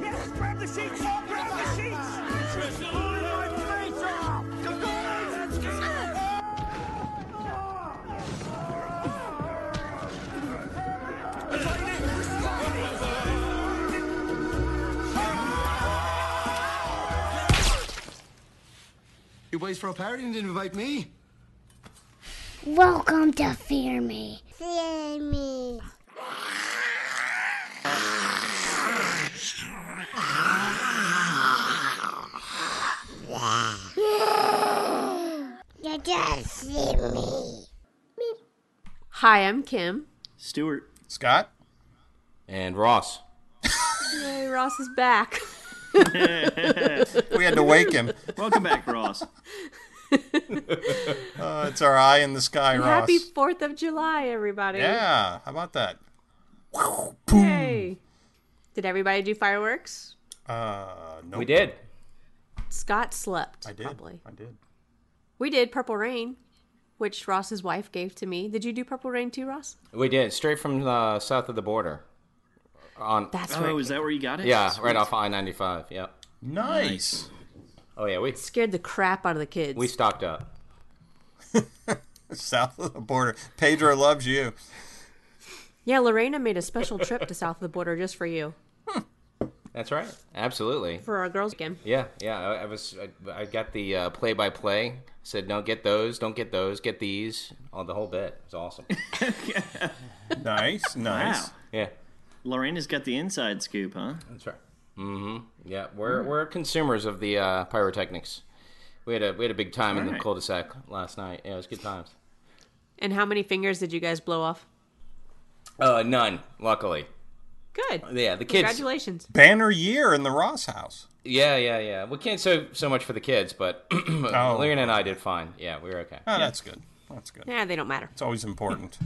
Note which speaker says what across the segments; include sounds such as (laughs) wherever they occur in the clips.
Speaker 1: Yes, grab the sheets! Grab the sheets!
Speaker 2: You boys for a party and didn't invite me?
Speaker 3: Welcome to Fear Me.
Speaker 4: Fear me. You just see me.
Speaker 5: Hi, I'm Kim.
Speaker 6: Stuart.
Speaker 7: Scott?
Speaker 8: And Ross.
Speaker 5: Yay, Ross is back.
Speaker 7: We had to
Speaker 2: (laughs)
Speaker 7: wake him.
Speaker 6: Welcome
Speaker 7: (laughs)
Speaker 6: back, Ross.
Speaker 7: Uh, it's our eye in the sky, Ross.
Speaker 5: Happy 4th of July, everybody.
Speaker 7: yeah, how about that?
Speaker 5: Yay. Did everybody do fireworks?
Speaker 7: Uh, nope.
Speaker 8: We did.
Speaker 5: Scott slept.
Speaker 7: I did.
Speaker 5: Probably.
Speaker 7: I did.
Speaker 5: We did Purple Rain, which Ross's wife gave to me. Did you do Purple Rain too, Ross?
Speaker 8: We did. Straight from the south of the border. On
Speaker 5: That's right.
Speaker 6: Oh, is that where you got it?
Speaker 8: Yeah,
Speaker 6: Sweet.
Speaker 8: right off I 95. Yep.
Speaker 7: Nice.
Speaker 8: Oh, yeah, we
Speaker 5: Scared the crap out of the kids.
Speaker 8: we stocked up.
Speaker 7: (laughs) South of the border. Pedro loves you.
Speaker 5: yeah, Lorena made a special trip to south of the border just for you,
Speaker 8: That's right. Absolutely.
Speaker 5: for our girls' game.
Speaker 8: Yeah, yeah. I, I was. I, I got the uh, play-by-play. Said, no, get those. Don't get those. Get these. Oh, the whole bit. It's (laughs) awesome.
Speaker 7: Nice, nice.
Speaker 6: Wow.
Speaker 8: yeah,
Speaker 6: Lorena's got the inside scoop, huh?
Speaker 8: that's right. Mm-hmm. Yeah, we're we're consumers of the uh, pyrotechnics. We had a we had a big time in the
Speaker 6: Alright.
Speaker 8: cul-de-sac last night. Yeah, it was good times.
Speaker 5: And how many fingers did you guys blow off?
Speaker 8: Uh, none, luckily.
Speaker 5: Good.
Speaker 8: Yeah, the kids.
Speaker 5: Congratulations.
Speaker 7: Banner year in the Ross house.
Speaker 8: Yeah, yeah, yeah. We can't say so much for the kids, but (clears throat) oh. and I did fine. Yeah, we were okay.
Speaker 7: Oh, that's good. That's good.
Speaker 5: Nah, they don't matter.
Speaker 7: It's always important.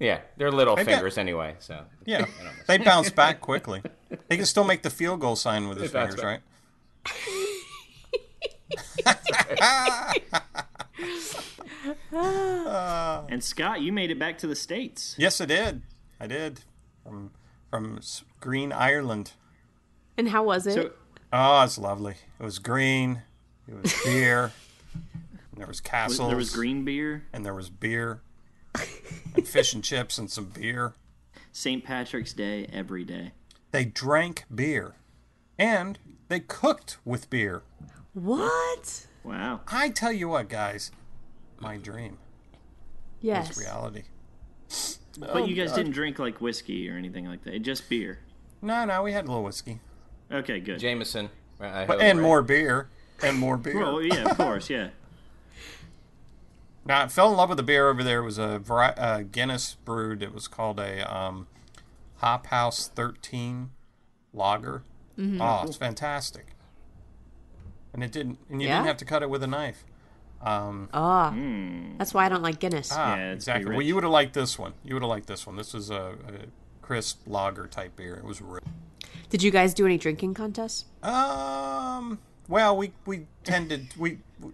Speaker 8: Yeah, they're little
Speaker 7: They've got-
Speaker 8: fingers anyway, so
Speaker 7: Yeah, they bounce back quickly. They can still make the field goal sign with his
Speaker 8: bounce
Speaker 7: fingers,
Speaker 8: back.
Speaker 7: right?
Speaker 6: And Scott, you made it back to the states.
Speaker 7: Yes, I did. I did. From from s- Green Ireland.
Speaker 5: And how was it?
Speaker 6: So,
Speaker 7: Oh, it's lovely. It was green. It was beer. and there was
Speaker 6: was-
Speaker 7: castles.
Speaker 6: there was green beer,
Speaker 7: And there was beer. and fish and chips and some beer.
Speaker 6: St. Patrick's Day every day.
Speaker 7: They drank beer. And they cooked with beer.
Speaker 5: what?
Speaker 6: Wow.
Speaker 7: I tell you what, guys, my dream
Speaker 5: Yes.
Speaker 7: is reality. Oh,
Speaker 6: But you guys didn't drink like whiskey or anything like that. Just beer.
Speaker 7: No, no, we had a little whiskey.
Speaker 6: Okay, good.
Speaker 8: Jameson. I
Speaker 7: But,
Speaker 8: hope,
Speaker 7: and
Speaker 8: right?
Speaker 7: more beer. And more beer.
Speaker 6: Well, yeah, of course, yeah.
Speaker 7: Now, I fell in love with the beer over there. It was a vari- uh, Guinness brewed. It was called a um, Hop House 13 Lager. Oh, it's fantastic. And it didn't, and you
Speaker 5: Yeah?
Speaker 7: didn't have to cut it with a knife.
Speaker 5: Ah, that's why I don't like Guinness.
Speaker 7: Ah,
Speaker 6: Yeah, it's pretty
Speaker 7: exactly. Well,
Speaker 6: rich.
Speaker 7: you would have liked this one. You would have liked this one. This is a, a crisp lager type beer. It was real.
Speaker 5: Did you guys do any drinking contests?
Speaker 7: Um. Well, we we tended we we-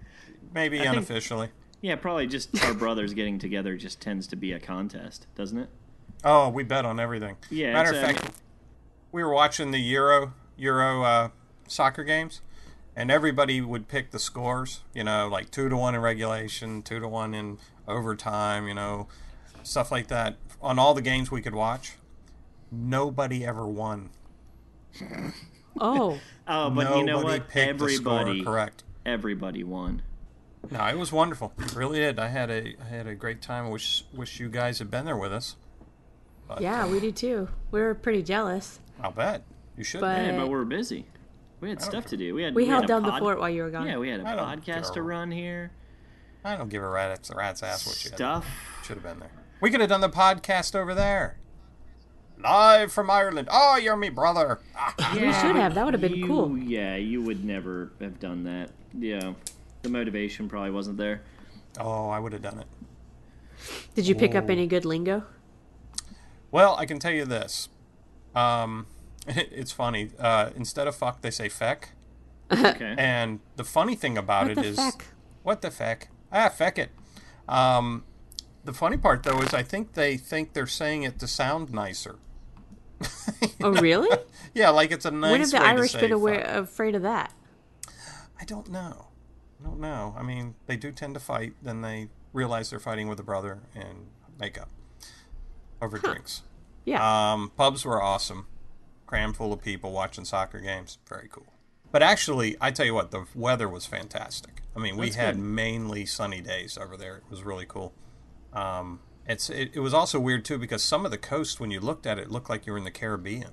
Speaker 7: maybe unofficially.
Speaker 6: Yeah, probably just our brothers getting together just tends to be a contest, doesn't it?
Speaker 7: Oh, we bet on everything.
Speaker 6: Yeah,
Speaker 7: Matter of
Speaker 6: it's, uh,
Speaker 7: fact, we were watching the Euro Euro uh, soccer games, and everybody would pick the scores. You know, like two to one in regulation, two to one in overtime. You know, stuff like that on all the games we could watch. Nobody ever won.
Speaker 5: (laughs) Oh,
Speaker 6: Oh, but
Speaker 7: Nobody
Speaker 6: you know what?
Speaker 7: picked the
Speaker 6: Everybody,
Speaker 7: score correct.
Speaker 6: everybody won.
Speaker 7: No, it was wonderful. It really did. I had a I had a great time. Wish wish you guys had been there with us.
Speaker 5: yeah, we do too. We were pretty jealous,
Speaker 7: I'll bet you should.
Speaker 5: but
Speaker 6: Yeah, but we're busy. We had stuff to do. We had
Speaker 5: We,
Speaker 6: had
Speaker 5: held
Speaker 6: a
Speaker 5: down the
Speaker 6: pod-
Speaker 5: fort while you were gone.
Speaker 6: Yeah, we had a
Speaker 7: I don't
Speaker 6: podcast
Speaker 7: care.
Speaker 6: to run here.
Speaker 7: I don't give a rat's a rat's ass what you had.
Speaker 6: Stuff.
Speaker 7: Should have been there. We could have done the podcast over there. Live from Ireland. Oh, you're me brother. Ah,
Speaker 5: We should have. That would have been
Speaker 6: You-
Speaker 5: cool.
Speaker 6: Yeah, you would never have done that. Yeah, the motivation probably wasn't there.
Speaker 7: Oh, I would have done it.
Speaker 5: Did you pick up any good lingo?
Speaker 7: Well, I can tell you this. Um, (laughs) it's funny. Uh, instead of fuck, they say feck.
Speaker 5: Uh,
Speaker 6: Okay.
Speaker 7: And the funny thing about
Speaker 5: What
Speaker 7: it
Speaker 5: the
Speaker 7: is,
Speaker 5: feck?
Speaker 7: what the feck? Ah, feck it. Um, the funny part though is, I think they think they're saying it to sound nicer. (laughs)
Speaker 5: Oh, really?
Speaker 7: Yeah, like it's a nice.
Speaker 5: when have the
Speaker 7: way
Speaker 5: Irish
Speaker 7: to say
Speaker 5: been aware,
Speaker 7: fuck.
Speaker 5: afraid of that?
Speaker 7: I don't know. I don't know. I mean, they do tend to fight. Then they realize they're fighting with a brother and make up over drinks.
Speaker 5: Yeah.
Speaker 6: Uh,
Speaker 7: Um, pubs were awesome. Cram full of people watching soccer games. Very cool. But actually, I tell you what, the weather was fantastic. I mean, we had mainly sunny days over there. It was really cool. Um, it's it, it was also weird too because some of the coast, when you looked at it, looked like you were in the Caribbean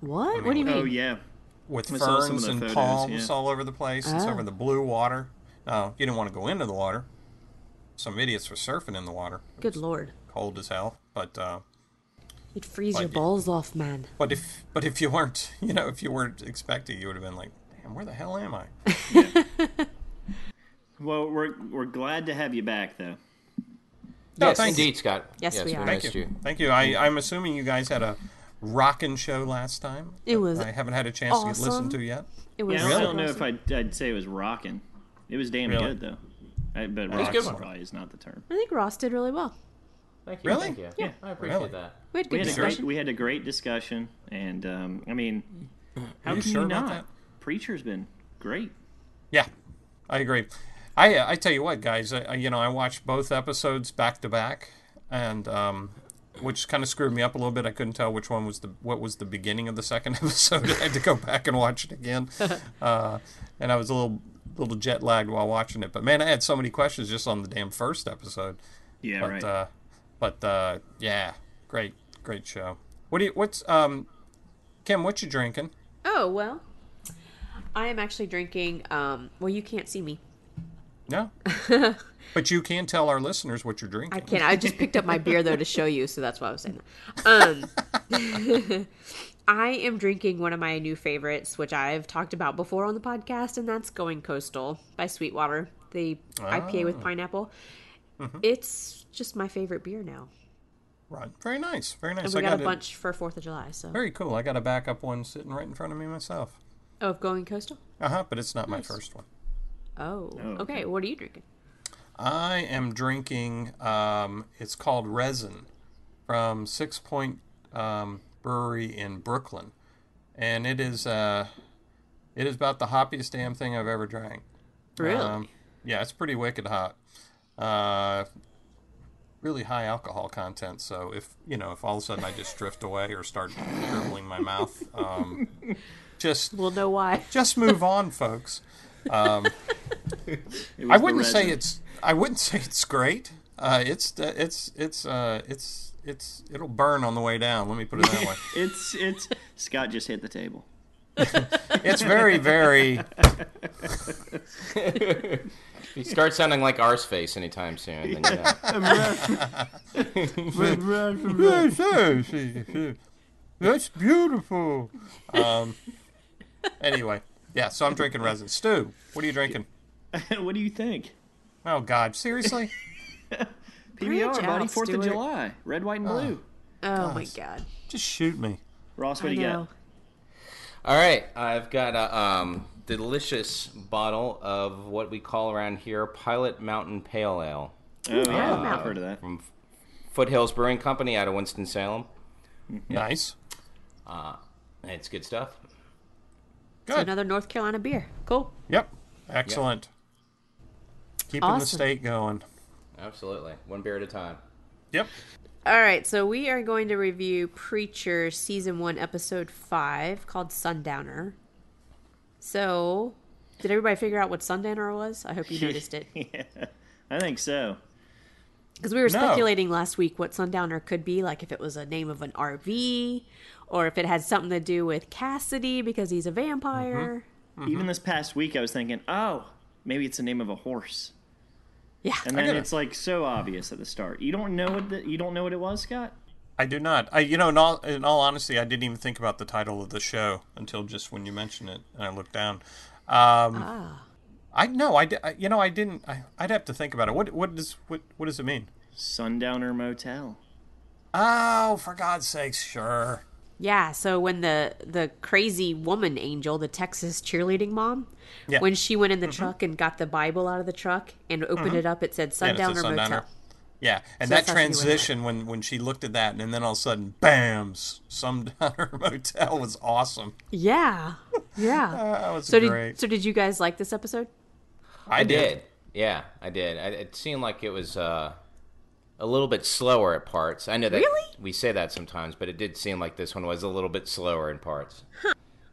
Speaker 5: what? what do you mean?
Speaker 6: oh yeah.
Speaker 7: with
Speaker 6: I saw some
Speaker 7: ferns
Speaker 6: of the
Speaker 7: and
Speaker 6: photos,
Speaker 7: palms
Speaker 6: yeah.
Speaker 7: all over the place. It's over the blue water. No, you didn't want to go into the water. Some idiots were surfing in the water.
Speaker 5: Good lord.
Speaker 7: Cold as hell. But uh,
Speaker 5: You'd freeze
Speaker 7: Like
Speaker 5: your
Speaker 7: it.
Speaker 5: balls off, man.
Speaker 7: But if but if you weren't, (laughs) you know, if you weren't expecting, you would have been like, "Damn, where the hell am I?"
Speaker 6: Well, we're we're glad to have you back though.
Speaker 7: No,
Speaker 8: yes,
Speaker 7: thank you.
Speaker 8: indeed, Scott.
Speaker 5: Yes, we are.
Speaker 8: missed
Speaker 7: Thank you. Thank you. I, I'm assuming you guys had a rockin' show last time.
Speaker 5: It was
Speaker 7: I haven't had a chance to get listened
Speaker 5: awesome.
Speaker 7: to yet.
Speaker 5: It was
Speaker 6: Yeah, I don't- I don't
Speaker 5: awesome.
Speaker 6: know if I'd, I'd say it was rocking. It was damn
Speaker 7: Really?
Speaker 6: good though. I, but
Speaker 7: was a good
Speaker 6: rocking
Speaker 7: one.
Speaker 6: probably is not the term.
Speaker 5: I think Ross did really well.
Speaker 8: Thank you.
Speaker 7: Really?
Speaker 8: Thank you.
Speaker 6: Yeah.
Speaker 8: I appreciate
Speaker 7: Really?
Speaker 8: that.
Speaker 5: We had good
Speaker 6: We had a great
Speaker 5: discussion.
Speaker 6: we had a great discussion, and um, I mean, how
Speaker 7: you
Speaker 6: can
Speaker 7: sure
Speaker 6: you
Speaker 7: about
Speaker 6: not?
Speaker 7: that?
Speaker 6: Preacher's been great.
Speaker 7: Yeah, I agree. I I tell you what, guys. I, I- you know, I watched both episodes back to back, and um, which kind of screwed me up a little bit. I couldn't tell which one was the what was the beginning of the second (laughs) episode. I had to go back and watch it again, uh, and I was a little little jet lagged while watching it. But man, I had so many questions just on the damn first episode.
Speaker 6: Yeah,
Speaker 7: But
Speaker 6: right.
Speaker 7: uh, but uh, yeah, great great show. What do you what's um, Kim? What you drinking?
Speaker 5: Oh, well. I am actually drinking, um, well, you can't see me.
Speaker 7: No. but you can tell our listeners what you're drinking.
Speaker 5: I can't. I just picked up my beer, though, to show you, so that's why I was saying that. Um, (laughs) I am drinking one of my new favorites, which I've talked about before on the podcast, and that's Going Coastal by Sweetwater, the IPA with pineapple. Mm-hmm. It's just my favorite beer now.
Speaker 7: Right. Very nice. Very nice.
Speaker 5: And we
Speaker 7: I
Speaker 5: got,
Speaker 7: got
Speaker 5: a bunch for 4th of July, so.
Speaker 7: Very cool. I got a backup one sitting right in front of me myself.
Speaker 5: Oh, of Going Coastal?
Speaker 7: Uh huh. But it's not my first one.
Speaker 5: Oh, okay.
Speaker 6: okay.
Speaker 5: What are you drinking?
Speaker 7: I am drinking. Um, it's called Resin from Six Point um, Brewery in Brooklyn, and it is uh, it is about the hoppiest damn thing I've ever drank.
Speaker 5: Really?
Speaker 7: Um, yeah, it's pretty wicked hot. Uh, really high alcohol content. So if you know, if all of a sudden I just drift away or start dribbling my mouth, um, just
Speaker 5: we'll know why.
Speaker 7: just move on, folks. Um,
Speaker 6: It was
Speaker 7: I
Speaker 6: the
Speaker 7: wouldn't say
Speaker 6: resin.
Speaker 7: it's. I wouldn't say it's great. Uh, it's it's it's uh, it's it's it'll burn on the way down. Let me put it that way.
Speaker 6: It's it's Scott just hit the table. (laughs)
Speaker 7: It's very very.
Speaker 8: You start sounding like Arseface anytime soon. Then
Speaker 7: (laughs)
Speaker 8: you know.
Speaker 7: That's beautiful. Um, anyway, yeah. So I'm drinking resin. Stu, what are you drinking?
Speaker 6: what do you think?
Speaker 7: Oh God, seriously?
Speaker 6: PBR,
Speaker 5: Branch
Speaker 6: buddy.
Speaker 5: out,
Speaker 6: Fourth of
Speaker 5: Stuart.
Speaker 6: July. Red, white, and blue.
Speaker 5: Oh, my God.
Speaker 7: Just shoot me.
Speaker 6: Ross, what
Speaker 5: I
Speaker 6: do you
Speaker 5: know.
Speaker 6: got?
Speaker 8: All right, I've got a um, delicious bottle of what we call around here Pilot Mountain Pale Ale
Speaker 6: Oh yeah,
Speaker 5: I'm out.
Speaker 6: I've heard of that.
Speaker 8: from Foothills Brewing Company out of Winston Salem.
Speaker 7: Nice.
Speaker 8: It's good stuff.
Speaker 5: So
Speaker 7: Good.
Speaker 5: another North Carolina beer. Cool.
Speaker 7: Yep. Excellent. Keeping the
Speaker 5: Awesome.
Speaker 7: state going.
Speaker 8: Absolutely, one beer at a time.
Speaker 7: Yep.
Speaker 5: All right, so we are going to review Preacher season one, episode five, called Sundowner. So, did everybody figure out what Sundowner was?
Speaker 7: (laughs)
Speaker 5: I hope you noticed
Speaker 6: (laughs)
Speaker 5: it
Speaker 6: I think so.
Speaker 5: because we were
Speaker 7: No.
Speaker 5: speculating last week what Sundowner could be, like if it was a name of an
Speaker 7: Mm-hmm.
Speaker 5: RV, or if it had something to do with Cassidy because he's a vampire.
Speaker 6: Even this past week, I was thinking, oh, maybe it's the name of a horse.
Speaker 5: Yeah.
Speaker 6: And then
Speaker 7: get it.
Speaker 6: it's like so obvious at the start. You don't know what the, you don't know what it was, Scott.
Speaker 7: I do not. I, you know, in all, in all honesty, I didn't even think about the title of the show until just when you mentioned it, and I looked down. Um,
Speaker 5: Ah.
Speaker 7: I no, I, di- I- you know, I didn't. I, I'd have to think about it. What what does what what does it mean?
Speaker 6: Sundowner Motel.
Speaker 7: Oh, for God's sakes, sure.
Speaker 5: Yeah, so when the the crazy woman angel, the Texas cheerleading mom,
Speaker 7: Yeah. Mm-hmm.
Speaker 5: when she went in the truck and got the Bible out of the truck and opened it up, it said
Speaker 7: And it says
Speaker 5: Sundowner Motel.
Speaker 7: Yeah, and
Speaker 5: So
Speaker 7: that
Speaker 5: that's how she went
Speaker 7: transition when when she looked at that, and then all of a sudden, bams, (laughs) Sundowner Motel was awesome.
Speaker 5: Yeah.
Speaker 7: (laughs)
Speaker 5: Yeah.
Speaker 7: That was
Speaker 5: so
Speaker 7: Uh, great.
Speaker 5: did so did you guys like this episode?
Speaker 7: I,
Speaker 8: I did. Yeah, I did. I, it seemed like it was uh, a little bit slower at parts. I know that
Speaker 5: Really?
Speaker 8: we say that sometimes, but it did seem like this one was a little bit slower in parts.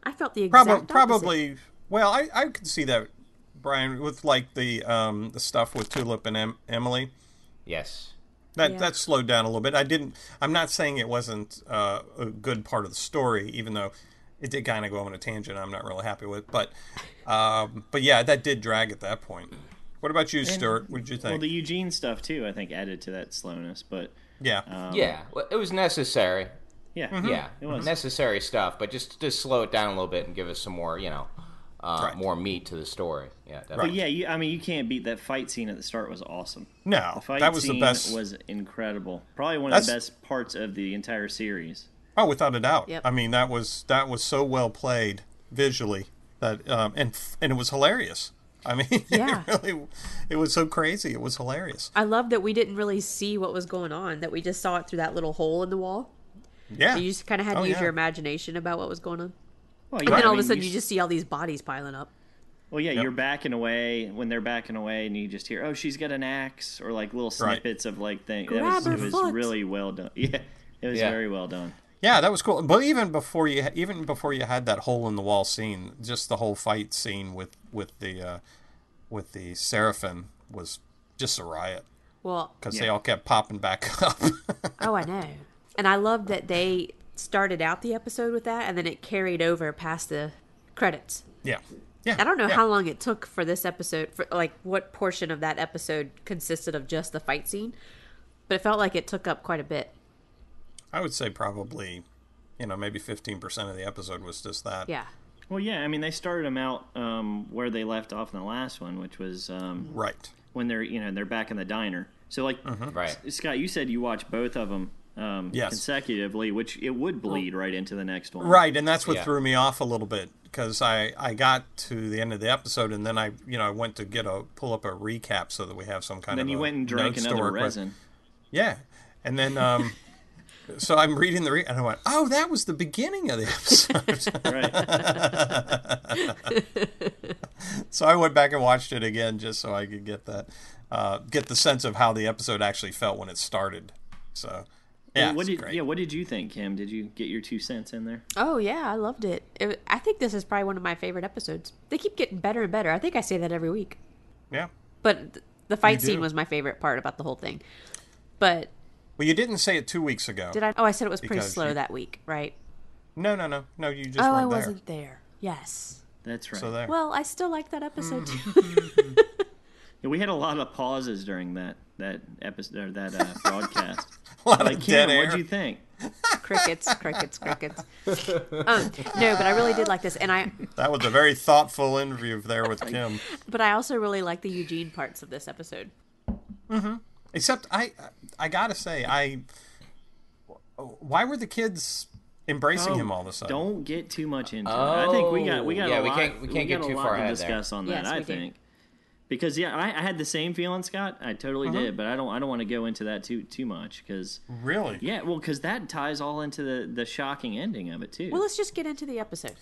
Speaker 5: I felt the exact
Speaker 7: probably
Speaker 5: opposite.
Speaker 7: probably well I, I could see that brian with like the um the stuff with tulip and em- emily
Speaker 8: Yes.
Speaker 7: that
Speaker 5: Yeah.
Speaker 7: that slowed down a little bit i didn't i'm not saying it wasn't uh, a good part of the story even though it did kind of go on a tangent i'm not really happy with but um but yeah that did drag at that point what about you stuart what did you
Speaker 6: Well,
Speaker 7: think
Speaker 6: the Eugene stuff too, I think, added to that slowness. But
Speaker 7: yeah
Speaker 5: uh,
Speaker 8: yeah, well, it was necessary.
Speaker 6: Um, yeah,
Speaker 8: Yeah,
Speaker 6: it was.
Speaker 8: necessary stuff, but just just slow it down a little bit and give us some more, you know, uh,
Speaker 7: Right.
Speaker 8: more meat to the story. Yeah,
Speaker 6: But
Speaker 8: definitely.
Speaker 6: yeah, you, I mean, you can't beat that fight scene at the start. Was awesome.
Speaker 7: no
Speaker 6: The fight
Speaker 7: that was the
Speaker 6: scene
Speaker 7: best
Speaker 6: Was incredible. Probably one of the
Speaker 7: That's-
Speaker 6: best parts of the entire series.
Speaker 7: Oh, without a doubt.
Speaker 5: Yep.
Speaker 7: I mean, that was that was so well played visually that um, and f- and it was hilarious. I mean, (laughs)
Speaker 5: Yeah.
Speaker 7: it really, it was so crazy. It was hilarious.
Speaker 5: I love that we didn't really see what was going on, that we just saw it through that little hole in the wall.
Speaker 7: Yeah,
Speaker 5: You just kind of had
Speaker 7: Oh,
Speaker 5: to use
Speaker 7: yeah.
Speaker 5: your imagination about what was going on.
Speaker 6: Well,
Speaker 5: And
Speaker 6: yeah,
Speaker 5: then
Speaker 6: I
Speaker 5: all of a
Speaker 6: mean,
Speaker 5: sudden you
Speaker 6: s-
Speaker 5: just see all these bodies piling up.
Speaker 6: Well, yeah, you're backing away when they're backing away, and you just hear, "Oh, she's got an axe," or like little
Speaker 7: Right.
Speaker 6: snippets of like things.
Speaker 5: Grab
Speaker 6: was,
Speaker 5: her
Speaker 6: it was
Speaker 5: foot.
Speaker 6: really well done. (laughs) Yeah, it was
Speaker 8: Yeah.
Speaker 6: very well done.
Speaker 7: yeah, that was cool. But even before you even before you had that hole in the wall scene, just the whole fight scene with with the uh, with the seraphim was just a riot
Speaker 5: Well,
Speaker 7: because they all kept popping back (laughs) up.
Speaker 5: Oh, I know. And I love that they started out the episode with that and then it carried over past the credits.
Speaker 7: yeah, yeah.
Speaker 5: I don't know
Speaker 7: yeah.
Speaker 5: how long it took for this episode for like what portion of that episode consisted of just the fight scene, but it felt like it took up quite a bit.
Speaker 7: I would say probably, you know, maybe fifteen percent of the episode was just that.
Speaker 5: Yeah.
Speaker 6: Well, yeah, I mean, they started them out um, where they left off in the last one, which was um,
Speaker 7: Right.
Speaker 6: when they're you know they're back in the diner. So like,
Speaker 8: Right.
Speaker 6: Scott, you said you watched both of them um,
Speaker 7: Mm-hmm. Yes.
Speaker 6: consecutively, which it would bleed right into the next one.
Speaker 7: Right, and that's what
Speaker 8: Yeah.
Speaker 7: threw me off a little bit because I I got to the end of the episode and then I you know I went to get a pull up a recap so that we have some kind
Speaker 6: Then
Speaker 7: of
Speaker 6: you
Speaker 7: a
Speaker 6: went and drank
Speaker 7: notes to
Speaker 6: another
Speaker 7: work with.
Speaker 6: resin.
Speaker 7: Yeah, and then um, so I'm reading the re- and I went oh that was the beginning of the
Speaker 6: (laughs)
Speaker 7: episode
Speaker 6: right.
Speaker 7: (laughs) so I went back and watched it again just so I could get that uh, get the sense of how the episode actually felt when it started so yeah
Speaker 6: what
Speaker 7: it's
Speaker 6: did
Speaker 7: great.
Speaker 6: yeah? What did you think, Kim? Did you get your two cents in there?
Speaker 5: Oh, yeah. I loved it. it. I think this is probably one of my favorite episodes. They keep getting better and better. I think I say that every week.
Speaker 7: yeah
Speaker 5: But th- the fight
Speaker 7: do.
Speaker 5: scene was my favorite part about the whole thing. But
Speaker 7: well you didn't say it two weeks ago
Speaker 5: did I? Oh, I said it was pretty
Speaker 7: Because
Speaker 5: slow
Speaker 7: you-
Speaker 5: that week, right?
Speaker 7: no no no no you just
Speaker 5: Oh,
Speaker 7: weren't
Speaker 5: I
Speaker 7: there
Speaker 5: wasn't there. Yes.
Speaker 6: That's right.
Speaker 7: so there
Speaker 5: Well, I still like that episode too.
Speaker 7: Hmm.
Speaker 5: (laughs)
Speaker 6: Yeah, we had a lot of pauses during that that episode or that uh, (laughs) broadcast.
Speaker 7: (laughs) a lot
Speaker 6: like,
Speaker 7: of dead
Speaker 6: Kim,
Speaker 7: air
Speaker 6: what'd you think?
Speaker 5: crickets, crickets, crickets. Um, no, but I really did like this, and I.
Speaker 7: That was a very thoughtful interview there with Kim.
Speaker 5: But I also really like the Eugene parts of this episode.
Speaker 7: Except I, I gotta say, I. Why were the kids
Speaker 6: Oh,
Speaker 7: embracing him all of a sudden?
Speaker 6: Don't get too much into it. I think we got we got
Speaker 8: Oh, yeah,
Speaker 6: a
Speaker 8: we
Speaker 6: lot,
Speaker 8: can't- we can't
Speaker 6: got
Speaker 8: get
Speaker 6: a
Speaker 8: too
Speaker 6: lot
Speaker 8: far
Speaker 6: to
Speaker 8: ahead there.
Speaker 6: discuss on that.
Speaker 5: Yes, we
Speaker 6: I
Speaker 5: did.
Speaker 6: think because yeah, I, I had the same feeling, Scott. I totally
Speaker 5: Uh-huh.
Speaker 6: did, but I don't I don't want to go into that too too much because
Speaker 7: really?
Speaker 6: yeah, well, because that ties all into the the shocking ending of it too.
Speaker 5: Well, let's just get into the episode.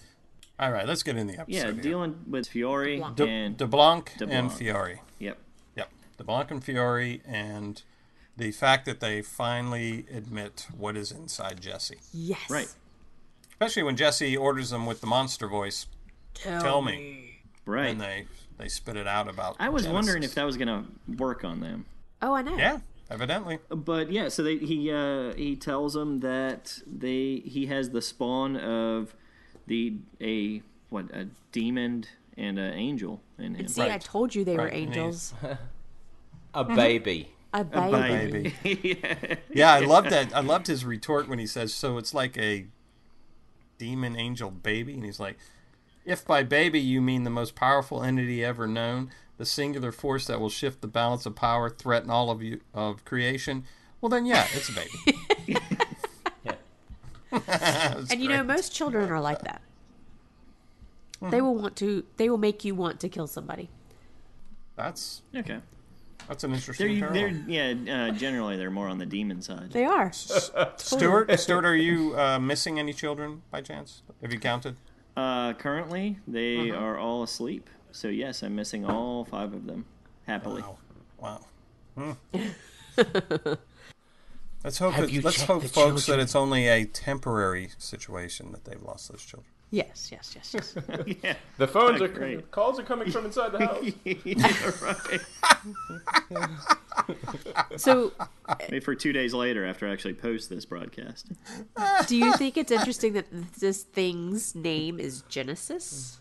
Speaker 7: All right, let's get in the
Speaker 6: yeah,
Speaker 7: episode. here.
Speaker 6: dealing with Fiore
Speaker 7: De-
Speaker 6: and
Speaker 7: DeBlanc, and
Speaker 6: DeBlanc.
Speaker 7: Fiore.
Speaker 6: yep.
Speaker 7: Yep, DeBlanc and Fiore, and the fact that they finally admit what is inside Jesse,
Speaker 5: Yes.
Speaker 6: Right.
Speaker 7: especially when Jesse orders them with the monster voice.
Speaker 5: Tell,
Speaker 7: Tell me,
Speaker 6: Right.
Speaker 7: and they they spit it out about.
Speaker 6: I was wondering
Speaker 7: Genesis.
Speaker 6: if that was gonna work on them.
Speaker 5: Oh, I know.
Speaker 7: Yeah, evidently.
Speaker 6: But yeah, so they, he uh, he tells them that they he has the spawn of the a what a demon and an angel in him.
Speaker 5: See, I told you they were
Speaker 7: Right, and
Speaker 5: angels.
Speaker 8: A
Speaker 6: Mm-hmm.
Speaker 8: baby.
Speaker 5: A baby.
Speaker 6: (laughs)
Speaker 7: baby. yeah, I love that. I loved his retort when he says, "So it's like a demon angel baby," and he's like, "If by baby you mean the most powerful entity ever known, the singular force that will shift the balance of power, threaten all of you of creation." Well, then, yeah, it's a
Speaker 6: (laughs)
Speaker 7: baby. (laughs)
Speaker 5: And you know, most children are like that. They will want to. They will make you want to kill somebody.
Speaker 7: That's
Speaker 6: Okay.
Speaker 7: that's an
Speaker 6: They're,
Speaker 7: interesting.
Speaker 6: they're
Speaker 7: parallel.
Speaker 6: yeah. Uh, generally, they're more on the demon side.
Speaker 5: They are.
Speaker 7: Stuart, Stuart, are you uh, missing any children by chance? Have you counted?
Speaker 6: Uh, currently, they
Speaker 5: Uh-huh.
Speaker 6: are all asleep. So yes, I'm missing all five of them. Happily.
Speaker 7: Wow. Wow. (laughs) Hmm. let's hope
Speaker 8: Have
Speaker 7: it-
Speaker 8: you
Speaker 7: let's
Speaker 8: checked
Speaker 7: hope
Speaker 8: the
Speaker 7: folks that it's only a temporary situation that they've lost those children.
Speaker 5: Yes, yes, yes, yes.
Speaker 8: The phones
Speaker 6: Oh,
Speaker 8: are
Speaker 6: great.
Speaker 8: calls are coming from inside the house.
Speaker 6: Yeah, right.
Speaker 5: So,
Speaker 6: Wait for two days later after I actually post this broadcast.
Speaker 7: (laughs)
Speaker 5: do you think it's interesting that this thing's name is Genesis?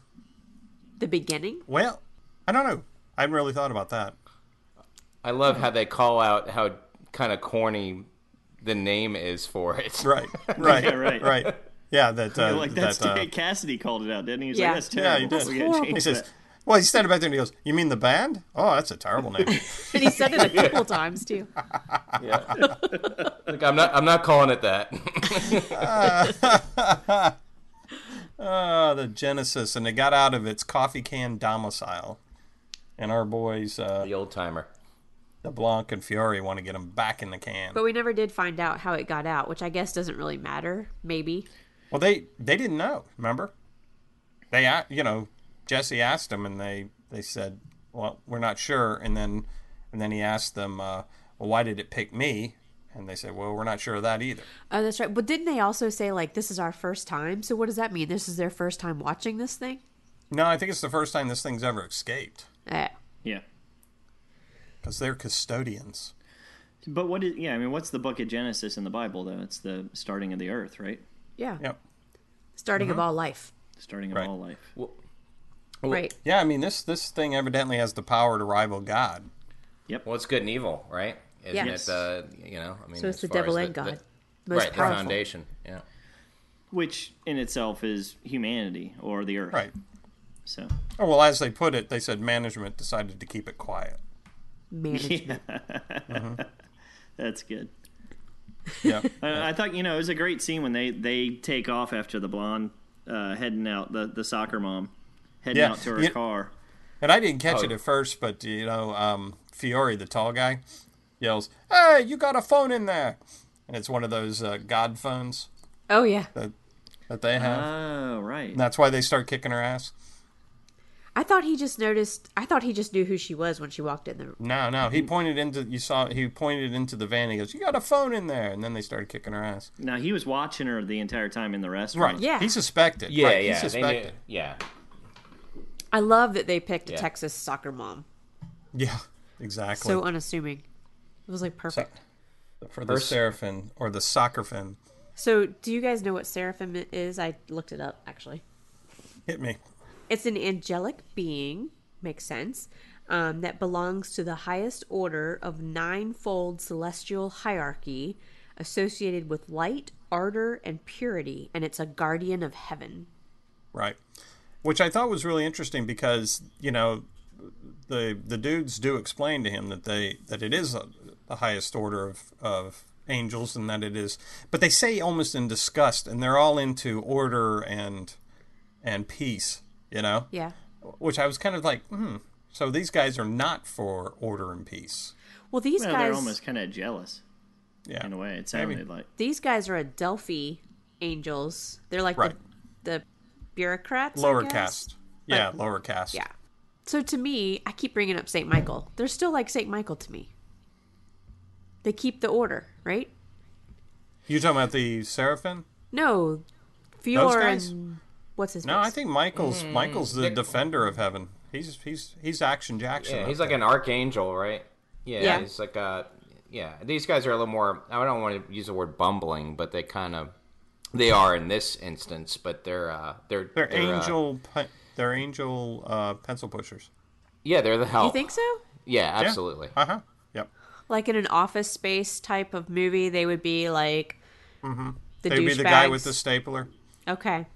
Speaker 5: The beginning?
Speaker 7: Well, I don't know. I hadn't really thought about that.
Speaker 8: (laughs) I love how they call out how kind of corny the name is for
Speaker 7: (laughs)
Speaker 8: it.
Speaker 7: Right. Right.
Speaker 6: Yeah, right.
Speaker 7: Right. Yeah, (laughs) that uh,
Speaker 6: like that's
Speaker 7: that, uh,
Speaker 6: Dave (laughs) Cassidy called it out, didn't he? He's
Speaker 5: Yeah.
Speaker 6: like, that's
Speaker 7: Yeah, he
Speaker 6: terrible.
Speaker 7: did.
Speaker 6: We gotta
Speaker 5: Horrible.
Speaker 6: change
Speaker 7: he says
Speaker 6: that."
Speaker 7: well, he standing back there and he goes, "You mean the band? Oh, that's a terrible name."
Speaker 5: And he said it a couple times too.
Speaker 8: Like, I'm not I'm not calling it (laughs) that.
Speaker 7: (laughs) Ah, the Genesis, and it got out of its coffee can domicile. And our boys, uh,
Speaker 8: the old timer.
Speaker 7: LeBlanc and Fiore, want to get him back in the can.
Speaker 5: But we never did find out how it got out, which I guess doesn't really matter. Maybe.
Speaker 7: Well, they they didn't know. Remember, they a- you know Jesse asked them, and they they said, "Well, we're not sure." And then and then he asked them, uh, "Well, why did it pick me?" And they said, "Well, we're not sure of that either."
Speaker 5: Oh, that's right. But didn't they also say like this is our first time? So what does that mean? This is their first time watching this thing?
Speaker 7: No, I think it's the first time this thing's ever escaped
Speaker 5: Eh.
Speaker 6: Yeah.
Speaker 7: because they're custodians.
Speaker 6: But what is yeah, I mean what's the book of Genesis in the Bible though? It's the starting of the earth, right?
Speaker 5: yeah.
Speaker 7: Yep.
Speaker 5: Starting of all life.
Speaker 6: Starting of
Speaker 7: Right.
Speaker 6: all life.
Speaker 8: (laughs)
Speaker 5: right.
Speaker 7: Yeah, I mean this this thing evidently has the power to rival God.
Speaker 8: Well, it's good and evil, right? Isn't
Speaker 5: Yes.
Speaker 8: it? Uh, you know, I mean,
Speaker 5: So it's
Speaker 8: as
Speaker 5: the
Speaker 8: far as
Speaker 5: devil
Speaker 8: the-
Speaker 5: and God.
Speaker 8: the-
Speaker 5: Most
Speaker 8: right,
Speaker 5: powerful.
Speaker 8: the foundation. Yeah.
Speaker 6: Which in itself is humanity or the earth.
Speaker 7: Right.
Speaker 6: So
Speaker 7: Oh, well, as they put it, they said management decided to keep it quiet.
Speaker 5: Management.
Speaker 6: that's good.
Speaker 7: Yeah.
Speaker 6: (laughs) I, I thought you know it was a great scene when they they take off after the blonde uh, heading out the the soccer mom heading
Speaker 7: Yeah.
Speaker 6: out to her
Speaker 7: You-
Speaker 6: car.
Speaker 7: And I didn't catch
Speaker 8: Oh.
Speaker 7: it at first, but you know, um, Fiore, the tall guy, yells, "Hey, you got a phone in there!" And it's one of those uh, God phones
Speaker 5: Oh yeah.
Speaker 7: that they have.
Speaker 8: Ah.
Speaker 6: Oh right.
Speaker 7: and that's why they start kicking her ass.
Speaker 5: I thought he just noticed I thought he just knew who she was when she walked in the
Speaker 7: No, no,
Speaker 8: Hmm.
Speaker 7: he pointed into you saw he pointed into the van. And he goes, "You got a phone in there!" And then they started kicking her ass.
Speaker 6: Now he was watching her the entire time in the restaurant.
Speaker 7: Right?
Speaker 5: Yeah.
Speaker 7: He suspected.
Speaker 8: Yeah,
Speaker 7: right,
Speaker 8: yeah.
Speaker 7: He
Speaker 8: they knew,
Speaker 7: suspected.
Speaker 8: yeah.
Speaker 5: I love that they picked a
Speaker 8: Yeah.
Speaker 5: Texas soccer mom.
Speaker 7: Yeah. Exactly.
Speaker 5: So uh, unassuming. It was like perfect.
Speaker 7: For the seraphim or the soccerfin,
Speaker 5: So, do you guys know what seraphim i- is? I looked it up actually.
Speaker 7: hit me.
Speaker 5: It's an angelic being, makes sense, um, that belongs to the highest order of ninefold celestial hierarchy associated with light, ardor, and purity, and it's a guardian of heaven.
Speaker 7: Right. Which I thought was really interesting because, you know, the the dudes do explain to him that they that it is a, the highest order of of angels and that it is but they say almost in disgust and they're all into order and and peace, you know?
Speaker 5: Yeah.
Speaker 7: Which I was kind of like, hmm, so these guys are not for order and peace.
Speaker 5: Well, these
Speaker 6: Well,
Speaker 5: guys
Speaker 6: they're almost kind of jealous
Speaker 7: Yeah.
Speaker 6: in a way. It sounded like
Speaker 5: these guys are Adelphi angels. They're like
Speaker 7: Right.
Speaker 5: the, the bureaucrats. I
Speaker 7: Lower
Speaker 5: guess.
Speaker 7: caste. Yeah, lower caste.
Speaker 5: Yeah. So to me, I keep bringing up St. Michael. They're still like St. Michael to me. They keep the order, right?
Speaker 7: You talking about the seraphim?
Speaker 5: No,
Speaker 7: Those
Speaker 5: Fior
Speaker 7: guys?
Speaker 5: and what's his
Speaker 7: No,
Speaker 5: face?
Speaker 7: I think Michael's
Speaker 5: Hmm.
Speaker 7: Michael's the defender of heaven. He's he's he's action Jackson.
Speaker 8: Yeah,
Speaker 7: up
Speaker 8: he's like
Speaker 7: there.
Speaker 8: an archangel, right? Yeah,
Speaker 5: Yeah.
Speaker 8: he's like a yeah. These guys are a little more. I don't want to use the word bumbling, but they kind of They are in this instance, but they're uh, they're
Speaker 7: They're
Speaker 8: uh,
Speaker 7: angel. pen they're angel uh, pencil pushers.
Speaker 8: yeah, they're the help.
Speaker 5: You think so?
Speaker 8: Yeah, absolutely.
Speaker 7: Uh huh. Yep.
Speaker 5: Like in an office space type of movie, they would be like the
Speaker 7: Mm-hmm. They'd be the guy with
Speaker 5: douchebags.
Speaker 7: the stapler.
Speaker 5: Okay.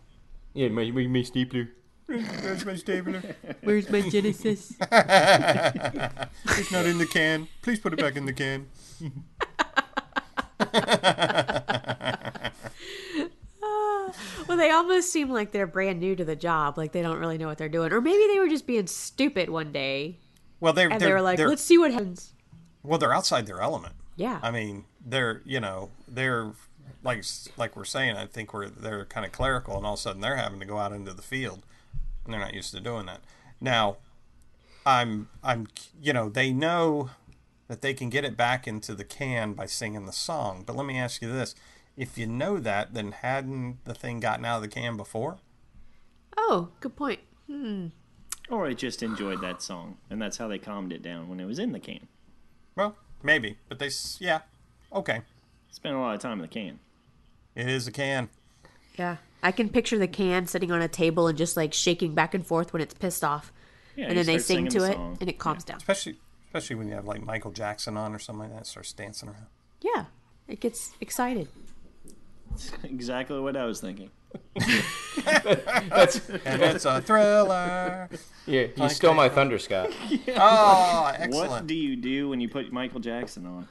Speaker 8: Yeah, my, my, my stapler.
Speaker 7: Where's my stapler?
Speaker 5: Where's my Genesis?
Speaker 7: It's not in the can. Please put it back in the can.
Speaker 5: (laughs) well, they almost seem like they're brand new to the job, like they don't really know what they're doing, or maybe they were just being stupid one day
Speaker 7: Well, they're
Speaker 5: and
Speaker 7: they're,
Speaker 5: they were like,
Speaker 7: they're-
Speaker 5: "Let's see what happens."
Speaker 7: well, they're outside their element.
Speaker 5: Yeah.
Speaker 7: I mean, they're you know they're like like we're saying. I think we're they're kind of clerical, and all of a sudden they're having to go out into the field, and they're not used to doing that. Now, I'm I'm you know they know that they can get it back into the can by singing the song. But let me ask you this: if you know that, then hadn't the thing gotten out of the can before?
Speaker 5: oh, good point.
Speaker 6: Or I just enjoyed that song, and that's how they calmed it down when it was in the can.
Speaker 7: Well, maybe, but they s- yeah, okay,
Speaker 6: Spent a lot of time in the can. (laughs)
Speaker 7: it is a can.
Speaker 5: Yeah. I can picture the can sitting on a table and just like shaking back and forth when it's pissed off.
Speaker 6: Yeah,
Speaker 5: and
Speaker 6: you
Speaker 5: then they
Speaker 6: start
Speaker 5: sing
Speaker 6: singing
Speaker 5: to
Speaker 6: the
Speaker 5: it
Speaker 6: song.
Speaker 5: and it calms down.
Speaker 7: especially especially when you have like Michael Jackson on or something like that, starts dancing around.
Speaker 5: Yeah. It gets excited.
Speaker 6: Exactly what I was thinking.
Speaker 7: And it's a thriller.
Speaker 8: Yeah, you stole my thunder, Scott.
Speaker 7: Oh,
Speaker 6: What
Speaker 7: excellent!
Speaker 6: do you do when you put Michael Jackson on?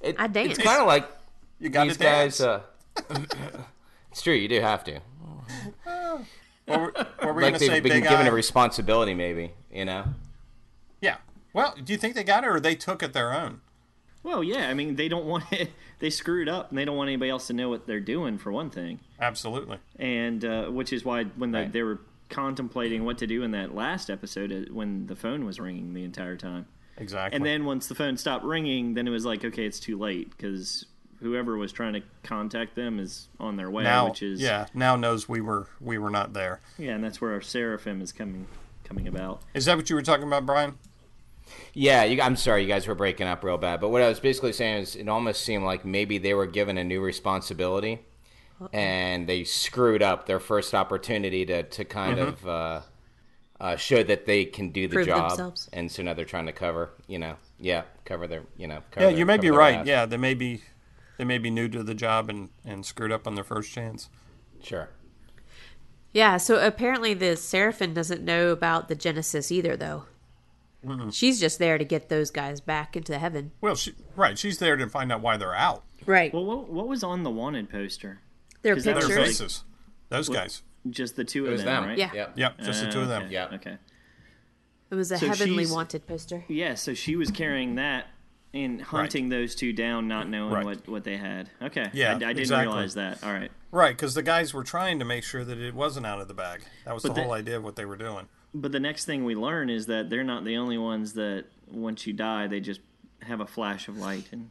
Speaker 8: It-
Speaker 5: I dance.
Speaker 8: It's kind of like
Speaker 7: you got
Speaker 8: these
Speaker 7: to dance.
Speaker 8: guys. Uh, (laughs) it's true. You do have to.
Speaker 7: what were, what were we
Speaker 8: Like
Speaker 7: gonna
Speaker 8: they've
Speaker 7: say,
Speaker 8: been
Speaker 7: big
Speaker 8: given
Speaker 7: eye?
Speaker 8: a responsibility, maybe. You know.
Speaker 7: yeah. Well, do you think they got it or they took it their own?
Speaker 6: Well, yeah, I mean, they don't want it. (laughs) They screwed up, and they don't want anybody else to know what they're doing, for one thing.
Speaker 7: Absolutely.
Speaker 6: And uh, which is why when they,
Speaker 8: Right.
Speaker 6: they were contemplating what to do in that last episode, uh, when the phone was ringing the entire time.
Speaker 7: Exactly.
Speaker 6: And then once the phone stopped ringing, then it was like, okay, it's too late because whoever was trying to contact them is on their way,
Speaker 7: now,
Speaker 6: which is
Speaker 7: yeah, now knows we were we were not there.
Speaker 6: yeah, and that's where our seraphim is coming coming about.
Speaker 7: Is that what you were talking about, Brian?
Speaker 8: Yeah, you, I'm sorry, you guys were breaking up real bad. But what I was basically saying is, it almost seemed like maybe they were given a new responsibility, and they screwed up their first opportunity to to kind
Speaker 7: Mm-hmm.
Speaker 8: of uh, uh, show that they can do the
Speaker 5: Prove
Speaker 8: job,
Speaker 5: themselves.
Speaker 8: and so now they're trying to cover, you know, yeah, cover their, you know, cover
Speaker 7: Yeah,
Speaker 8: their-
Speaker 7: you may
Speaker 8: cover
Speaker 7: be
Speaker 8: their
Speaker 7: right.
Speaker 8: ass.
Speaker 7: Yeah, they may be they may be new to the job and and screwed up on their first chance.
Speaker 8: sure.
Speaker 5: Yeah, so apparently the Seraphim doesn't know about the Genesis either though. She's just there to get those guys back into heaven.
Speaker 7: Well, she, right, she's there to find out why they're out.
Speaker 5: Right.
Speaker 6: Well, what, what was on the wanted poster?
Speaker 5: Their
Speaker 6: 'cause that was
Speaker 7: Their
Speaker 6: Sure.
Speaker 5: pictures.
Speaker 7: faces. Those guys.
Speaker 6: Just the two of
Speaker 8: was
Speaker 6: them,
Speaker 8: them.
Speaker 6: right?
Speaker 5: Yeah.
Speaker 8: Yep.
Speaker 7: Yep, just the two of them.
Speaker 6: Okay.
Speaker 8: Yeah.
Speaker 6: Okay.
Speaker 5: It was a
Speaker 6: So
Speaker 5: heavenly
Speaker 6: she's-
Speaker 5: wanted poster.
Speaker 6: Yeah, so she was carrying that and hunting those two down, not knowing
Speaker 7: Right.
Speaker 6: what, what they had. Okay.
Speaker 7: Yeah,
Speaker 6: I, I didn't
Speaker 7: exactly.
Speaker 6: realize that. All right.
Speaker 7: Right, because the guys were trying to make sure that it wasn't out of the bag. That was
Speaker 6: But
Speaker 7: the,
Speaker 6: the-
Speaker 7: whole idea of what they were doing.
Speaker 6: But the next thing we learn is that they're not the only ones that, once you die, they just have a flash of light and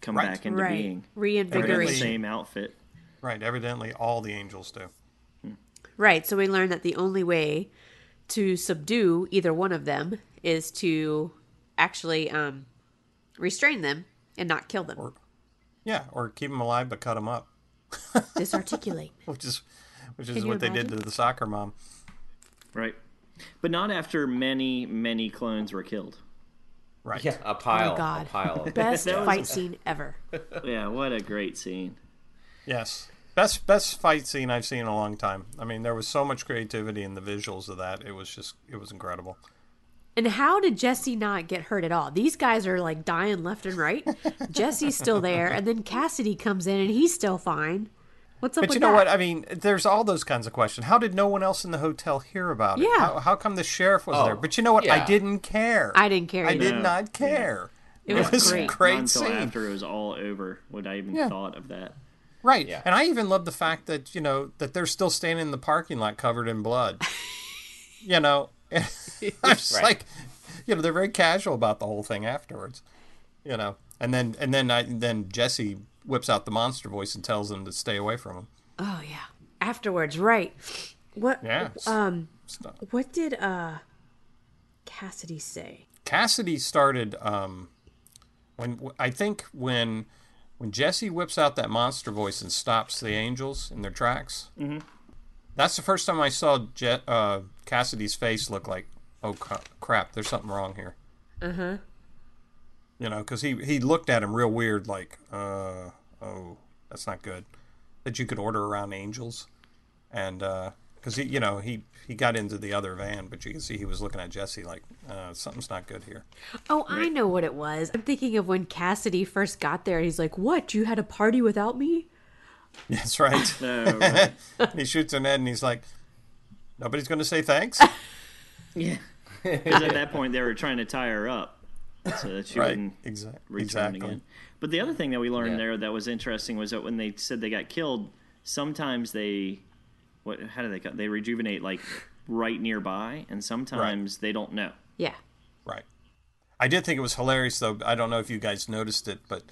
Speaker 6: come
Speaker 7: Right.
Speaker 6: back into
Speaker 5: right.
Speaker 6: being. They're in the
Speaker 5: Reinvigoration.
Speaker 6: same outfit.
Speaker 7: Right, evidently all the angels do.
Speaker 5: Right. So we learned that the only way to subdue either one of them is to actually um, restrain them and not kill them.
Speaker 7: Yeah, or keep them alive but cut them up,
Speaker 5: (laughs)
Speaker 7: (laughs)
Speaker 5: Disarticulate.
Speaker 7: which is which is
Speaker 5: Can you
Speaker 7: what they did to
Speaker 5: imagine?
Speaker 7: the soccer mom.
Speaker 6: Right. But not after many, many clones were killed.
Speaker 7: Right.
Speaker 8: Yeah, a pile, a
Speaker 5: Oh, God.
Speaker 8: pile.
Speaker 5: (laughs)
Speaker 8: Of,
Speaker 5: Best
Speaker 6: That was-
Speaker 5: fight scene ever.
Speaker 6: Yeah, what a great scene.
Speaker 7: Yes. Best best fight scene I've seen in a long time. I mean, there was so much creativity in the visuals of that. It was just it was incredible.
Speaker 5: And how did Jesse not get hurt at all? These guys are like dying left and right. Jesse's still there, and then Cassidy comes in and he's still fine. What's up
Speaker 7: But
Speaker 5: with
Speaker 7: you know
Speaker 5: that?
Speaker 7: what? I mean, there's all those kinds of questions. How did no one else in the hotel hear about it?
Speaker 5: Yeah.
Speaker 7: How, how come the sheriff was
Speaker 8: Oh,
Speaker 7: there? But you know what? I
Speaker 8: yeah.
Speaker 7: didn't care.
Speaker 5: I didn't care
Speaker 7: I
Speaker 5: either.
Speaker 7: did not care.
Speaker 5: It was
Speaker 7: a
Speaker 5: great.
Speaker 7: great
Speaker 6: not until
Speaker 7: scene.
Speaker 6: after it was all over would I even
Speaker 7: Yeah.
Speaker 6: thought of that.
Speaker 7: Right.
Speaker 8: Yeah.
Speaker 7: And I even love the fact that, you know, that they're still standing in the parking lot covered in blood. you know, I'm just
Speaker 8: (laughs) Right.
Speaker 7: like, you know, they're very casual about the whole thing afterwards. You know, and then and then I then Jesse whips out the monster voice and tells them to stay away from him.
Speaker 5: Oh yeah. Afterwards, right? What?
Speaker 7: Yeah. Um
Speaker 5: What did uh Cassidy say?
Speaker 7: Cassidy started um when I think when when Jesse whips out that monster voice and stops the Angels in their tracks, mm-hmm. that's the first time I saw Je- uh, Cassidy's face look like, oh co- crap, there's something wrong here. You know, because he he looked at him real weird, like, uh, oh, that's not good. That you could order around Angels, and because he, you know, he he got into the other van, but you can see he was looking at Jesse like, uh, something's not good here. (laughs)
Speaker 5: Oh, I know what it was. I'm thinking of when Cassidy first got there. He's like, "What? You had a party without me?"
Speaker 7: That's right.
Speaker 6: (laughs) No, right.
Speaker 7: (laughs) he shoots an head and he's like, nobody's going to say
Speaker 6: (laughs)
Speaker 7: thanks.
Speaker 6: yeah. Because at that point they were trying to tie her up so that she
Speaker 7: right.
Speaker 6: wouldn't
Speaker 7: Exa-
Speaker 6: return
Speaker 7: exactly.
Speaker 6: again. But the other thing that we learned
Speaker 8: Yeah.
Speaker 6: there that was interesting was that when they said they got killed, sometimes they, what? How do they? Call, they rejuvenate like right nearby, and sometimes they don't know.
Speaker 5: Yeah.
Speaker 7: Right. I did think it was hilarious, though. I don't know if you guys noticed it, but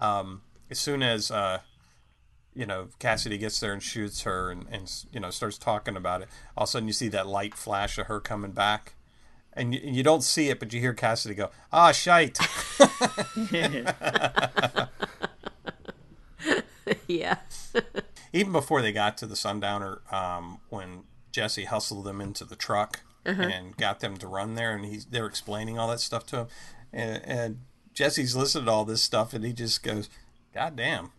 Speaker 7: um, as soon as uh, you know Cassidy gets there and shoots her, and, and you know starts talking about it, all of a sudden you see that light flash of her coming back, and you, you don't see it, but you hear Cassidy go, "Ah, shite."
Speaker 5: Yeah.
Speaker 7: even before they got to the sundowner um, when jesse hustled them into the truck and got them to run there and he's they're explaining all that stuff to him and, and jesse's listened to all this stuff and he just goes god damn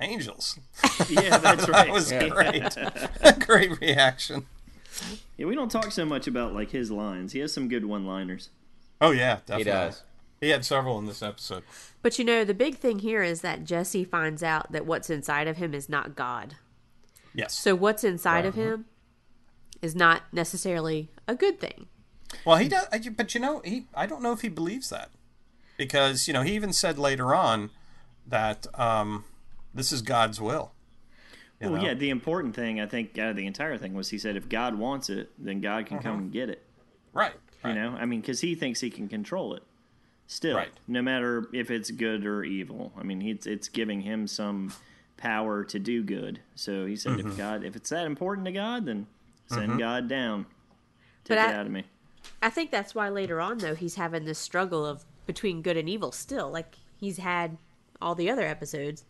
Speaker 7: angels (laughs)
Speaker 6: Yeah, that's right.
Speaker 7: that was great great (laughs) reaction
Speaker 6: (laughs) Yeah, we don't talk so much about like his lines. He has some good one-liners.
Speaker 7: oh yeah definitely.
Speaker 8: He does.
Speaker 7: he had several in this episode
Speaker 5: But you know, the big thing here is that Jesse finds out that what's inside of him is not God.
Speaker 7: yes
Speaker 5: So what's inside of him is not necessarily a good thing.
Speaker 7: Well, he does, I- but you know, he I don't know if he believes that because you know he even said later on that um, this is God's will.
Speaker 6: Well, Oh, yeah, the important thing I think out of the entire thing was he said if God wants it, then God can come and get it.
Speaker 7: Right.
Speaker 6: You know, I mean, because he thinks he can control it. Still,
Speaker 7: Right.
Speaker 6: no matter if it's good or evil, I mean, it's it's giving him some power to do good. So he said,
Speaker 7: Mm-hmm.
Speaker 6: if God, if it's that important to God, then send God down,
Speaker 5: But
Speaker 6: take it
Speaker 5: I-
Speaker 6: out of me. (laughs)
Speaker 5: I think that's why later on though he's having this struggle of between good and evil still. Like he's had all the other episodes.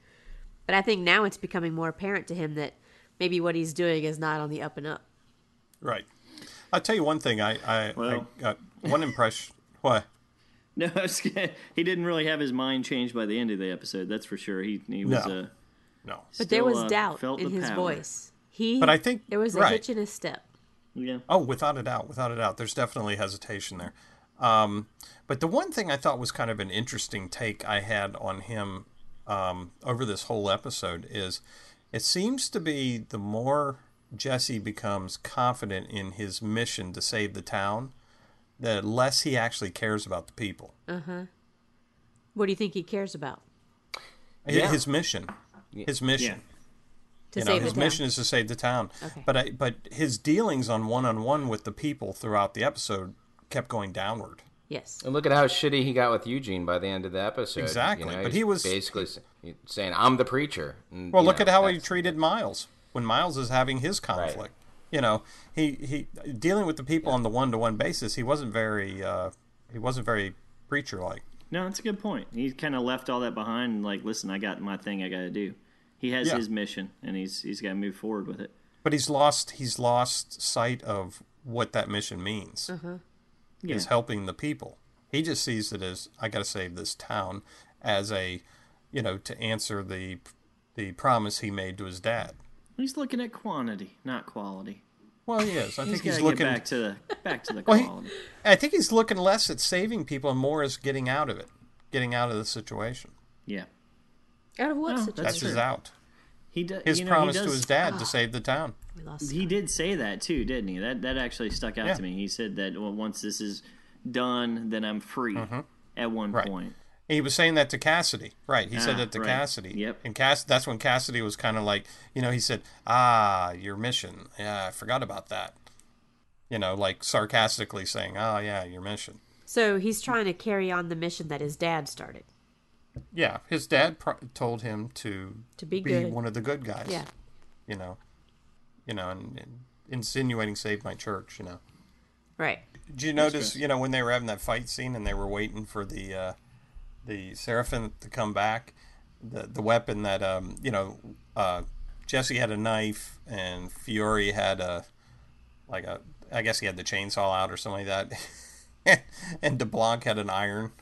Speaker 5: But I think now it's becoming more apparent to him that maybe what he's doing is not on the up and up.
Speaker 7: Right. I'll tell you one thing. I I,
Speaker 6: Well-
Speaker 7: I got one impression. what?
Speaker 6: No, I was kidding. he didn't really have his mind changed by the end of the episode. That's for sure. He he was
Speaker 7: No.
Speaker 6: uh,
Speaker 7: No.
Speaker 5: But there
Speaker 6: still,
Speaker 5: was
Speaker 6: uh,
Speaker 5: doubt
Speaker 6: felt
Speaker 5: in
Speaker 6: the
Speaker 5: his
Speaker 6: power.
Speaker 5: voice. He
Speaker 7: But I think-
Speaker 5: there was a
Speaker 7: right.
Speaker 5: hitch in his step.
Speaker 6: Yeah,
Speaker 7: Oh, without a doubt, without a doubt, there's definitely hesitation there. Um, but the one thing I thought was kind of an interesting take I had on him um, over this whole episode is it seems to be the more Jesse becomes confident in his mission to save the town, the less he actually cares about the people.
Speaker 5: What do you think he cares about?
Speaker 7: Hi-
Speaker 8: Yeah.
Speaker 7: His mission, his mission.
Speaker 6: Yeah.
Speaker 5: To
Speaker 7: you know,
Speaker 5: save
Speaker 7: his
Speaker 5: the town?
Speaker 7: mission is to save the town.
Speaker 5: Okay.
Speaker 7: But I, but his dealings on one on one with the people throughout the episode kept going downward.
Speaker 5: Yes.
Speaker 8: And look at how shitty he got with Eugene by the end of the episode.
Speaker 7: Exactly,
Speaker 8: You know,
Speaker 7: but
Speaker 8: he's
Speaker 7: he was-
Speaker 8: basically s- saying, "I'm the preacher." And,
Speaker 7: Well,
Speaker 8: you
Speaker 7: look
Speaker 8: know,
Speaker 7: at how he
Speaker 8: that's-
Speaker 7: treated Miles when Miles is having his conflict. You know, he he dealing with the people on the one to one basis. He wasn't very uh, he wasn't very preacher like.
Speaker 6: no, that's a good point. He kind of left all that behind. and Like, listen, I got my thing. I got to do. He has
Speaker 7: Yeah.
Speaker 6: his mission, and he's he's got to move forward with it.
Speaker 7: But he's lost he's lost sight of what that mission means.
Speaker 6: Uh-huh.
Speaker 7: Is helping the people. He just sees it as I got to save this town as a you know to answer the the promise he made to his dad.
Speaker 6: He's looking at quantity, not quality.
Speaker 7: Well, he is. I
Speaker 6: He's
Speaker 7: think
Speaker 6: got
Speaker 7: he's
Speaker 6: to
Speaker 7: looking.
Speaker 6: get back to the back to the
Speaker 7: Well, he-
Speaker 6: quality.
Speaker 7: I think he's looking less at saving people and more as getting out of it, getting out of the situation.
Speaker 6: yeah,
Speaker 5: Out of what
Speaker 6: No,
Speaker 5: situation?
Speaker 7: That's
Speaker 6: That's
Speaker 7: his
Speaker 6: true.
Speaker 7: out.
Speaker 6: he does.
Speaker 7: His
Speaker 6: you know, he
Speaker 7: promise to
Speaker 6: does-
Speaker 7: his dad
Speaker 6: (sighs)
Speaker 7: to save the town.
Speaker 5: We lost
Speaker 6: He did say that too, didn't he? That that actually stuck out
Speaker 7: Yeah.
Speaker 6: to me. He said that well, once this is done, then I'm free. At one
Speaker 7: Mm-hmm. Right.
Speaker 6: point,
Speaker 7: He was saying that to Cassidy. Right. He said
Speaker 6: Ah,
Speaker 7: that to
Speaker 6: right.
Speaker 7: Cassidy.
Speaker 6: Yep.
Speaker 7: And Cass that's when Cassidy was kind of like, you know, he said, "Ah, your mission. Yeah, I forgot about that." You know, like sarcastically saying, "Oh, yeah, your mission."
Speaker 5: So he's trying to carry on the mission that his dad started.
Speaker 7: Yeah, his dad pro- told him to
Speaker 5: To be good.
Speaker 7: one of the good guys.
Speaker 5: Yeah.
Speaker 7: You know. You know, and, and insinuating save my church, you know.
Speaker 5: Right.
Speaker 7: Did you notice, you know, when they were having that fight scene and they were waiting for the uh, the Seraphim to come back, the, the weapon that um, you know uh, Jesse had a knife and Fury had a like a I guess he had the chainsaw out or something like that, (laughs) and DeBlanc had an iron.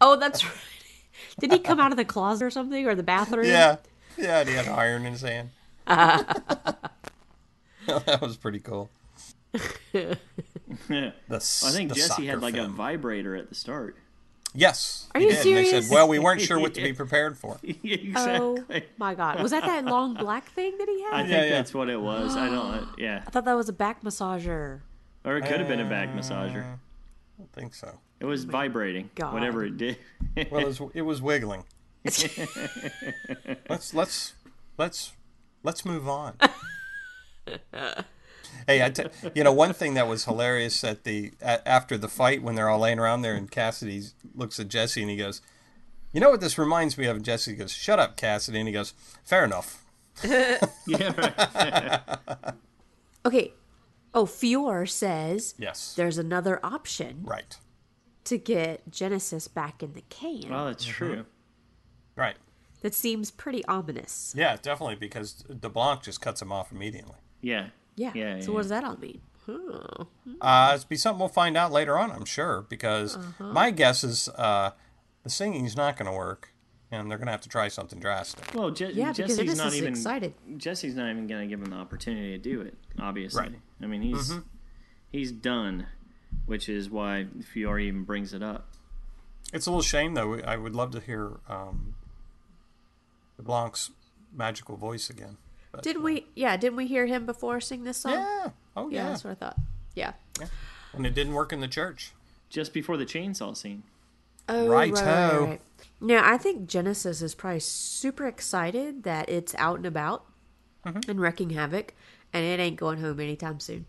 Speaker 5: Oh, that's right. (laughs) Did he come out of the closet or something or the bathroom?
Speaker 7: yeah, yeah, and he had iron in his
Speaker 6: (laughs)
Speaker 7: hand. (laughs) that was pretty
Speaker 6: (laughs)
Speaker 7: cool.
Speaker 6: Yeah.
Speaker 7: The,
Speaker 6: I think Jesse had like a vibrator at the start.
Speaker 7: yes.
Speaker 5: Are
Speaker 7: he
Speaker 5: you
Speaker 7: did. And they
Speaker 5: serious?
Speaker 7: said, "Well, we weren't sure what to
Speaker 5: (laughs)
Speaker 7: be prepared for."
Speaker 5: Oh
Speaker 6: exactly.
Speaker 5: my god. Was that that long black thing that he had?
Speaker 6: I
Speaker 5: I,
Speaker 6: think
Speaker 7: Yeah, yeah.
Speaker 6: that's what it was. I don't.
Speaker 5: (gasps)
Speaker 6: Yeah,
Speaker 5: thought that was a back massager.
Speaker 6: or it could have been a back massager.
Speaker 7: I don't think so.
Speaker 6: It was vibrating.
Speaker 5: God.
Speaker 6: Whatever
Speaker 7: (laughs)
Speaker 6: it did.
Speaker 7: Well, it was, it was
Speaker 5: (laughs)
Speaker 7: wiggling. let's let's let's let's move
Speaker 5: (laughs)
Speaker 7: on. hey, I t- you know one thing that was hilarious at the a after the fight when they're all laying around there and Cassidy looks at Jesse and he goes, "You know what this reminds me of?" And Jesse goes, "Shut up, Cassidy," and he goes, "Fair enough."
Speaker 6: yeah, (laughs) right.
Speaker 5: Okay. Oh, Fior says
Speaker 7: Yes,
Speaker 5: there's another option
Speaker 7: right,
Speaker 5: to get Genesis back in the can.
Speaker 6: Well, Oh, that's true.
Speaker 7: Mm-hmm. right.
Speaker 5: that seems pretty ominous.
Speaker 7: Yeah, definitely because DeBlanc just cuts him off immediately.
Speaker 6: Yeah.
Speaker 5: Yeah.
Speaker 6: Yeah.
Speaker 5: so what does that all mean? Huh.
Speaker 7: Uh, it's be something we'll find out later on, I'm sure, because
Speaker 5: Uh-huh.
Speaker 7: my guess is uh, the singing's not going to work, and they're going to have to try something drastic.
Speaker 6: Well, Je-
Speaker 5: Yeah, because
Speaker 6: Jesse's
Speaker 5: Genesis
Speaker 6: not
Speaker 5: is
Speaker 6: even
Speaker 5: excited.
Speaker 6: Jesse's not even going to give him the opportunity to do it. Obviously,
Speaker 7: Right. Mm-hmm.
Speaker 6: I mean he's he's done, which is why Fiore even brings it up.
Speaker 7: It's a little shame, though. I would love to hear um, LeBlanc's magical voice again. But,
Speaker 5: Did we? Yeah, didn't we hear him before sing this song?
Speaker 7: Yeah. Oh,
Speaker 5: Yeah,
Speaker 7: yeah.
Speaker 5: that's what I thought. Yeah.
Speaker 7: And it didn't work in the church.
Speaker 6: Just before the chainsaw scene.
Speaker 5: Oh,
Speaker 7: Righto.
Speaker 5: No, I think Genesis is probably super excited that it's out and about
Speaker 6: Mm-hmm.
Speaker 5: and wrecking havoc, and it ain't going home anytime soon.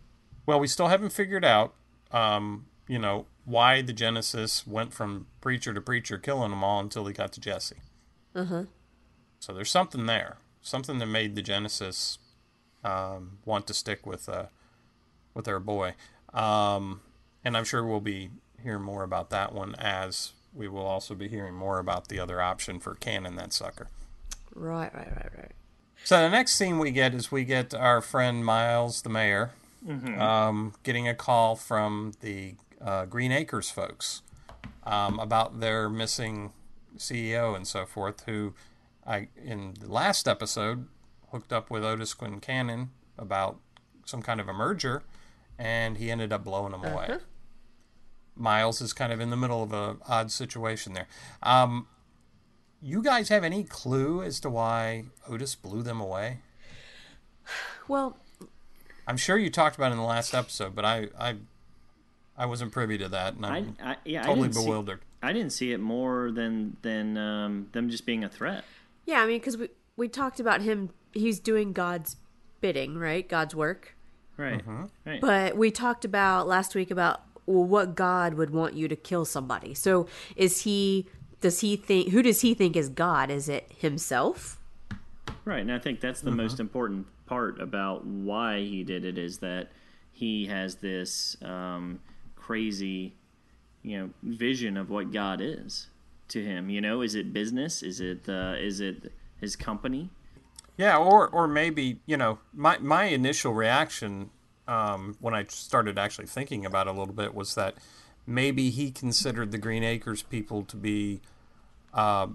Speaker 7: Well, we still haven't figured out, um, you know, why the Genesis went from preacher to preacher, killing them all until he got to Jesse. Uh huh. So there's something there, something that made the Genesis um, want to stick with uh, with their boy, um, and I'm sure we'll be hearing more about that one as we will also be hearing more about the other option for cannon that sucker.
Speaker 5: Right, right, right, right.
Speaker 7: So the next scene we get is we get our friend Miles, the mayor, um, getting a call from the uh, Green Acres folks um, about their missing CEO and so forth, who I in the last episode hooked up with Otis Quinn Cannon about some kind of a merger, and he ended up blowing them away. Miles is kind of in the middle of a odd situation there. Um, you guys have any clue as to why Otis blew them away?
Speaker 5: Well,
Speaker 7: I'm sure you talked about it in the last episode, but I I, I wasn't privy to that, and
Speaker 6: I,
Speaker 7: I'm
Speaker 6: I yeah. I
Speaker 7: Mm-hmm. totally
Speaker 6: didn't see-
Speaker 7: bewildered.
Speaker 6: I didn't see it more than than um, them just being a threat.
Speaker 5: yeah, I mean, because we we talked about him. He's doing God's bidding, right? God's work.
Speaker 6: Right.
Speaker 7: Mm-hmm.
Speaker 6: Right.
Speaker 5: But we talked about last week about well, what God would want you to kill somebody. So is he? Does he think? Who does he think is God? Is it himself?
Speaker 6: Right, and I think that's the most important part about why he did it is that he has this um, crazy, you know, vision of what God is to him. You know, is it business? Is it uh, is it his company?
Speaker 7: Yeah, or or maybe you know my my initial reaction um, when I started actually thinking about it a little bit was that maybe he considered the Green Acres people to be uh,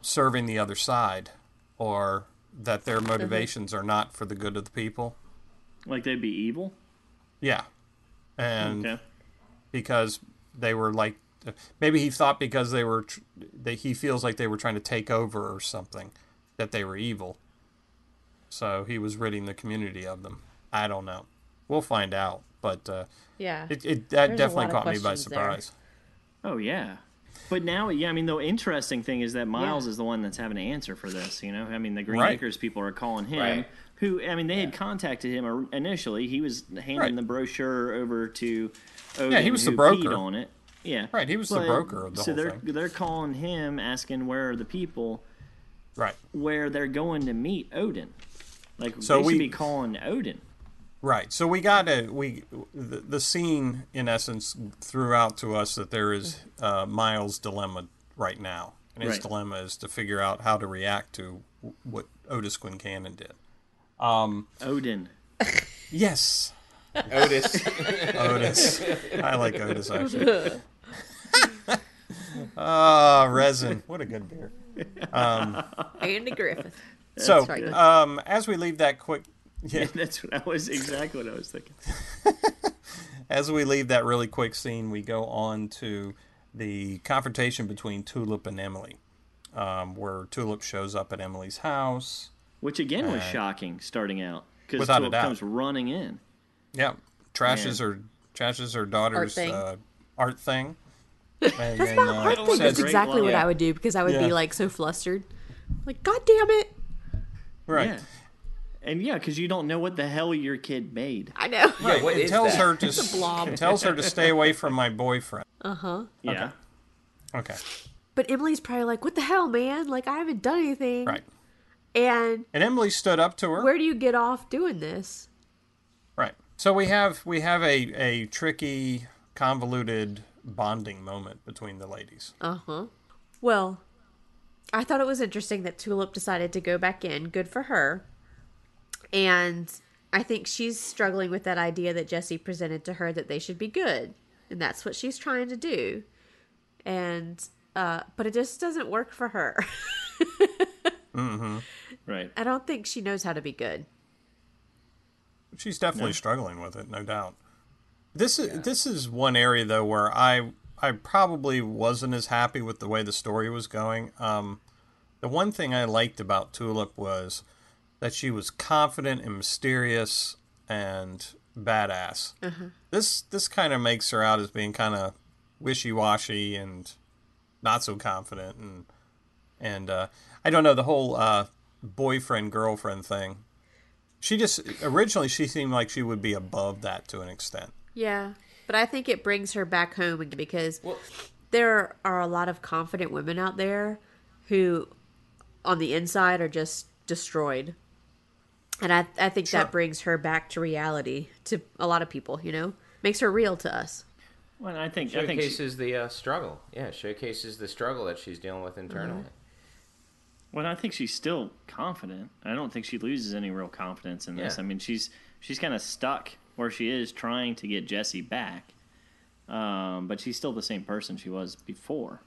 Speaker 7: serving the other side, or that their
Speaker 6: Mm-hmm.
Speaker 7: motivations are not for the good of the people.
Speaker 6: Like they'd be evil.
Speaker 7: Yeah, and.
Speaker 6: Okay.
Speaker 7: because they were like maybe he thought because they were tr- that he feels like they were trying to take over or something that they were evil so he was ridding the community of them i don't know we'll find out but uh,
Speaker 5: Yeah.
Speaker 7: it, it that
Speaker 5: There's a
Speaker 7: definitely
Speaker 5: lot of
Speaker 7: caught me by
Speaker 5: questions there.
Speaker 7: surprise
Speaker 6: Oh yeah. But now, yeah, I mean, the interesting thing is that Miles is the one that's having to answer for this. You know, I mean, the Green
Speaker 7: Right.
Speaker 6: Acres people are calling him.
Speaker 8: Right.
Speaker 6: Who, I mean, they had contacted him or- initially. He was handing
Speaker 7: Right.
Speaker 6: the brochure over to. Odin,
Speaker 7: Yeah, he was the
Speaker 6: who
Speaker 7: broker.
Speaker 6: keyed on it. Yeah,
Speaker 7: Right, he was the broker of the
Speaker 6: so
Speaker 7: whole
Speaker 6: they're
Speaker 7: thing.
Speaker 6: they're calling him, asking where are the people,
Speaker 7: right
Speaker 6: where they're going to meet Odin. Like
Speaker 7: So
Speaker 6: they should
Speaker 7: we-
Speaker 6: be calling Odin.
Speaker 7: Right. So we got a we the, the scene in essence threw out to us that there is uh, Miles' dilemma right now, and his
Speaker 6: Right.
Speaker 7: dilemma is to figure out how to react to w- what Otis Quincannon did.
Speaker 6: Odin. (laughs)
Speaker 7: Yes, (laughs)
Speaker 8: Otis.
Speaker 7: Otis. I like Otis actually. Ah, resin. What a good beer.
Speaker 5: Andy Griffith.
Speaker 7: So,
Speaker 5: right.
Speaker 7: um, as we leave that quick, yeah,
Speaker 6: That's what I was exactly what I was thinking.
Speaker 7: as we leave that really quick scene, we go on to the confrontation between Tulip and Emily, um, where Tulip shows up at Emily's house.
Speaker 6: Which again was shocking starting out because
Speaker 7: Without a
Speaker 6: Tulip
Speaker 7: doubt.
Speaker 6: comes running in.
Speaker 7: Yeah, trashes her trashes her daughter's
Speaker 5: thing.
Speaker 7: uh, art thing. And then, uh,
Speaker 6: art thing,
Speaker 7: says-
Speaker 5: That's
Speaker 6: Great
Speaker 5: exactly what
Speaker 6: line.
Speaker 5: I would do because I would
Speaker 7: Yeah.
Speaker 5: be like so flustered. Like, God damn it.
Speaker 7: right.
Speaker 6: Yeah. And yeah, because you don't know what the hell your kid made.
Speaker 7: (laughs)
Speaker 5: I know.
Speaker 8: yeah, what
Speaker 7: It
Speaker 8: is
Speaker 7: tells
Speaker 8: that?
Speaker 7: her to s-
Speaker 5: blob.
Speaker 7: it tells her to stay away from my boyfriend.
Speaker 6: Yeah.
Speaker 7: Okay,
Speaker 5: But Emily's probably like, What the hell, man? Like, I haven't done anything.
Speaker 7: right.
Speaker 5: And
Speaker 7: And Emily stood up to her.
Speaker 5: where do you get off doing this?
Speaker 7: Right. So we have we have a a tricky, convoluted bonding moment between the ladies.
Speaker 5: Well, I thought it was interesting that Tulip decided to go back in. Good for her. And I think she's struggling with that idea that Jesse presented to her that they should be good. And that's what she's trying to do. And, uh, but it just doesn't work for her. (laughs)
Speaker 6: Right.
Speaker 5: I don't think she knows how to be good.
Speaker 7: She's definitely struggling with it, no doubt. This is this is one area though where I I probably wasn't as happy with the way the story was going. Um, the one thing I liked about Tulip was that she was confident and mysterious and badass. This this kind of makes her out as being kind of wishy washy and not so confident and and uh, I don't know the whole uh, boyfriend girlfriend thing. She just originally she seemed like she would be above that to an extent.
Speaker 5: Yeah. But I think it brings her back home because there are a lot of confident women out there who, on the inside, are just destroyed. And I, I think that brings her back to reality to a lot of people, you know? Makes her real to us.
Speaker 6: Well, and I think I think she,
Speaker 8: (laughs) Showcases the uh, struggle. Yeah, showcases the struggle that she's dealing with internally.
Speaker 6: Mm-hmm. well, I think she's still confident. I don't think she loses any real confidence in this.
Speaker 8: Yeah.
Speaker 6: I mean, she's she's kind of stuck where she is trying to get Jesse back. Um, but she's still the same person she was before.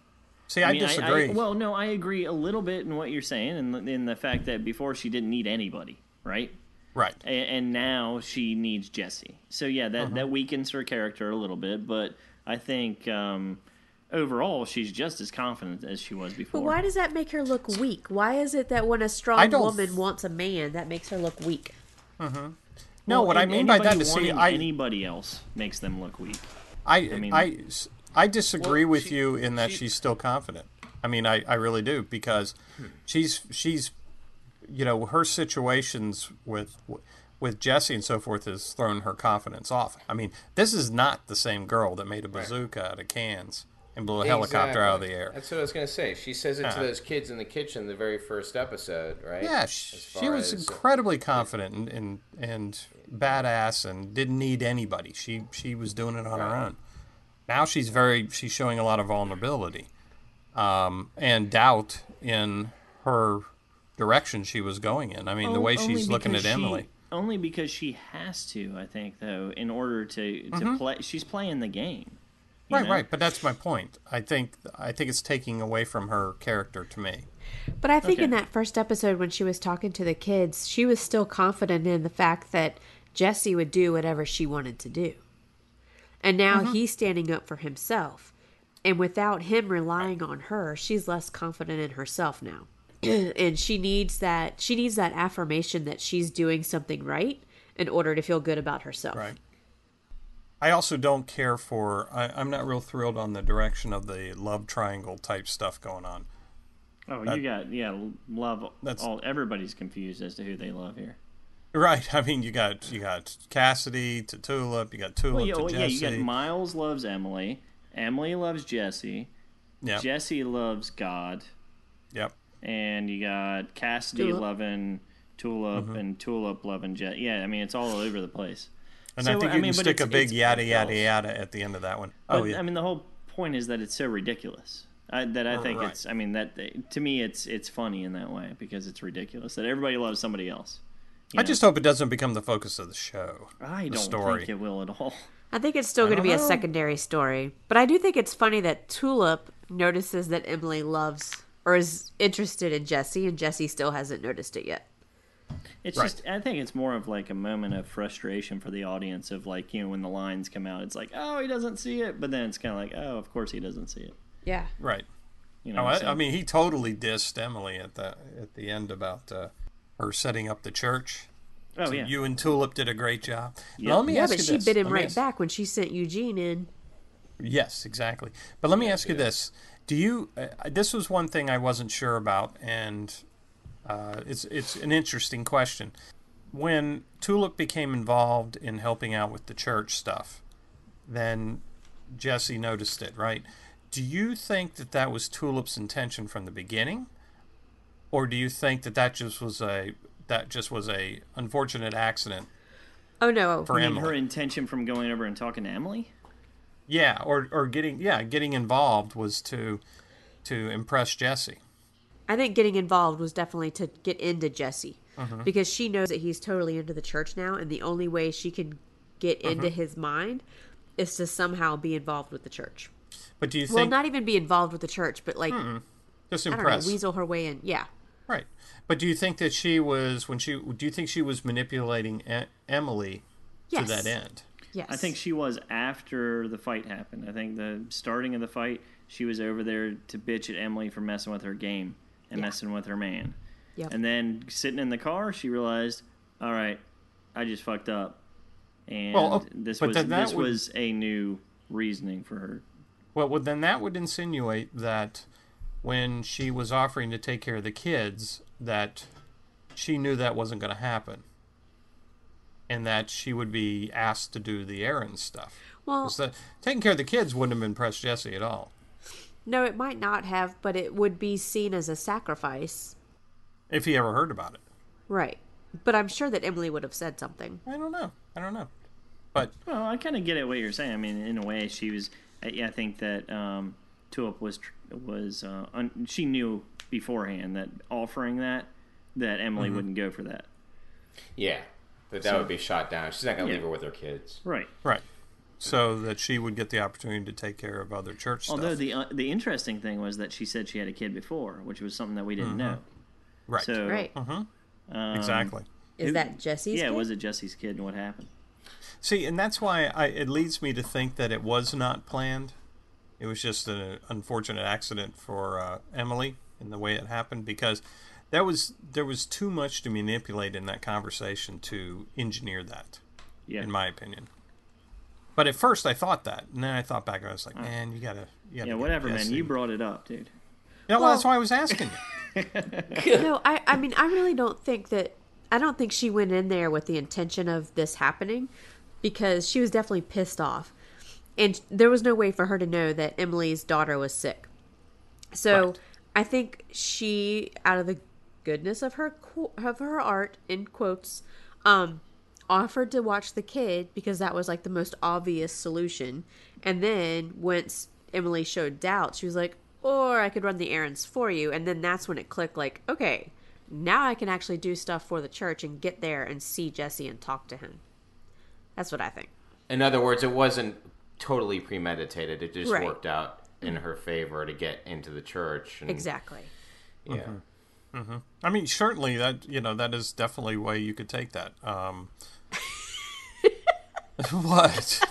Speaker 7: See, I,
Speaker 6: mean,
Speaker 7: disagree.
Speaker 6: well, no, I agree a little bit in what you're saying, and in the fact that before she didn't need anybody, right?
Speaker 7: right.
Speaker 6: A- and, now she needs Jesse. So yeah, that
Speaker 7: Uh-huh.
Speaker 6: that weakens her character a little bit, but I think um, overall she's just as confident as she was before.
Speaker 5: But why does that make her look weak? Why is it that when a
Speaker 7: I
Speaker 5: strong
Speaker 7: don't-
Speaker 5: woman wants a man, that makes her look weak?
Speaker 7: No,
Speaker 6: Well,
Speaker 7: what I
Speaker 6: and
Speaker 7: mean by that
Speaker 6: anybody
Speaker 7: is see,
Speaker 6: wanting
Speaker 7: I,
Speaker 6: anybody else makes them look weak.
Speaker 7: I,
Speaker 6: mean-
Speaker 7: I, I disagree
Speaker 8: Well,
Speaker 7: with
Speaker 8: she-
Speaker 7: you in that
Speaker 8: she-
Speaker 7: she's still confident. I mean, I, I really do because she's she's, you know, her situations with with Jesse and so forth has thrown her confidence off. I mean, this is not the same girl that made a bazooka out of cans and blew a helicopter out of the
Speaker 8: Exactly.
Speaker 7: air. Uh-huh.
Speaker 8: That's what I was gonna say. She says it to those kids in the kitchen the very first episode, right?
Speaker 7: Yeah,
Speaker 8: As
Speaker 7: she, she
Speaker 8: far
Speaker 7: was
Speaker 8: as-
Speaker 7: incredibly confident and, and and badass and didn't need anybody. She she was doing it on her own. Now she's very she's showing a lot of vulnerability um, and doubt in her direction she was going in. I mean, the way
Speaker 6: Only
Speaker 7: she's looking at
Speaker 6: because she-
Speaker 7: Emily.
Speaker 6: Only because she has to, I think, though, in order to to
Speaker 7: Mm-hmm.
Speaker 6: play. She's playing the game. you
Speaker 7: Right,
Speaker 6: know?
Speaker 7: right, but that's my point. I think I think it's taking away from her character to me.
Speaker 5: But I think in
Speaker 6: Okay.
Speaker 5: that first episode when she was talking to the kids, she was still confident in the fact that Jesse would do whatever she wanted to do. And now he's standing up for himself. And without him relying on her, she's less confident in herself now. and she needs that she needs that affirmation that she's doing something right in order to feel good about herself.
Speaker 7: Right. I also don't care for. I, I'm not real thrilled on the direction of the love triangle type stuff going on.
Speaker 6: Oh, you got yeah. Love.
Speaker 7: That's-
Speaker 6: all. Everybody's confused as to who they love here.
Speaker 7: Right. (laughs) I mean, you got you got Cassidy to Tulip. You got Tulip
Speaker 6: Well, yeah,
Speaker 7: to
Speaker 6: well, yeah,
Speaker 7: Jesse.
Speaker 6: you got Miles loves Emily. Emily loves Jesse.
Speaker 7: yep.
Speaker 6: Jesse loves God.
Speaker 7: yep.
Speaker 6: And you got Cassidy
Speaker 5: Tulip.
Speaker 6: loving Tulip
Speaker 7: Mm-hmm.
Speaker 6: and Tulip loving Jesse. Yeah, I mean, it's all over the place.
Speaker 7: And
Speaker 6: So,
Speaker 7: I think
Speaker 6: I
Speaker 7: you
Speaker 6: mean,
Speaker 7: can
Speaker 6: but
Speaker 7: stick a
Speaker 6: it's-
Speaker 7: big
Speaker 6: it's
Speaker 7: yada yada
Speaker 6: girls.
Speaker 7: yada at the end of that one.
Speaker 6: But,
Speaker 7: oh yeah.
Speaker 6: I mean, the whole point is that it's so ridiculous. I, that I think
Speaker 7: Right.
Speaker 6: it's. I mean that to me it's it's funny in that way because it's ridiculous that everybody loves somebody else.
Speaker 7: I
Speaker 6: uh,
Speaker 7: just hope it doesn't become the focus of the show.
Speaker 6: I
Speaker 7: the
Speaker 6: don't
Speaker 7: story.
Speaker 6: think it will at all. (laughs)
Speaker 5: I think it's still going to
Speaker 7: don't
Speaker 5: be a
Speaker 6: Oh.
Speaker 7: know.
Speaker 5: secondary story, but I do think it's funny that Tulip notices that Emily loves or is interested in Jesse, and Jesse still hasn't noticed it yet.
Speaker 6: It's
Speaker 7: Right.
Speaker 6: just I think it's more of like a moment of frustration for the audience of like you know when the lines come out it's like oh he doesn't see it but then it's kind of like oh of course he doesn't see it
Speaker 5: Yeah,
Speaker 7: Right.
Speaker 6: you know
Speaker 7: No, I,
Speaker 6: so-
Speaker 7: I mean, he totally dissed Emily at the at the end about uh, her setting up the church.
Speaker 6: oh yeah
Speaker 7: You and Tulip did a great job. Now,
Speaker 6: Yeah.
Speaker 7: let me
Speaker 5: yeah,
Speaker 7: ask
Speaker 5: but
Speaker 7: you
Speaker 5: she
Speaker 7: this.
Speaker 5: bit him
Speaker 6: Oh,
Speaker 7: Let me
Speaker 5: right
Speaker 7: ask-
Speaker 5: back when she sent Eugene in.
Speaker 7: Yes, exactly. But let me ask you this: Do you? Uh, this was one thing I wasn't sure about, and uh, it's it's an interesting question. When Tulip became involved in helping out with the church stuff, then Jesse noticed it, right? Do you think that that was Tulip's intention from the beginning, or do you think that that just was a that just was a unfortunate accident
Speaker 5: Oh no,
Speaker 7: for
Speaker 6: And
Speaker 7: Emily?
Speaker 6: her intention from going over and talking to Emily
Speaker 7: Yeah, or or getting yeah getting involved was to to impress Jesse.
Speaker 5: I think getting involved was definitely to get into Jesse
Speaker 6: Uh-huh.
Speaker 5: because she knows that he's totally into the church now, and the only way she can get
Speaker 6: Uh-huh.
Speaker 5: into his mind is to somehow be involved with the church.
Speaker 7: But do you
Speaker 5: Well,
Speaker 7: think
Speaker 5: not even be involved with the church, but like
Speaker 6: Hmm,
Speaker 7: just
Speaker 5: I don't know,
Speaker 7: impress
Speaker 5: weasel her way in. Yeah.
Speaker 7: right? But do you think that she was when she do you think she was manipulating e- Emily
Speaker 5: Yes.
Speaker 7: to that end?
Speaker 5: Yes.
Speaker 6: I think she was after the fight happened I think the starting of the fight she was over there to bitch at Emily for messing with her game and messing with her man
Speaker 5: Yep.
Speaker 6: and then sitting in the car she realized all right I just fucked up and
Speaker 7: Well, oh,
Speaker 6: this
Speaker 7: but
Speaker 6: was
Speaker 7: then that
Speaker 6: this
Speaker 7: would-
Speaker 6: was a new reasoning for her
Speaker 7: Well, well, then that would insinuate that when she was offering to take care of the kids, that she knew that wasn't going to happen, and that she would be asked to do the errand stuff.
Speaker 5: well,
Speaker 7: 'Cause that- taking care of the kids wouldn't have impressed Jesse at all.
Speaker 5: no, it might not have, but it would be seen as a sacrifice.
Speaker 7: if he ever heard about it.
Speaker 5: Right. But I'm sure that Emily would have said something.
Speaker 7: I don't know. I don't know. But
Speaker 6: Well, I kind of get it what you're saying. I mean, in a way, she was. I, I think that um, Tulip was tr- was uh, un, she knew beforehand that offering that that Emily
Speaker 7: Mm-hmm.
Speaker 6: wouldn't go for that.
Speaker 8: Yeah, that that would be shot down. She's not gonna leave
Speaker 6: Yeah.
Speaker 8: her with her kids.
Speaker 6: Right.
Speaker 7: right, so that she would get the opportunity to take care of other church stuff.
Speaker 6: Although the uh, the interesting thing was that she said she had a kid before, which was something that we didn't know.
Speaker 7: right,
Speaker 6: So um,
Speaker 5: Right.
Speaker 7: Mm-hmm. exactly.
Speaker 5: Is that Jesse's?
Speaker 6: yeah,
Speaker 5: kid?
Speaker 6: was it Jesse's kid and what happened?
Speaker 7: See, and that's why I, it leads me to think that it was not planned. It was just an unfortunate accident for uh, Emily in the way it happened because that was there was too much to manipulate in that conversation to engineer that.
Speaker 6: Yeah.
Speaker 7: in my opinion. But at first, I thought that, and then I thought back, I was like, "Man, you gotta, you gotta
Speaker 6: yeah,
Speaker 7: get
Speaker 6: whatever, man.
Speaker 7: Jesse."
Speaker 6: You brought it up, dude.
Speaker 7: You know, well, that's why I was asking you.
Speaker 5: No, I, I mean, I really don't think that. I don't think she went in there with the intention of this happening because she was definitely pissed off. And there was no way for her to know that Emily's daughter was sick. So
Speaker 7: Right.
Speaker 5: I think she, out of the goodness of her qu- of her art, in quotes, um, offered to watch the kid because that was like the most obvious solution. And then once Emily showed doubt, she was like, "Or I could run the errands for you." And then that's when it clicked. Like, okay, now I can actually do stuff for the church and get there and see Jesse and talk to him. That's what I think.
Speaker 8: In other words, it wasn't totally premeditated. It just
Speaker 5: Right.
Speaker 8: worked out in
Speaker 6: Mm-hmm.
Speaker 8: her favor to get into the church. And,
Speaker 5: Exactly.
Speaker 8: Yeah.
Speaker 6: Mm-hmm.
Speaker 7: I mean, certainly that you know that is definitely a way you could take that.
Speaker 5: (laughs)
Speaker 7: Um, what?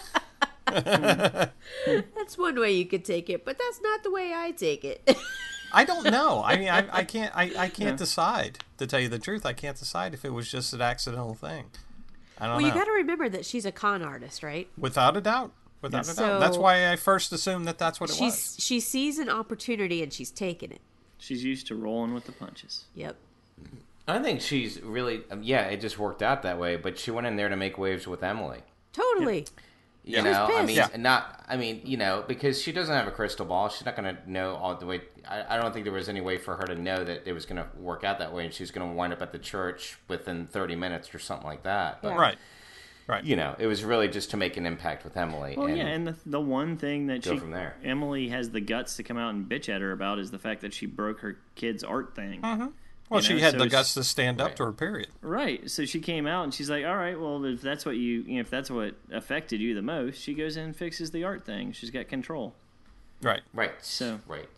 Speaker 5: That's one way you could take it, but that's not the way I take it. (laughs)
Speaker 7: I don't know. I mean, I, I can't. I, I can't decide. To tell you the truth, I can't decide if it was just an accidental thing. I don't
Speaker 5: Well, you
Speaker 7: know.
Speaker 5: got to remember that she's a con artist, right?
Speaker 7: Without a doubt. Without
Speaker 5: Yeah.
Speaker 7: a doubt. That's
Speaker 5: So-
Speaker 7: why I first assumed that that's what it
Speaker 5: She's she sees an opportunity and she's taking it.
Speaker 6: She's used to rolling with the punches.
Speaker 5: Yep.
Speaker 8: I think she's really, um, yeah, it just worked out that way. But she went in there to make waves with Emily.
Speaker 5: Totally.
Speaker 8: You
Speaker 7: Yeah. She was
Speaker 8: know, I mean,
Speaker 7: pissed. Yeah.
Speaker 8: not, I mean, you know, because she doesn't have a crystal ball. She's not going to know all the way. I, I don't think there was any way for her to know that it was going to work out that way and she's going to wind up at the church within 30 minutes or something like that. But,
Speaker 7: was. Right. Right.
Speaker 8: you know, it was really just to make an impact with Emily.
Speaker 6: Well, yeah, and the, the one thing that
Speaker 8: Go
Speaker 6: she
Speaker 8: from there.
Speaker 6: Emily has the guts to come out and bitch at her about is the fact that she broke her kid's art thing.
Speaker 5: Mm-hmm.
Speaker 7: Well,
Speaker 6: You
Speaker 7: she
Speaker 6: know,
Speaker 7: had
Speaker 6: so
Speaker 7: the
Speaker 6: it's-
Speaker 7: guts to stand up to her. Period.
Speaker 6: Right. So she came out and she's like, "All right, well, if that's what you, you know, if that's what affected you the most, she goes in and fixes the art thing. She's got control."
Speaker 7: Right.
Speaker 8: Right.
Speaker 6: So-
Speaker 8: right.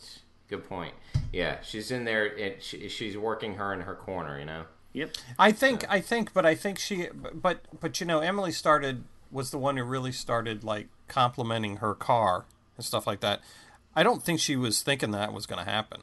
Speaker 8: Good point. Yeah, she's in there. And she, she's working her in her corner. You know.
Speaker 6: Yep.
Speaker 7: I think. I think. But I think she. But but you know, Emily started was the one who really started like complimenting her car and stuff like that. I don't think she was thinking that was going to happen.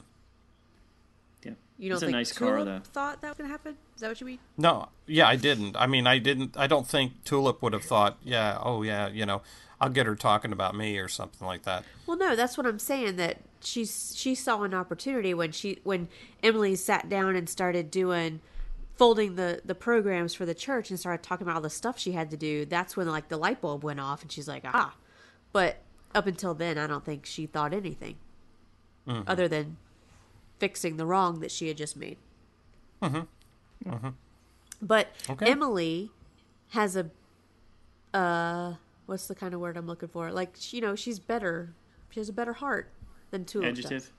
Speaker 6: Yeah.
Speaker 5: You don't
Speaker 6: it's a
Speaker 5: think
Speaker 6: nice car
Speaker 5: Tulip
Speaker 6: though.
Speaker 5: thought that was gonna happen? Is that what you mean?
Speaker 7: No, yeah, I didn't. I mean, I didn't. I don't think Tulip would have thought, yeah, oh yeah, you know, I'll get her talking about me or something like that.
Speaker 5: Well, no, that's what I'm saying. That she's she saw an opportunity when she when Emily sat down and started doing folding the the programs for the church and started talking about all the stuff she had to do. That's when like the light bulb went off and she's like, ah. But up until then, I don't think she thought anything
Speaker 7: Mm-hmm.
Speaker 5: other than fixing the wrong that she had just made. Mm-hmm. Mm-hmm. But
Speaker 7: Okay.
Speaker 5: Emily has a uh what's the kind of word I'm looking for? Like she- you know, she's better. She has a better heart than Tulip does.
Speaker 6: Adjective.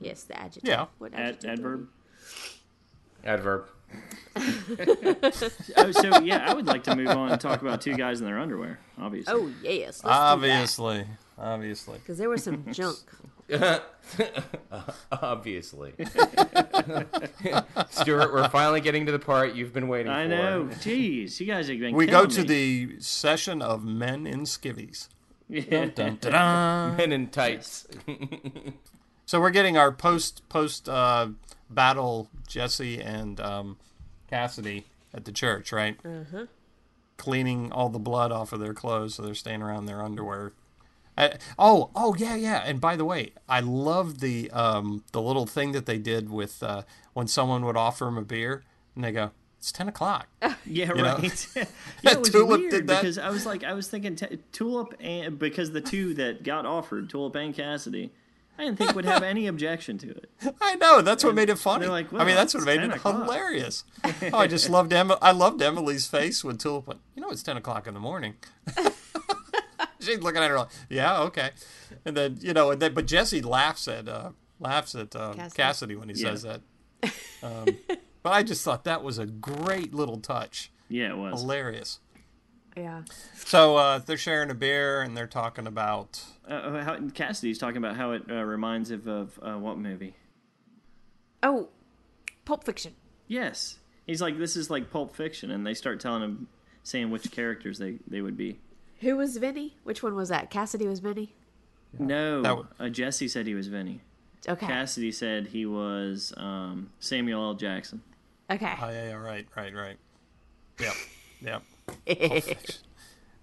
Speaker 5: Yes, the adjective.
Speaker 7: Yeah.
Speaker 5: What
Speaker 6: Ad,
Speaker 5: adjective? do I
Speaker 6: adverb.
Speaker 5: need?
Speaker 8: Adverb.
Speaker 6: oh, so yeah, I would like to move on and talk about two guys in their underwear. Obviously.
Speaker 5: (laughs) Oh yes. Obvious.
Speaker 7: Obviously, obviously.
Speaker 5: Because there
Speaker 7: (laughs)
Speaker 5: was some junk.
Speaker 8: Obviously. (laughs) Stuart, we're finally getting to the part you've been waiting
Speaker 6: I
Speaker 8: for.
Speaker 6: know. Jeez, you guys have been.
Speaker 7: We go
Speaker 6: killing
Speaker 7: to
Speaker 6: me.
Speaker 7: the session of men in skivvies.
Speaker 6: (laughs) Yeah.
Speaker 7: Dun, dun, dun.
Speaker 8: Men in tights.
Speaker 7: so we're getting our post post uh, battle Jesse and um, Cassidy at the church, right? Mm-hmm. Cleaning all the blood off of their clothes, so they're staying around in their underwear. I, oh, oh yeah, yeah. And by the way, I love the um, the little thing that they did with uh, when someone would offer them a beer, and they go, "It's ten o'clock."
Speaker 6: Yeah,
Speaker 7: know? (laughs)
Speaker 6: right. (laughs) yeah, it was
Speaker 7: Tulip
Speaker 6: weird
Speaker 7: did that.
Speaker 6: because I was like, I was thinking t- Tulip and because the two that got offered, Tulip and Cassidy, I didn't think would have any objection to it.
Speaker 7: I know. That's what made it funny.
Speaker 6: they're like,
Speaker 7: I mean,
Speaker 6: "Well,
Speaker 7: that's what
Speaker 6: it's
Speaker 7: made
Speaker 6: 10
Speaker 7: it
Speaker 6: o'clock." (laughs)
Speaker 7: hilarious. oh, I just loved Emma. I loved Emily's face when Tulip went. You know, it's ten o'clock in the morning. (laughs) She's looking at her like, yeah, okay. And then you know, and then but Jesse laughs at uh, laughs at uh, Cassidy.
Speaker 5: Cassidy.
Speaker 7: when he
Speaker 6: Yeah.
Speaker 7: says that. Um, but I just thought that was a great little touch.
Speaker 6: Yeah, it was.
Speaker 7: Hilarious.
Speaker 5: Yeah.
Speaker 7: So uh, they're sharing a beer and they're talking about
Speaker 6: Uh, how, Cassidy's talking about how it uh, reminds him of uh, what movie?
Speaker 5: Oh, Pulp Fiction.
Speaker 6: Yes, he's like, this is like Pulp Fiction, and they start telling him, saying which characters they they would be.
Speaker 5: Who was Vinny? Which one was that? Cassidy was Vinny.
Speaker 6: No,
Speaker 7: That would-
Speaker 6: uh, Jesse said he was Vinny.
Speaker 5: Okay.
Speaker 6: Cassidy said he was um, Samuel L. Jackson.
Speaker 5: okay.
Speaker 7: Oh yeah, yeah, right, right, right. Yep, yep. (laughs) Perfect.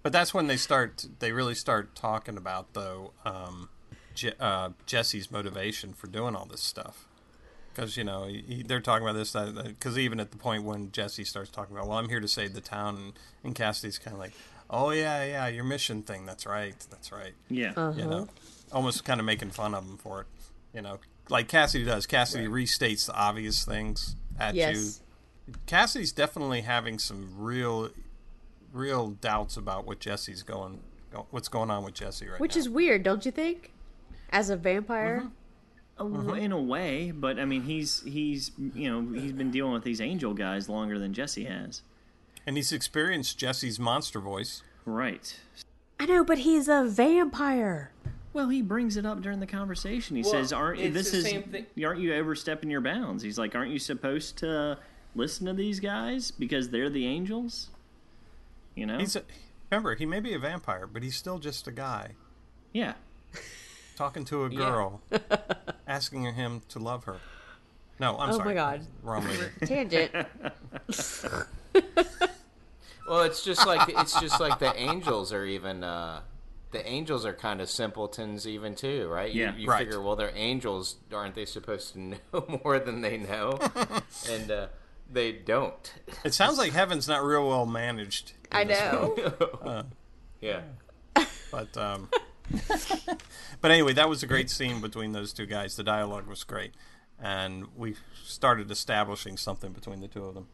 Speaker 7: But that's when they start. They really start talking about though um, Je- uh, Jesse's motivation for doing all this stuff. Because you know he, he- they're talking about this. Because even at the point when Jesse starts talking about, well, I'm here to save the town, and, and Cassidy's kind of like, oh yeah, yeah, your mission thing. That's right. That's right
Speaker 6: Yeah,
Speaker 7: you know, almost kind of making fun of him for it. You know, like Cassidy does. Cassidy restates the obvious things at
Speaker 5: Yes.
Speaker 7: you. Cassidy's definitely having some real, real doubts about what Jesse's going, go- what's going on with Jesse right
Speaker 5: Which
Speaker 7: now.
Speaker 5: is weird, don't you think? As a vampire.
Speaker 7: Mm-hmm.
Speaker 6: A
Speaker 8: Mm-hmm.
Speaker 6: w- in a way, but I mean, he's he's you know he's been dealing with these angel guys longer than Jesse has.
Speaker 7: and he's experienced Jesse's monster voice.
Speaker 6: Right.
Speaker 5: I know, but he's a vampire.
Speaker 6: Well, he brings it up during the conversation. He
Speaker 8: Well,
Speaker 6: says, "Aren't
Speaker 8: it's
Speaker 6: this
Speaker 8: the
Speaker 6: is
Speaker 8: same thing-
Speaker 6: aren't you overstepping your bounds?" He's like, "Aren't you supposed to listen to these guys because they're the angels?" You know.
Speaker 7: He's a, remember he may be a vampire, but he's still just a guy
Speaker 6: yeah.
Speaker 7: talking to a
Speaker 5: (laughs)
Speaker 7: girl, asking him to love her. No, I'm
Speaker 5: Oh my
Speaker 7: sorry.
Speaker 5: God. (laughs)
Speaker 7: wrong lady.
Speaker 5: (laughs) Tangent.
Speaker 8: (laughs) Well, it's just like it's just like the angels are even uh, the angels are kind of simpletons even too, right? You,
Speaker 6: Yeah.
Speaker 8: you
Speaker 7: Right.
Speaker 8: figure well they're angels, aren't they supposed to (laughs) know more than they know? and uh, they don't.
Speaker 7: It sounds like heaven's not real well managed.
Speaker 5: I know.
Speaker 8: Yeah.
Speaker 7: But um, (laughs) but anyway, that was a great scene between those two guys. The dialogue was great, and we started establishing something between the two of them.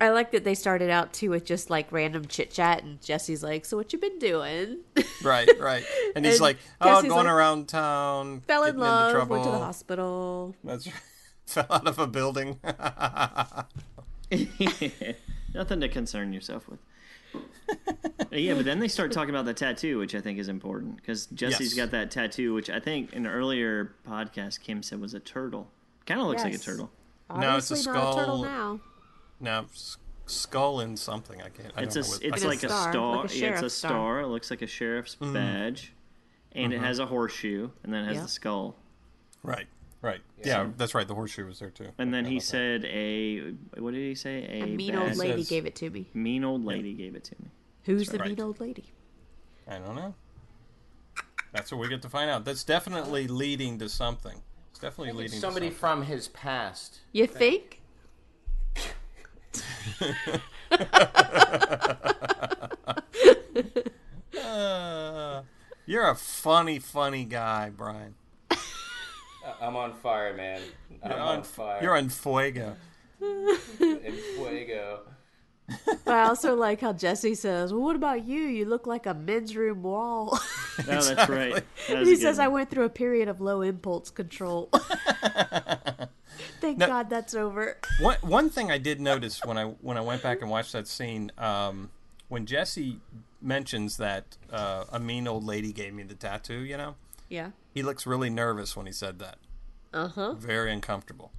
Speaker 5: I like that they started out too with just like random chit chat, and Jesse's like, "So what you been doing?"
Speaker 7: Right, right. (laughs) And he's
Speaker 5: And
Speaker 7: like, oh,
Speaker 5: Cassie's
Speaker 7: going
Speaker 5: like,
Speaker 7: around town,
Speaker 5: (laughs) Fell in
Speaker 7: getting into
Speaker 5: love,
Speaker 7: trouble.
Speaker 5: went to the hospital.
Speaker 7: That's right. (laughs) Fell out of a building. (laughs)
Speaker 6: Nothing to concern
Speaker 5: (laughs)
Speaker 6: yourself with. yeah, but then they start talking about the tattoo, which I think is important because Jesse's
Speaker 7: Yes.
Speaker 6: got that tattoo, which I think in an earlier podcast Kim said was a turtle. Kind of looks like
Speaker 5: Yes.
Speaker 6: a turtle.
Speaker 7: No, it's a
Speaker 5: Obviously not a turtle
Speaker 7: skull.
Speaker 5: now.
Speaker 7: no, s- skull in something. I can't. I
Speaker 6: It's a
Speaker 7: don't know
Speaker 6: s-
Speaker 7: what- I
Speaker 6: it's
Speaker 7: can't
Speaker 6: like a
Speaker 7: remember.
Speaker 6: star.
Speaker 5: star, like a
Speaker 6: yeah, it's a
Speaker 5: sheriff's star.
Speaker 6: star. It looks like a sheriff's
Speaker 7: Mm-hmm.
Speaker 6: badge, and it has a horseshoe, and then it has
Speaker 5: Yep.
Speaker 6: the skull.
Speaker 7: Right, right. Yeah, that's right. The horseshoe was there too.
Speaker 6: And then he said a what did he say? A,
Speaker 5: A mean
Speaker 6: bad-
Speaker 5: old lady
Speaker 7: says-
Speaker 5: gave it to me.
Speaker 6: Mean old lady gave it to
Speaker 7: (laughs)
Speaker 6: me.
Speaker 5: Who's the
Speaker 7: right.
Speaker 5: mean old lady?
Speaker 7: I don't know. That's what we get to find out. That's definitely leading to something. It's definitely leading
Speaker 8: Somebody
Speaker 7: to
Speaker 8: from his past.
Speaker 5: You think?
Speaker 7: something. Uh, You're a funny, funny guy, Brian.
Speaker 8: Uh, I'm on fire, man. I'm on, fire.
Speaker 7: You're on fuego.
Speaker 8: in fuego.
Speaker 5: But I also like how Jesse says, "Well, what about you? You look like a men's room wall." (laughs)
Speaker 6: Oh, that's right. That was
Speaker 5: he
Speaker 6: a good
Speaker 5: says,
Speaker 6: one.
Speaker 5: "I went through a period of low
Speaker 7: (laughs)
Speaker 5: impulse control." Thank God that's over.
Speaker 7: One one thing I did notice when I when I went back and watched that scene, um, when Jesse mentions that uh, a mean old lady gave me the tattoo, you know,
Speaker 5: Yeah.
Speaker 7: he looks really nervous when he said that.
Speaker 5: Uh huh.
Speaker 7: Very uncomfortable.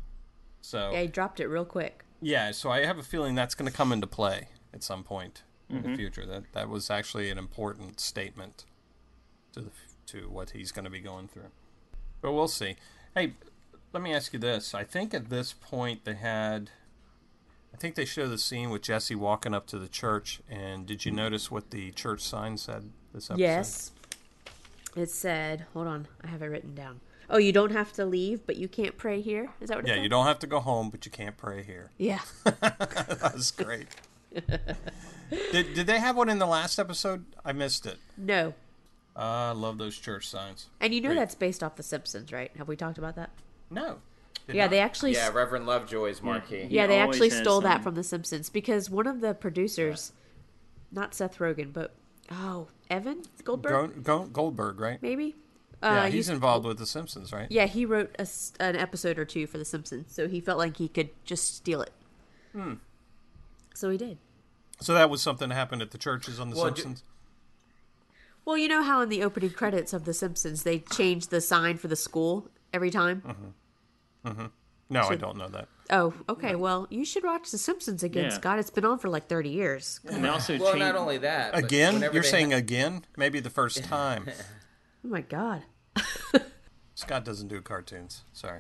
Speaker 7: So
Speaker 5: Yeah, he dropped it real quick.
Speaker 7: Yeah, so I have a feeling that's going to come into play at some point in the future. That that was actually an important statement to the, to what he's going to be going through. But we'll see. Hey, let me ask you this. I think at this point they had I think they show the scene with Jesse walking up to the church and did you notice what the church sign said this episode?
Speaker 5: Yes. It said, hold on, I have it written down. Oh, you don't have to leave, but you can't pray here. Is that what it
Speaker 7: Yeah,
Speaker 5: said?
Speaker 7: you don't have to go home, but you can't pray here.
Speaker 5: Yeah.
Speaker 7: That was great. did did they have one in the last episode? I missed it.
Speaker 5: (laughs) No.
Speaker 7: I love those church signs.
Speaker 5: And you know
Speaker 7: Great.
Speaker 5: that's based off The Simpsons, right? Have we talked about that?
Speaker 7: No. Did
Speaker 5: Yeah,
Speaker 7: not.
Speaker 5: they actually
Speaker 8: Yeah, Reverend Lovejoy's marquee.
Speaker 5: Yeah,
Speaker 6: He
Speaker 5: they
Speaker 6: always
Speaker 5: actually
Speaker 6: has
Speaker 5: stole that
Speaker 6: some-
Speaker 5: from The Simpsons because one of the producers, not Seth Rogen, but oh, Evan Goldberg,
Speaker 7: Go- Go- Goldberg, right?
Speaker 8: Uh,
Speaker 5: maybe.
Speaker 7: yeah,
Speaker 5: you-
Speaker 7: he's involved with The Simpsons, right?
Speaker 5: Yeah, he wrote a s an episode or two for The Simpsons, so he felt like he could just steal it. So he did.
Speaker 7: So that was something that happened at the churches on The
Speaker 8: Well, do-
Speaker 7: Simpsons.
Speaker 5: Well, you know how in the opening credits of The Simpsons they change the sign for the school every time.
Speaker 7: No, I don't know that.
Speaker 5: Oh, okay. Well, you should watch The Simpsons again,
Speaker 6: Yeah.
Speaker 5: Scott. It's been on for like thirty years.
Speaker 6: And they also
Speaker 8: Well,
Speaker 6: changed-
Speaker 8: not only that. but
Speaker 7: Again?
Speaker 8: whenever
Speaker 7: You're
Speaker 8: they
Speaker 7: saying
Speaker 8: ha-
Speaker 7: again? Maybe the first
Speaker 8: (laughs)
Speaker 7: time.
Speaker 5: Oh my god!
Speaker 7: Scott doesn't do cartoons. Sorry.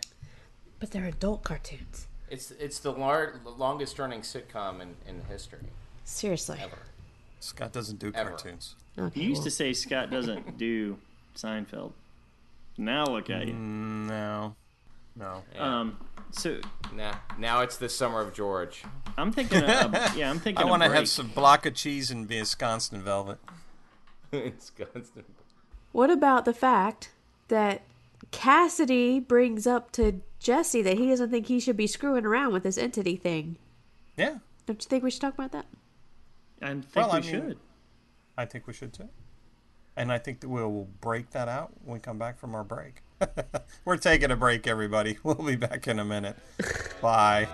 Speaker 5: But they're adult cartoons.
Speaker 8: it's it's the lar- longest running sitcom in, in history.
Speaker 5: Seriously.
Speaker 7: Scott doesn't do
Speaker 8: Ever.
Speaker 7: cartoons.
Speaker 5: Okay,
Speaker 6: You used
Speaker 5: well,
Speaker 6: to say Scott (laughs) doesn't do Seinfeld. Now look at
Speaker 7: Mm.
Speaker 6: you.
Speaker 7: No. No.
Speaker 6: Um, so
Speaker 8: Nah, now it's the summer of George. (laughs)
Speaker 6: I'm
Speaker 7: (laughs)
Speaker 6: thinking. Of, yeah, I'm thinking.
Speaker 7: I want to have
Speaker 6: some.
Speaker 7: some block of cheese and be a Wisconsin velvet.
Speaker 8: it's constant.
Speaker 5: What about the fact that Cassidy brings up to Jesse that he doesn't think he should be screwing around with this entity thing?
Speaker 7: Yeah,
Speaker 5: Don't you think we should talk about that?
Speaker 6: I think
Speaker 7: Well,
Speaker 6: we
Speaker 7: I mean-
Speaker 6: should.
Speaker 7: I think we should too. And I think that we'll, we'll break that out when we come back from our break. (laughs) We're taking a break, everybody. (laughs) We'll be back in a minute. Bye.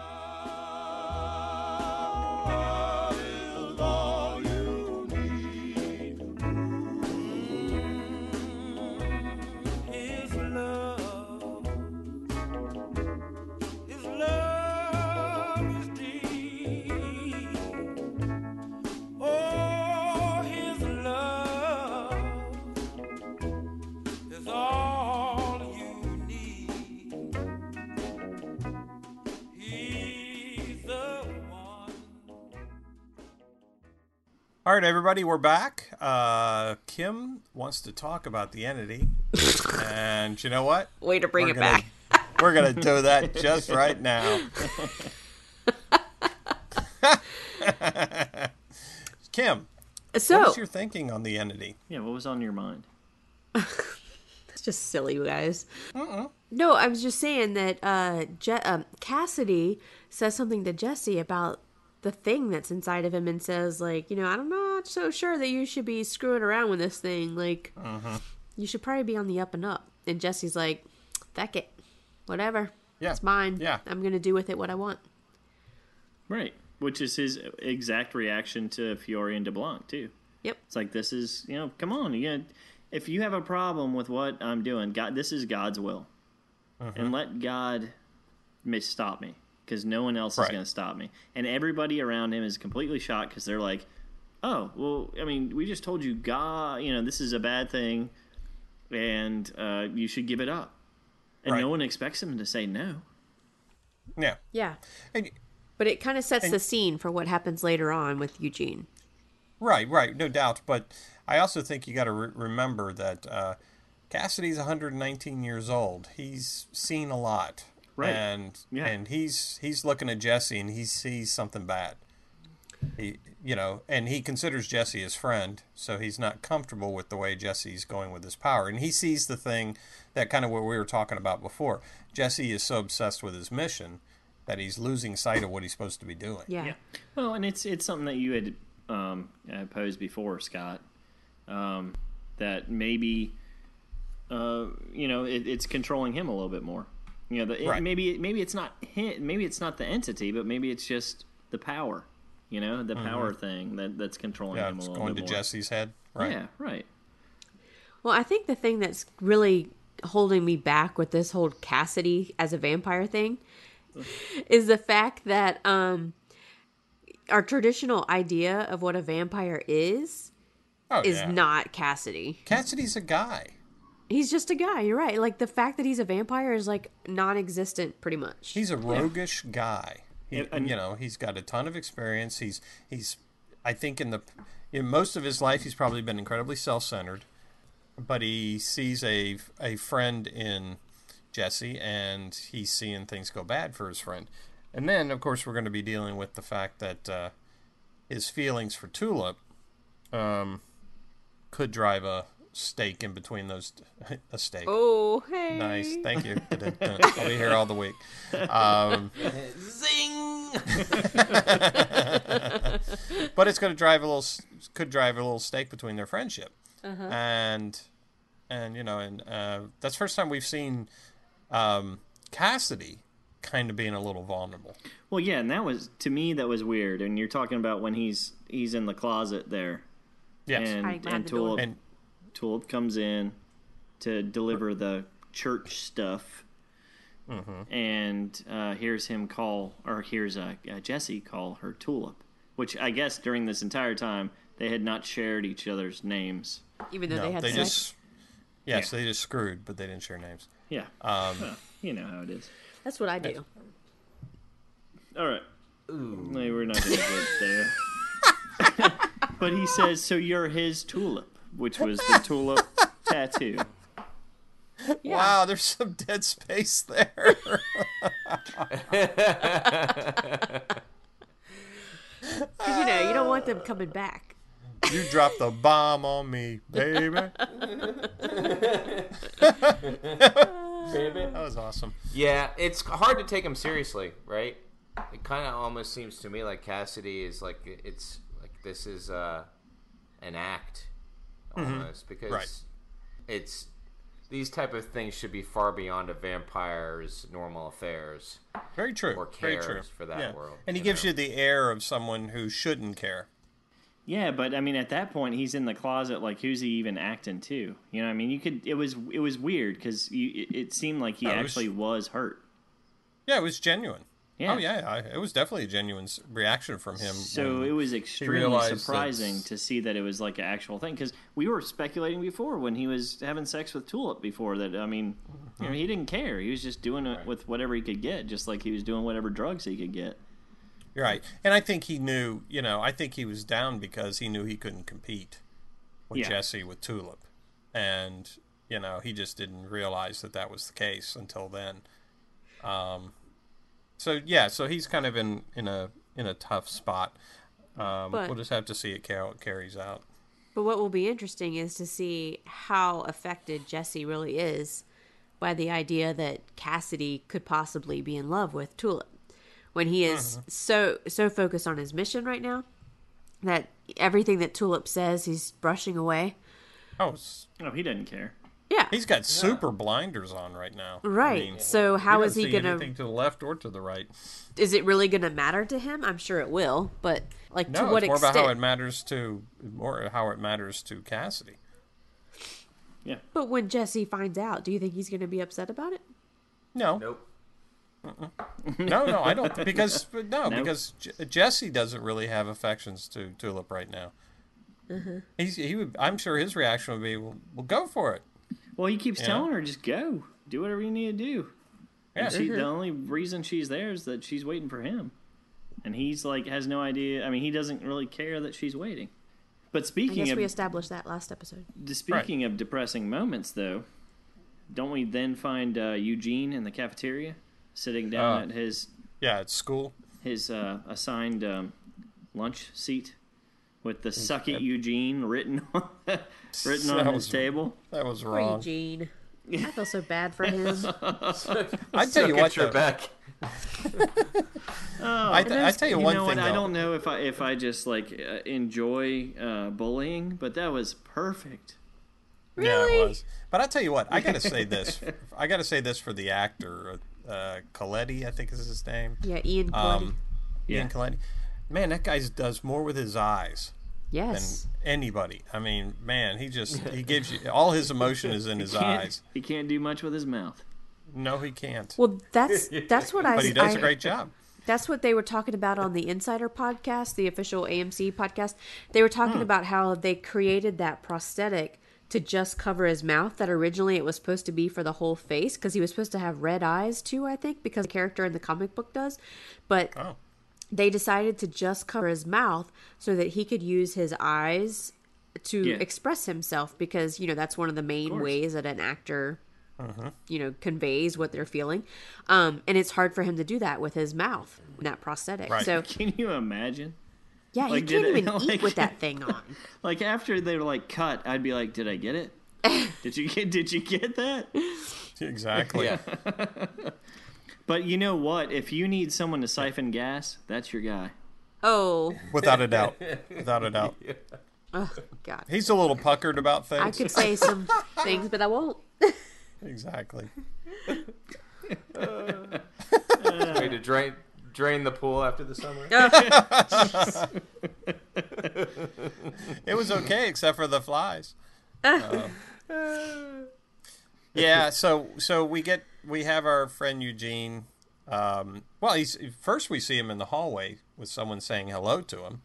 Speaker 7: All right, everybody, we're back. Uh, Kim wants to talk about the entity, and you know what?
Speaker 5: Way to (laughs) bring
Speaker 7: We're
Speaker 5: it
Speaker 7: gonna-
Speaker 5: back.
Speaker 7: (laughs) We're gonna do that just right
Speaker 5: (laughs)
Speaker 7: now. (laughs) Kim, what
Speaker 5: So
Speaker 7: is your thinking on the entity?
Speaker 6: Yeah, what was on your mind?
Speaker 5: It's just silly, you guys. No, I was just saying that uh, Je- um, Cassidy says something to Jesse about the thing that's inside of him and says like you know i'm not so sure that you should be screwing around with this thing like you should probably be on the up and up and jesse's like feck it whatever
Speaker 7: Yeah.
Speaker 5: it's mine
Speaker 7: Yeah.
Speaker 5: i'm gonna do with it what i want
Speaker 6: Right. Which is his exact reaction to Fiore and DeBlanc, too.
Speaker 5: yep
Speaker 6: It's like, this is, you know, come on. You gotta, if you have a problem with what I'm doing, God, this is God's will.
Speaker 7: Mm-hmm.
Speaker 6: And let God mis- stop me because no one else is
Speaker 7: Right.
Speaker 6: going to stop me. And everybody around him is completely shocked because they're like, oh, well, I mean, we just told you, God, you know, this is a bad thing and uh, you should give it up. And
Speaker 7: Right.
Speaker 6: no one expects him to say no.
Speaker 7: Yeah.
Speaker 5: yeah
Speaker 7: And-
Speaker 5: but it kind of sets the scene for what happens later on with eugene
Speaker 7: Right, right, no doubt. But I also think you got to re- remember that uh, Cassidy's 119 years old. He's seen a lot,
Speaker 6: Right.
Speaker 7: And
Speaker 6: Yeah.
Speaker 7: and he's he's looking at Jesse and he sees something bad. He, you know, and he considers Jesse his friend, so he's not comfortable with the way Jesse's going with his power. And he sees the thing that kind of what we were talking about before. Jesse is so obsessed with his mission that he's losing sight of what he's supposed to be doing.
Speaker 5: yeah,
Speaker 6: Yeah. Well, and it's it's something that you had um, uh, posed before, Scott. Um, that maybe uh, you know it, it's controlling him a little bit more. You know, the, it-
Speaker 7: Right.
Speaker 6: maybe maybe it's not him, maybe it's not the entity, but maybe it's just the power. You know, the power thing that that's controlling
Speaker 7: Mm-hmm. Yeah,
Speaker 6: him a
Speaker 7: it's
Speaker 6: little
Speaker 7: going to
Speaker 6: bit more.
Speaker 7: Jesse's head. Right.
Speaker 6: Yeah, right.
Speaker 5: Well, I think the thing that's really holding me back with this whole Cassidy as a vampire thing
Speaker 7: Mm.
Speaker 5: is the fact that um our traditional idea of what a vampire is
Speaker 7: Oh,
Speaker 5: is
Speaker 7: yeah.
Speaker 5: not Cassidy.
Speaker 7: Cassidy's a guy.
Speaker 5: He's just a guy, you're right. Like the fact that he's a vampire is like non-existent pretty much.
Speaker 7: He's a roguish guy. He,
Speaker 6: Yeah, and-
Speaker 7: you know, he's got a ton of experience. He's he's I think in the in most of his life he's probably been incredibly self-centered, but he sees a a friend in Jesse and he's seeing things go bad for his friend. And then of course we're going to be dealing with the fact that uh, his feelings for Tulip um, could drive a stake in between those (laughs) a stake.
Speaker 5: oh, hey.
Speaker 7: Nice. Thank you. uh, I'll be here all the week. Um, Zing! but it's going to drive a little, s- could drive a little stake between their friendship, and and you know, and uh, that's the first time we've seen um, Cassidy kind of being a little vulnerable.
Speaker 6: Well, yeah, and that was to me that was weird. And you're talking about when he's he's in the closet there,
Speaker 7: Yes.
Speaker 5: Hiding
Speaker 6: and
Speaker 5: behind
Speaker 6: and
Speaker 5: the door.
Speaker 6: Tulip
Speaker 7: and
Speaker 6: Tulip comes in to deliver the church stuff,
Speaker 7: Mm-hmm.
Speaker 6: and uh, hears him call, or hears uh, uh, Jesse call her Tulip, which I guess during this entire time they had not shared each other's names.
Speaker 5: Even though
Speaker 7: no,
Speaker 5: they had
Speaker 7: they
Speaker 5: sex.
Speaker 7: just yes, they just screwed, but they didn't share names.
Speaker 6: Yeah,
Speaker 7: Um,
Speaker 6: Well, you know how it is.
Speaker 5: That's what I do.
Speaker 6: All right, no, we're not going to
Speaker 7: (laughs)
Speaker 6: get there. but he says, "So you're his Tulip," which was the
Speaker 7: (laughs)
Speaker 6: Tulip tattoo.
Speaker 7: Wow, there's some dead space there. (laughs)
Speaker 5: Cuz you know, you don't want them coming back.
Speaker 7: You dropped the bomb on me,
Speaker 5: (laughs)
Speaker 7: baby. (laughs)
Speaker 8: Baby.
Speaker 7: That was awesome.
Speaker 8: (laughs) Yeah, it's hard to take him seriously, right? It kind of almost seems to me like Cassidy is like it's like this is uh, an act almost because
Speaker 7: Mm-hmm. Right.
Speaker 8: it's these type of things should be far beyond a vampire's normal affairs.
Speaker 7: Very true.
Speaker 8: Or
Speaker 7: Very true
Speaker 8: cares for that world,
Speaker 7: And he
Speaker 8: you
Speaker 7: gives
Speaker 8: know?
Speaker 7: you the air of someone who shouldn't care.
Speaker 6: Yeah, but I mean, at that point, he's in the closet. Like, who's he even acting to? You know, what I mean, you could. It was it was weird because it, it seemed like he
Speaker 7: No, Oh, it was-
Speaker 6: actually was hurt.
Speaker 7: Yeah, it was genuine.
Speaker 6: Yeah.
Speaker 7: Oh yeah, I, it was definitely a genuine s- reaction from him.
Speaker 6: So
Speaker 7: when-
Speaker 6: it was extremely
Speaker 7: Um, realized
Speaker 6: surprising
Speaker 7: that's-
Speaker 6: to see that it was like an actual thing because we were speculating before when he was having sex with Tulip before that. I mean, you know, he didn't care. He was just doing it with whatever he could get, just like he was doing whatever drugs he could get.
Speaker 7: You're right. And I think he knew. You know, I think he was down because he knew he couldn't compete with
Speaker 6: Yeah.
Speaker 7: Jesse with Tulip, and you know he just didn't realize that that was the case until then. Um, so yeah, so he's kind of in in a in a tough spot. Um,
Speaker 5: But-
Speaker 7: we'll just have to see it how it carries out.
Speaker 5: But what will be interesting is to see how affected Jesse really is by the idea that Cassidy could possibly be in love with Tulip, when he is
Speaker 7: Uh-huh.
Speaker 5: so so focused on his mission right now that everything that Tulip says he's brushing away.
Speaker 7: Oh, s-
Speaker 6: Oh, he doesn't care.
Speaker 5: Yeah.
Speaker 7: he's got super blinders on right now. I
Speaker 5: Right.
Speaker 7: mean,
Speaker 5: so how
Speaker 7: he
Speaker 5: is
Speaker 7: doesn't
Speaker 5: he
Speaker 7: see
Speaker 5: gonna?
Speaker 7: anything to the left or to the right?
Speaker 5: Is it really gonna matter to him? I'm sure it will, but like
Speaker 7: No,
Speaker 5: to what
Speaker 7: it's more
Speaker 5: extent?
Speaker 7: about how it matters to more how it matters to Cassidy.
Speaker 5: but when Jesse finds out, do you think he's gonna be upset about it?
Speaker 7: No,
Speaker 8: (laughs) Nope.
Speaker 7: no, no, I
Speaker 6: (laughs)
Speaker 7: don't because no, because J- Jesse doesn't really have affections to Tulip right now.
Speaker 5: Mm-hmm.
Speaker 7: He's he would I'm sure his reaction would be well, well go for it.
Speaker 6: Well, he keeps
Speaker 7: Yeah.
Speaker 6: telling her just go, do whatever you need to do.
Speaker 7: Yeah.
Speaker 6: And she,
Speaker 5: Mm-hmm.
Speaker 6: the only reason she's there is that she's waiting for him, and he's like has no idea. I mean, he doesn't really care that she's waiting. But
Speaker 5: I
Speaker 6: speaking
Speaker 5: guess
Speaker 6: of
Speaker 5: we established that last episode.
Speaker 6: d- speaking of depressing moments, though, don't we then find uh, Eugene in the cafeteria sitting down
Speaker 7: Oh.
Speaker 6: at his
Speaker 7: Yeah, at school.
Speaker 6: his uh, assigned um, lunch seat with the "suck it, Eugene" written (laughs) on written
Speaker 7: That
Speaker 6: on his
Speaker 7: was-
Speaker 6: table.
Speaker 7: That was
Speaker 5: Poor
Speaker 7: wrong.
Speaker 5: Eugene. I feel so bad for him.
Speaker 7: I tell you what,
Speaker 8: Get
Speaker 7: though, (laughs)
Speaker 8: your back.
Speaker 7: I, th- I tell you,
Speaker 6: You
Speaker 7: one
Speaker 6: know
Speaker 7: thing.
Speaker 6: what? I
Speaker 7: though.
Speaker 6: don't know if I if I just like uh, enjoy uh, bullying, but that was perfect.
Speaker 7: Yeah, it was. But I tell you what, I gotta
Speaker 5: (laughs)
Speaker 7: say this. I gotta say this for the actor, uh, Coletti, I think is his name.
Speaker 5: yeah, Ian. Colletti.
Speaker 7: Um, Ian Coletti. Man, that guy does more with his eyes than
Speaker 5: yes.
Speaker 7: anybody. I mean, man, he just
Speaker 5: (laughs)
Speaker 7: he gives you all his emotion is in his
Speaker 6: Can't-
Speaker 7: eyes.
Speaker 6: He can't do much with his mouth. (laughs)
Speaker 7: No, he can't.
Speaker 5: Well, that's that's what I.
Speaker 7: but he does
Speaker 5: I-
Speaker 7: a great job.
Speaker 5: That's what they were talking about on the Insider podcast, the official AMC podcast. They were talking
Speaker 7: Hmm.
Speaker 5: about how they created that prosthetic to just cover his mouth that originally it was supposed to be for the whole face because he was supposed to have red eyes too, I think, because the character in the comic book does. But
Speaker 7: Oh,
Speaker 5: they decided to just cover his mouth so that he could use his eyes to
Speaker 6: Yeah.
Speaker 5: express himself because you know that's one of the main ways that an actor you know conveys what they're feeling um and it's hard for him to do that with his mouth in that prosthetic
Speaker 7: Right.
Speaker 5: so
Speaker 6: Can you imagine?
Speaker 5: yeah
Speaker 6: Like,
Speaker 5: he
Speaker 6: did
Speaker 5: can't
Speaker 6: it-
Speaker 5: even
Speaker 6: like-
Speaker 5: eat with that thing on
Speaker 6: Like after they were like cut, I'd be like, did I get it? did you get? Did you get that?
Speaker 7: exactly.
Speaker 8: Yeah.
Speaker 6: But you know what? If you need someone to siphon gas, that's your guy.
Speaker 5: oh
Speaker 7: Without a
Speaker 5: (laughs)
Speaker 7: doubt. Without a doubt.
Speaker 5: god
Speaker 7: He's a little puckered about
Speaker 5: i
Speaker 7: things.
Speaker 5: could say some things but i won't Oh,
Speaker 7: Exactly.
Speaker 8: Way to drain drain the pool after the summer.
Speaker 7: It was okay except for the
Speaker 5: (laughs)
Speaker 7: flies.
Speaker 5: Uh.
Speaker 7: Um, yeah, so so we get we have our friend Eugene. Um, well, he's first we see him in the hallway with someone saying hello to him,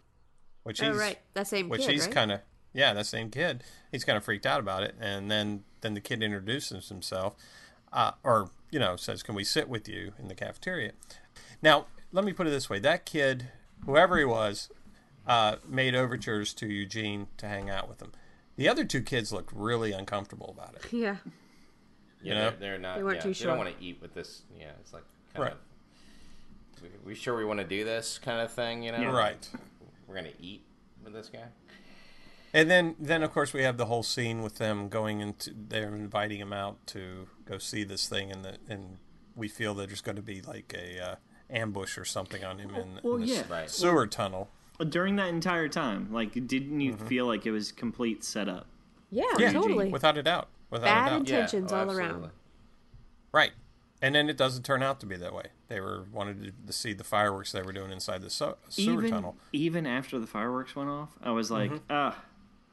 Speaker 7: which
Speaker 5: oh
Speaker 7: he's
Speaker 5: right that same
Speaker 7: which
Speaker 5: kid
Speaker 7: he's
Speaker 5: right?
Speaker 7: kind of yeah that same kid. He's kind of freaked out about it, and then then the kid introduces himself, uh, or you know says, "Can we sit with you in the cafeteria?" Now let me put it this way: that kid, whoever he was, uh, made overtures to Eugene to hang out with him. The other two kids looked really uncomfortable about it.
Speaker 5: yeah
Speaker 8: You
Speaker 7: know?
Speaker 8: know, they're, they're not.
Speaker 5: They weren't
Speaker 8: yeah,
Speaker 5: too
Speaker 8: They
Speaker 5: sure.
Speaker 8: don't want to eat with this. Yeah, it's like kind
Speaker 7: Right.
Speaker 8: of. We, we sure we want to do this kind of thing, you know?
Speaker 7: Right.
Speaker 8: We're gonna eat with this guy.
Speaker 7: And then, then of course, we have the whole scene with them going into. They're inviting him out to go see this thing, and the, and we feel that there's going to be like a uh, ambush or something on him in,
Speaker 6: Well,
Speaker 7: in the
Speaker 6: yeah.
Speaker 8: Right.
Speaker 7: sewer tunnel.
Speaker 6: During that entire time, like, didn't you feel like it was complete setup?
Speaker 5: yeah,
Speaker 6: Oh,
Speaker 7: Yeah,
Speaker 5: totally
Speaker 7: without a doubt, without
Speaker 5: Bad
Speaker 7: a doubt,
Speaker 5: int- Tensions all
Speaker 8: oh, absolutely.
Speaker 5: around.
Speaker 7: right. And then it doesn't turn out to be that way. They were wanted to, to see the fireworks they were doing inside the so, sewer
Speaker 6: even,
Speaker 7: tunnel. Mm-hmm.
Speaker 6: Even after the fireworks went off, I was like, ah,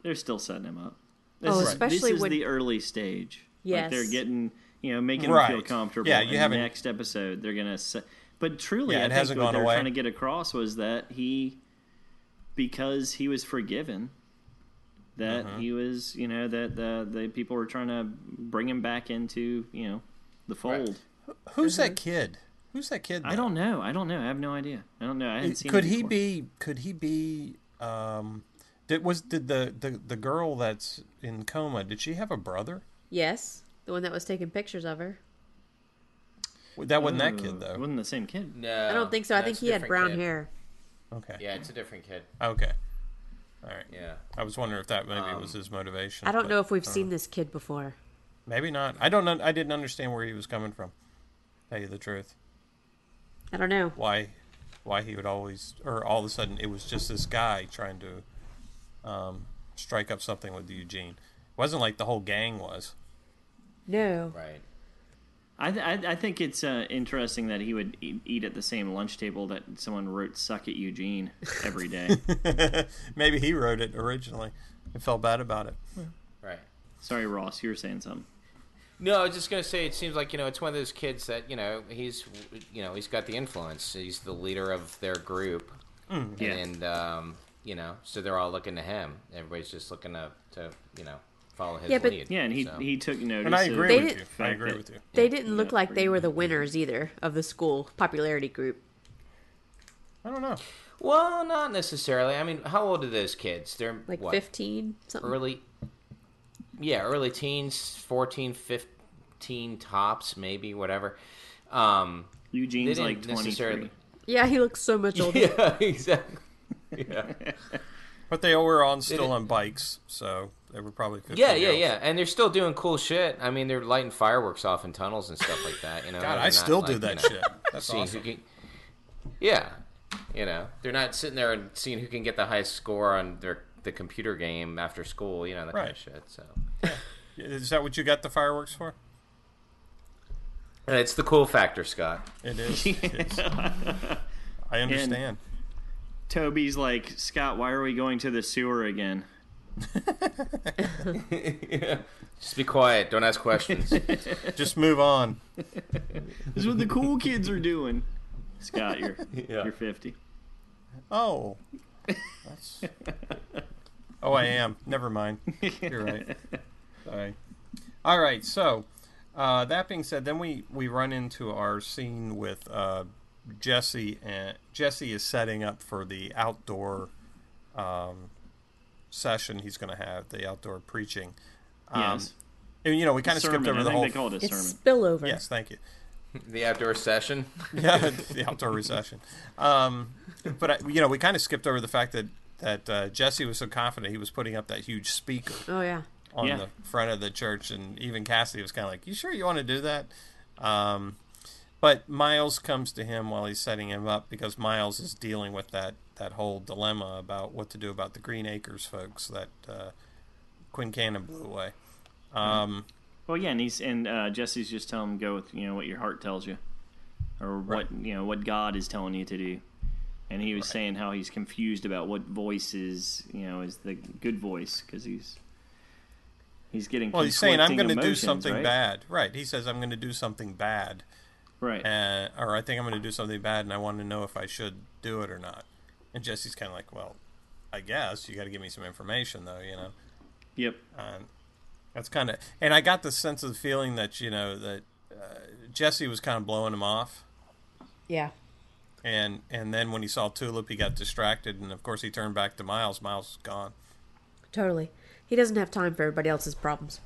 Speaker 6: they're still setting him up. This
Speaker 5: Oh,
Speaker 6: is,
Speaker 5: especially
Speaker 6: this is
Speaker 5: when-
Speaker 6: the early stage. Like
Speaker 5: Yes.
Speaker 6: they're getting, you know, making him feel
Speaker 7: Right.
Speaker 6: comfortable.
Speaker 7: Yeah, you
Speaker 6: And
Speaker 7: haven't-
Speaker 6: Next episode, they're gonna. Se- but truly,
Speaker 7: Yeah,
Speaker 6: I
Speaker 7: it
Speaker 6: think
Speaker 7: hasn't
Speaker 6: what
Speaker 7: gone
Speaker 6: they were
Speaker 7: away.
Speaker 6: trying to get across was that he, because he was forgiven, that
Speaker 7: Mm-hmm.
Speaker 6: he was, you know, that the the people were trying to bring him back into, you know, the fold.
Speaker 7: Who's that kid? Who's that kid?
Speaker 6: I don't know. I don't know. I have no idea. I don't know. I hadn't seen.
Speaker 7: could
Speaker 6: him
Speaker 7: he
Speaker 6: before.
Speaker 7: be could he be um did was did the, the the girl that's in coma did she have a brother
Speaker 5: yes the one that was taking pictures of her
Speaker 7: that wasn't that
Speaker 6: Uh,
Speaker 7: kid though
Speaker 6: Wasn't the same kid.
Speaker 8: No,
Speaker 5: i don't think so i think
Speaker 8: Oh, that's a
Speaker 5: he had
Speaker 8: different
Speaker 5: brown
Speaker 8: kid.
Speaker 5: hair
Speaker 7: okay
Speaker 8: Yeah, it's a different kid.
Speaker 7: okay all right
Speaker 8: Yeah.
Speaker 7: i was wondering if that maybe was his motivation
Speaker 5: I don't
Speaker 7: but
Speaker 5: know if we've seen this kid before.
Speaker 7: maybe not i don't know i didn't understand where he was coming from tell you the truth
Speaker 5: I don't know.
Speaker 7: why why he would always, or all of a sudden, it was just this guy trying to um, strike up something with Eugene. It wasn't like the whole gang was.
Speaker 5: No.
Speaker 8: Right.
Speaker 6: I, th- I, I think it's uh, interesting that he would eat, eat at the same lunch table that someone wrote "Suck at Eugene"
Speaker 5: (laughs)
Speaker 6: every day.
Speaker 7: (laughs) Maybe he wrote it originally and felt bad about it.
Speaker 8: Right.
Speaker 6: Sorry, Ross, you were saying something.
Speaker 8: No, I was just gonna say it seems like you know it's one of those kids that you know he's you know he's got the influence. He's the leader of their group,
Speaker 6: Mm, yeah.
Speaker 8: and um, you know so they're all looking to him. Everybody's just looking to, to you know follow his
Speaker 5: Yeah, but-
Speaker 8: lead.
Speaker 6: Yeah, and he
Speaker 8: so.
Speaker 6: he took notice.
Speaker 7: And I
Speaker 6: of
Speaker 7: agree
Speaker 5: They
Speaker 6: the
Speaker 7: with you.
Speaker 5: did-
Speaker 7: I
Speaker 6: fact
Speaker 7: agree
Speaker 6: that-
Speaker 7: with you.
Speaker 5: They didn't look
Speaker 6: Yeah,
Speaker 5: like they
Speaker 6: pretty
Speaker 5: were the winners either of the school popularity group.
Speaker 7: I don't know.
Speaker 8: well, not necessarily. I mean, how old are those kids? They're
Speaker 5: Like
Speaker 8: what,
Speaker 5: 15 something.
Speaker 8: early yeah early teens 14 15 tops maybe whatever um they
Speaker 6: Eugene's
Speaker 8: didn't
Speaker 6: like twenty three.
Speaker 8: necessarily (laughs)
Speaker 5: Yeah, he looks so much older.
Speaker 8: yeah exactly yeah
Speaker 7: But they were on still
Speaker 8: didn't-
Speaker 7: on bikes, so they were probably 15
Speaker 8: yeah yeah
Speaker 7: year olds.
Speaker 8: yeah and they're still doing cool shit i mean they're lighting fireworks off in tunnels and stuff like that you know
Speaker 7: God,
Speaker 8: They're
Speaker 7: I
Speaker 8: not,
Speaker 7: still do
Speaker 8: like,
Speaker 7: that
Speaker 8: you know,
Speaker 7: shit.
Speaker 8: (laughs)
Speaker 7: That's
Speaker 8: seeing
Speaker 7: awesome.
Speaker 8: who can, yeah you know they're not sitting there and seeing who can get the highest score on their the computer game after school you know that kind
Speaker 7: Right.
Speaker 8: of shit so
Speaker 7: Is that what you got the fireworks for?
Speaker 8: And it's the cool
Speaker 7: (laughs)
Speaker 8: factor scott
Speaker 7: It
Speaker 8: (laughs)
Speaker 7: is. It's- I understand.
Speaker 6: Toby's like Scott. Why are we going to the sewer again?
Speaker 8: just be quiet don't
Speaker 7: (laughs)
Speaker 8: ask questions
Speaker 7: Just move on.
Speaker 6: This is what the cool kids are doing.
Speaker 5: (laughs)
Speaker 6: Scott, you're
Speaker 8: Yeah.
Speaker 6: you're fifty.
Speaker 7: Oh, that's. Oh, I am. Never mind. You're right. Sorry. All right. So, uh, that being said, then we we run into our scene with uh, Jesse, and Jesse is setting up for the outdoor um, session he's going to have, the outdoor preaching. Um,
Speaker 6: yes.
Speaker 7: And, you know, we kind of
Speaker 6: Sermon.
Speaker 7: skipped over
Speaker 6: I
Speaker 7: the
Speaker 6: think
Speaker 7: whole.
Speaker 6: they call it a
Speaker 5: It's
Speaker 6: sermon.
Speaker 5: spillover.
Speaker 7: Yes, thank you.
Speaker 8: The outdoor session.
Speaker 7: yeah, (laughs) the outdoor recession. Um, but I, you know, we kind of skipped over the fact that that uh, Jesse was so confident he was putting up that huge speaker
Speaker 5: Oh, yeah.
Speaker 7: on
Speaker 6: Yeah.
Speaker 7: the front of the church, and even Cassidy was kind of like, "You sure you want to do that?" Um, but Miles comes to him while he's setting him up because Miles is dealing with that that whole dilemma about what to do about the Green Acres folks that uh, Quinn Cannon blew away. Um,
Speaker 6: Well, yeah, and he's and uh, Jesse's just telling him go with you know what your heart tells you, or what you know what God is telling you to do. And he was saying how he's confused about what voice is you know is the good voice because he's he's getting
Speaker 7: well, he's saying, "I'm
Speaker 6: going to
Speaker 7: do something
Speaker 6: right?
Speaker 7: bad." Right? He says, "I'm going to do something bad."
Speaker 6: right?
Speaker 7: uh, or I think I'm going to do something bad, and I want to know if I should do it or not. And Jesse's kind of like, well, I guess you got to give me some information, though, you know.
Speaker 6: yep.
Speaker 7: Um, that's kind of, and I got the sense of the feeling that you know that uh, Jesse was kind of blowing him off,
Speaker 5: Yeah.
Speaker 7: and and then when he saw Tulip, he got distracted, and of course he turned back to Miles. Miles is gone.
Speaker 5: Totally. He doesn't have time for everybody else's problems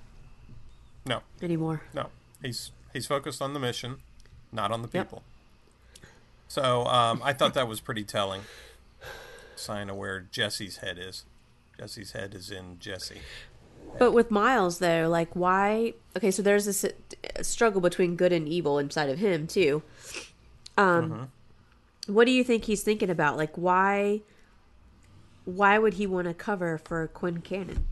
Speaker 7: No,
Speaker 5: anymore.
Speaker 7: No, he's he's focused on the mission, not on the
Speaker 5: Yep.
Speaker 7: people. So um, I thought that was pretty telling sign of where Jesse's head is. Jesse's head is in Jesse.
Speaker 5: But with Miles, though, like, why? Okay, so there's this uh, struggle between good and evil inside of him, too. Um,
Speaker 8: Mm-hmm.
Speaker 5: What do you think he's thinking about? Like, why? Why would he want to cover for Quinn Cannon?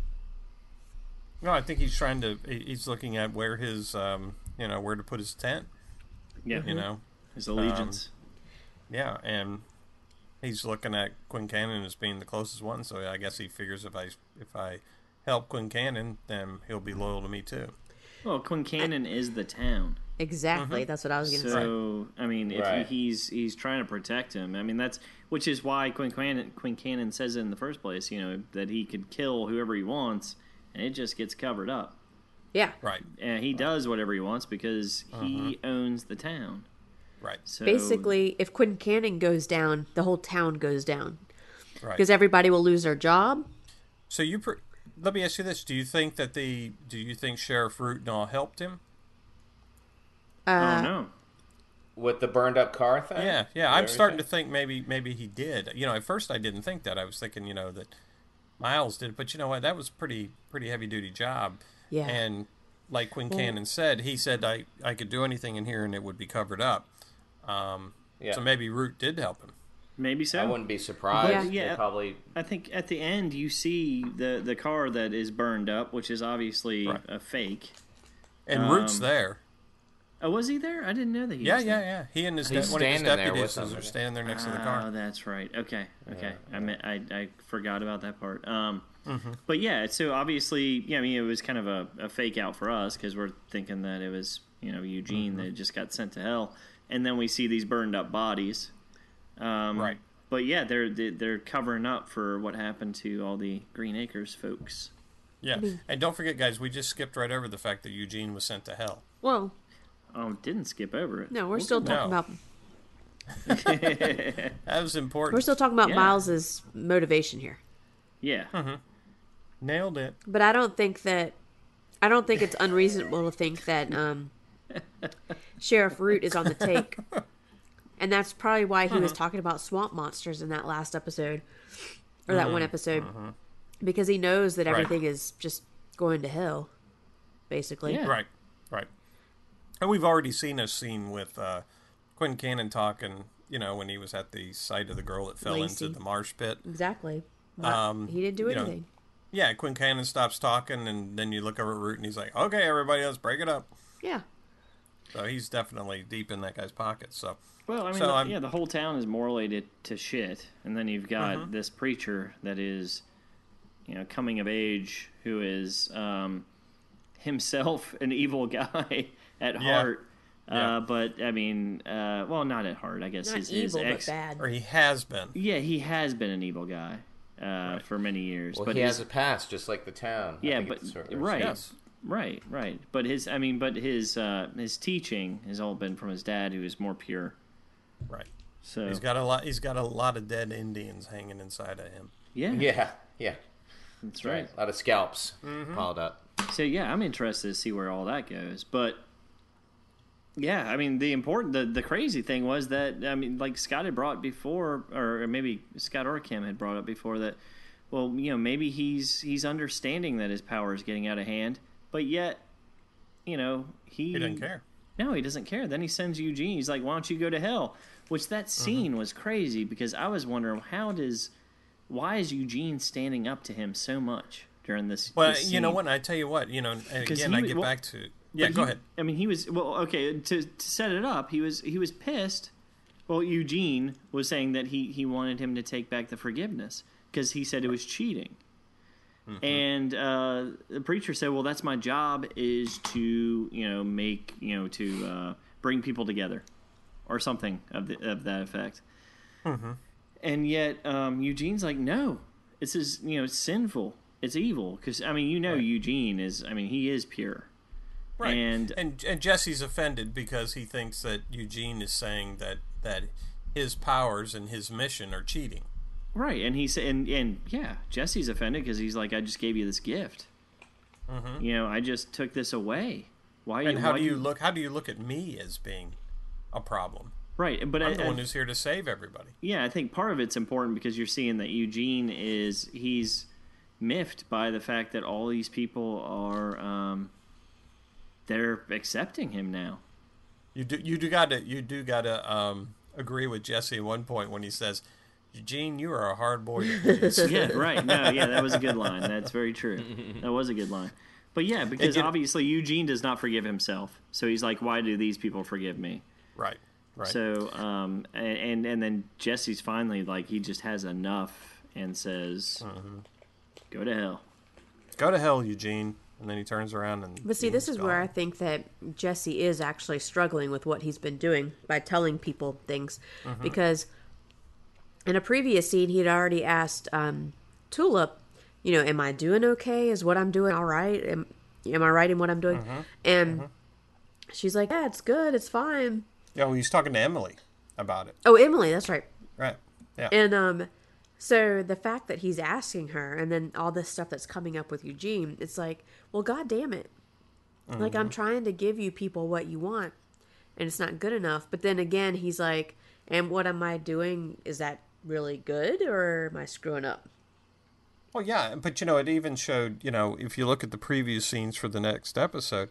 Speaker 7: No, I think he's trying to. he- He's looking at where his, um, you know, where to put his tent.
Speaker 6: Yeah.
Speaker 7: You know, um,
Speaker 6: His allegiance.
Speaker 7: yeah, and he's looking at Quinn Cannon as being the closest one. So I guess he figures if I if I help Quinn Cannon, then he'll be loyal to me too.
Speaker 6: well, Quincannon is the town.
Speaker 5: Exactly.
Speaker 8: Mm-hmm.
Speaker 5: That's what I was going to say.
Speaker 6: So I mean, if
Speaker 8: Right.
Speaker 6: he's he's trying to protect him. I mean, that's which is why Quinn Cannon, Quinn Cannon says it in the first place. You know that he could kill whoever he wants, and it just gets covered up.
Speaker 5: Yeah.
Speaker 7: Right, Uh-huh.
Speaker 6: And he does whatever he wants because he owns the town.
Speaker 7: right,
Speaker 6: So
Speaker 5: Basically, if Quinn Cannon goes down, the whole town goes down
Speaker 7: right.
Speaker 5: because everybody will lose their job.
Speaker 7: So you, pr let me ask you this: Do you think that the do you think Sheriff Rootnall helped him?
Speaker 6: oh no,
Speaker 8: With the burned up car thing?
Speaker 7: Yeah, yeah. I'm starting to think maybe maybe he did. You know, at first I didn't think that. I was thinking, you know, that Miles did. But you know what? That was pretty pretty heavy duty job.
Speaker 5: Yeah.
Speaker 7: And like Quinn Cannon said, he said I I could do anything in here and it would be covered up. Um,
Speaker 8: Yeah.
Speaker 7: So maybe Root did help him.
Speaker 6: Maybe so.
Speaker 8: I wouldn't be surprised.
Speaker 6: Yeah.
Speaker 8: They
Speaker 6: Yeah.
Speaker 8: Probably.
Speaker 6: I think at the end you see the the car that is burned up, which is obviously
Speaker 7: Right.
Speaker 6: a fake.
Speaker 7: And
Speaker 8: Um,
Speaker 7: Root's there.
Speaker 6: Oh, was he there? I didn't know that he
Speaker 7: Yeah,
Speaker 6: was
Speaker 7: yeah,
Speaker 6: there.
Speaker 7: yeah. He and his,
Speaker 8: He's
Speaker 7: de- one of his
Speaker 8: standing there with Ah,
Speaker 7: deputies
Speaker 8: them.
Speaker 7: are standing there next to the car.
Speaker 6: Oh, that's right. Okay, okay. I meant I, I forgot about that part. Um,
Speaker 7: Mm-hmm.
Speaker 6: but yeah, so obviously, yeah. I mean, it was kind of a, a fake out for us because we're thinking that it was you know Eugene that
Speaker 7: Mm-hmm.
Speaker 6: just got sent to hell, and then we see these burned up bodies. Um,
Speaker 7: Right.
Speaker 6: But yeah, they're they- they're covering up for what happened to all the Green Acres folks.
Speaker 7: Yeah. And don't forget, guys, we just skipped right over the fact that Eugene was sent to hell.
Speaker 5: Well,
Speaker 6: Oh, didn't skip over it.
Speaker 5: no, we're still
Speaker 7: No.
Speaker 5: talking about
Speaker 7: That was important.
Speaker 5: we're still talking about
Speaker 6: Yeah.
Speaker 5: Miles's motivation here.
Speaker 6: Yeah.
Speaker 7: Nailed it.
Speaker 5: But I don't think that I don't think it's unreasonable to think
Speaker 7: (laughs)
Speaker 5: that um, Sheriff Root is on the take, and that's probably why he was
Speaker 7: Uh-huh.
Speaker 5: talking about swamp monsters in that last episode or that one episode because he knows that
Speaker 7: Mm-hmm. Uh-huh. Right.
Speaker 5: everything is just going to hell, basically.
Speaker 6: Yeah.
Speaker 7: Right, right. And we've already seen a scene with uh, Quinn Cannon talking, you know, when he was at the site of the girl that fell
Speaker 5: Lacey.
Speaker 7: into the marsh pit.
Speaker 5: Exactly.
Speaker 7: Um,
Speaker 5: He didn't do
Speaker 7: you know,
Speaker 5: anything.
Speaker 7: yeah, Quinn Cannon stops talking, and then you look over at Root, and he's like, okay, everybody else, break it up.
Speaker 5: yeah.
Speaker 7: So he's definitely deep in that guy's pocket. So,
Speaker 6: Well, I mean,
Speaker 7: So
Speaker 6: the-
Speaker 7: I'm-
Speaker 6: yeah, the whole town is moralated to shit, and then you've got
Speaker 7: Mm-hmm.
Speaker 6: this preacher that is, you know, coming of age, who is um, himself (laughs) an evil guy (laughs) at
Speaker 7: Yeah.
Speaker 6: heart.
Speaker 7: Yeah.
Speaker 6: Uh, but I mean, uh, well, not at heart, I guess.
Speaker 5: Not
Speaker 6: his, his
Speaker 5: evil,
Speaker 6: ex,
Speaker 5: but bad.
Speaker 7: or he has been.
Speaker 6: yeah, he has been an evil guy uh, for many years.
Speaker 8: Well,
Speaker 6: but
Speaker 8: he
Speaker 6: his-
Speaker 8: has a past, just like the town. I
Speaker 6: yeah,
Speaker 8: think
Speaker 6: but
Speaker 8: it's sort of-
Speaker 6: right,
Speaker 7: Yes.
Speaker 6: right, right. But his, I mean, but his uh, his teaching has all been from his dad, who is more pure.
Speaker 7: Right.
Speaker 6: So
Speaker 7: He's got a lot. He's got a lot of dead Indians hanging inside of him.
Speaker 6: yeah,
Speaker 8: Yeah, yeah.
Speaker 6: that's right.
Speaker 8: Right. A lot of scalps
Speaker 7: Mm-hmm.
Speaker 8: piled up.
Speaker 6: So yeah, I'm interested to see where all that goes. But yeah, I mean the important the, the crazy thing was that I mean like Scott had brought before or maybe Scott or Kim had brought up before that well, you know, maybe he's he's understanding that his power is getting out of hand, but yet, you know, he
Speaker 7: He doesn't care.
Speaker 6: no, he doesn't care. Then he sends Eugene. He's like, "Why don't you go to hell?" Which that
Speaker 7: Mm-hmm.
Speaker 6: scene was crazy because I was wondering how does why is Eugene standing up to him so much during this?
Speaker 7: Well,
Speaker 6: this
Speaker 7: you know
Speaker 6: scene?
Speaker 7: what? I tell you what. You know, and
Speaker 6: 'Cause
Speaker 7: again,
Speaker 6: he
Speaker 7: I
Speaker 6: was-
Speaker 7: get
Speaker 6: well-
Speaker 7: back to. Yeah,
Speaker 6: But
Speaker 7: go
Speaker 6: he-
Speaker 7: ahead.
Speaker 6: I mean, he was well. Okay, to, to set it up, he was he was pissed. Well, Eugene was saying that he he wanted him to take back the forgiveness because he said it was cheating.
Speaker 7: Mm-hmm.
Speaker 6: And uh, the preacher said, "Well, that's my job is to you know make you know to uh, bring people together, or something of the, of that effect."
Speaker 7: Mm-hmm.
Speaker 6: And yet um, Eugene's like, "No, it's is you know it's sinful, it's evil." Because I mean, you know, Eugene is I mean he is pure.
Speaker 7: Right.
Speaker 6: And-
Speaker 7: and and Jesse's offended because he thinks that Eugene is saying that that his powers and his mission are cheating.
Speaker 6: Right, and he said, and and yeah, Jesse's offended because he's like, I just gave you this gift. You know, I just took this away. Why?
Speaker 7: Mm-hmm. And how
Speaker 6: why
Speaker 7: do you look? How do you look at me as being a problem?
Speaker 6: Right, but I,
Speaker 7: I'm the
Speaker 6: I-
Speaker 7: one who's here to save everybody.
Speaker 6: yeah, I think part of it's important because you're seeing that Eugene is he's miffed by the fact that all these people are um, they're accepting him now.
Speaker 7: You do you do gotta you do gotta um, agree with Jesse at one point when he says, "Eugene, you are a hard boy."
Speaker 6: (laughs)
Speaker 7: to please."
Speaker 6: yeah, right. No, yeah, that was a good line. That's
Speaker 7: (laughs)
Speaker 6: very true. That was a good line. But yeah, because
Speaker 7: you know-
Speaker 6: obviously Eugene does not forgive himself, so he's like, "Why do these people forgive me?"
Speaker 7: right. Right.
Speaker 6: So, um, a- and and then Jesse's finally like he just has enough and says, "Go to hell."
Speaker 7: Go to hell, Eugene. And then he turns around and.
Speaker 5: But see, this
Speaker 7: Eugene's
Speaker 5: is where I
Speaker 7: gone.
Speaker 5: think that Jesse is actually struggling with what he's been doing by telling people things,
Speaker 7: Uh-huh.
Speaker 5: because in a previous scene he had already asked um, Tulip, you know, "Am I doing okay? Is what I'm doing all right? Am, am I right in what I'm doing?"
Speaker 7: Uh-huh.
Speaker 5: And she's like, "Yeah, it's good. It's fine."
Speaker 7: Yeah, well, he's talking to Emily about it.
Speaker 5: Oh, Emily, that's right.
Speaker 7: Right. Yeah.
Speaker 5: And um, so the fact that he's asking her, and then all this stuff that's coming up with Eugene, it's like, well, god damn it! Like
Speaker 6: Mm-hmm.
Speaker 5: I'm trying to give you people what you want, and it's not good enough. But then again, he's like, and what am I doing? Is that really good, or am I screwing up?
Speaker 7: Well, yeah, but you know, it even showed. You know, if you look at the preview scenes for the next episode,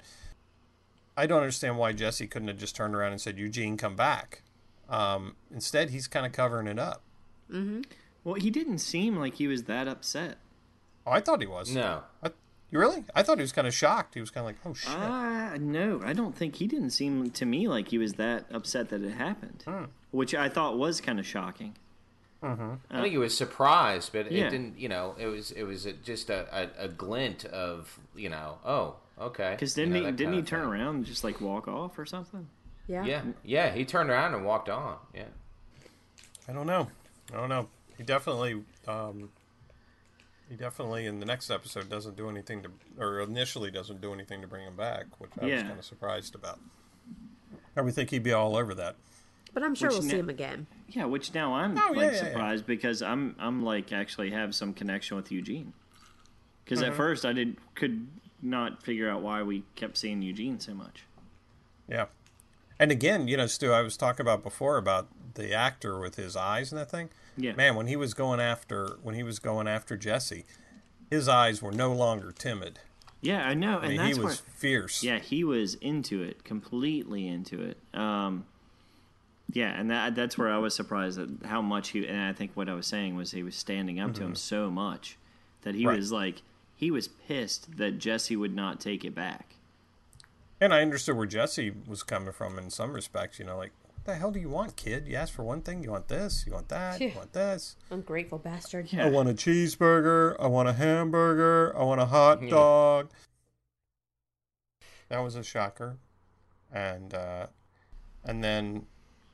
Speaker 7: I don't understand why Jesse couldn't have just turned around and said, "Eugene, come back." Um, instead, he's kind of covering it up.
Speaker 6: Well, he didn't seem like he was that upset.
Speaker 7: Oh, I thought he was.
Speaker 8: No.
Speaker 7: I, you really? I thought he was kind of shocked. He was kind of like, oh shit.
Speaker 6: Uh, no, I don't think he didn't seem to me like he was that upset that it happened, which I thought was kind of shocking.
Speaker 8: I think he was surprised, but
Speaker 6: Uh. Yeah.
Speaker 8: it didn't. You know, it was it was a, just a, a, a glint of you know, oh, okay.
Speaker 6: Because
Speaker 8: you
Speaker 6: didn't
Speaker 8: know,
Speaker 6: he
Speaker 8: that
Speaker 6: didn't
Speaker 8: kind
Speaker 6: he
Speaker 8: of
Speaker 6: turn
Speaker 8: thing.
Speaker 6: around and just like walk off or something?
Speaker 8: Yeah, yeah, he turned around and walked on. Yeah,
Speaker 6: (laughs)
Speaker 7: I don't know. I don't know. He definitely, um, he definitely in the next episode doesn't do anything to, or initially doesn't do anything to bring him back, which I was
Speaker 6: Yeah.
Speaker 7: kind of surprised about. I would think he'd be all over that.
Speaker 5: But I'm sure
Speaker 6: Which
Speaker 5: we'll
Speaker 6: ne-
Speaker 5: see him again.
Speaker 6: Yeah, which now I'm
Speaker 7: Oh,
Speaker 6: like
Speaker 7: yeah, yeah, yeah.
Speaker 6: surprised because I'm I'm like actually have some connection with Eugene. Because
Speaker 7: Mm-hmm.
Speaker 6: at first I did could not figure out why we kept seeing Eugene so much.
Speaker 7: Yeah. And again, you know, Stu, I was talking about before about the actor with his eyes and that thing.
Speaker 6: Yeah.
Speaker 7: Man, when he was going after when he was going after Jesse, his eyes were no longer timid.
Speaker 6: Yeah, I know,
Speaker 7: I mean,
Speaker 6: and that's
Speaker 7: he was
Speaker 6: where,
Speaker 7: fierce.
Speaker 6: yeah he was into it completely into it. Um, yeah, and that that's where I was surprised at how much he and I think what I was saying was he was standing up to him so much that he
Speaker 7: Mm-hmm. Right.
Speaker 6: was like he was pissed that Jesse would not take it back.
Speaker 7: And I understood where Jesse was coming from in some respects, you know, like, what the hell do you want, kid? You ask for one thing, you want this, you want that, you
Speaker 5: Yeah.
Speaker 7: want this.
Speaker 5: Ungrateful bastard.
Speaker 6: Yeah.
Speaker 7: I want a cheeseburger, I want a hamburger, I want a hot dog. That was a shocker. And uh and then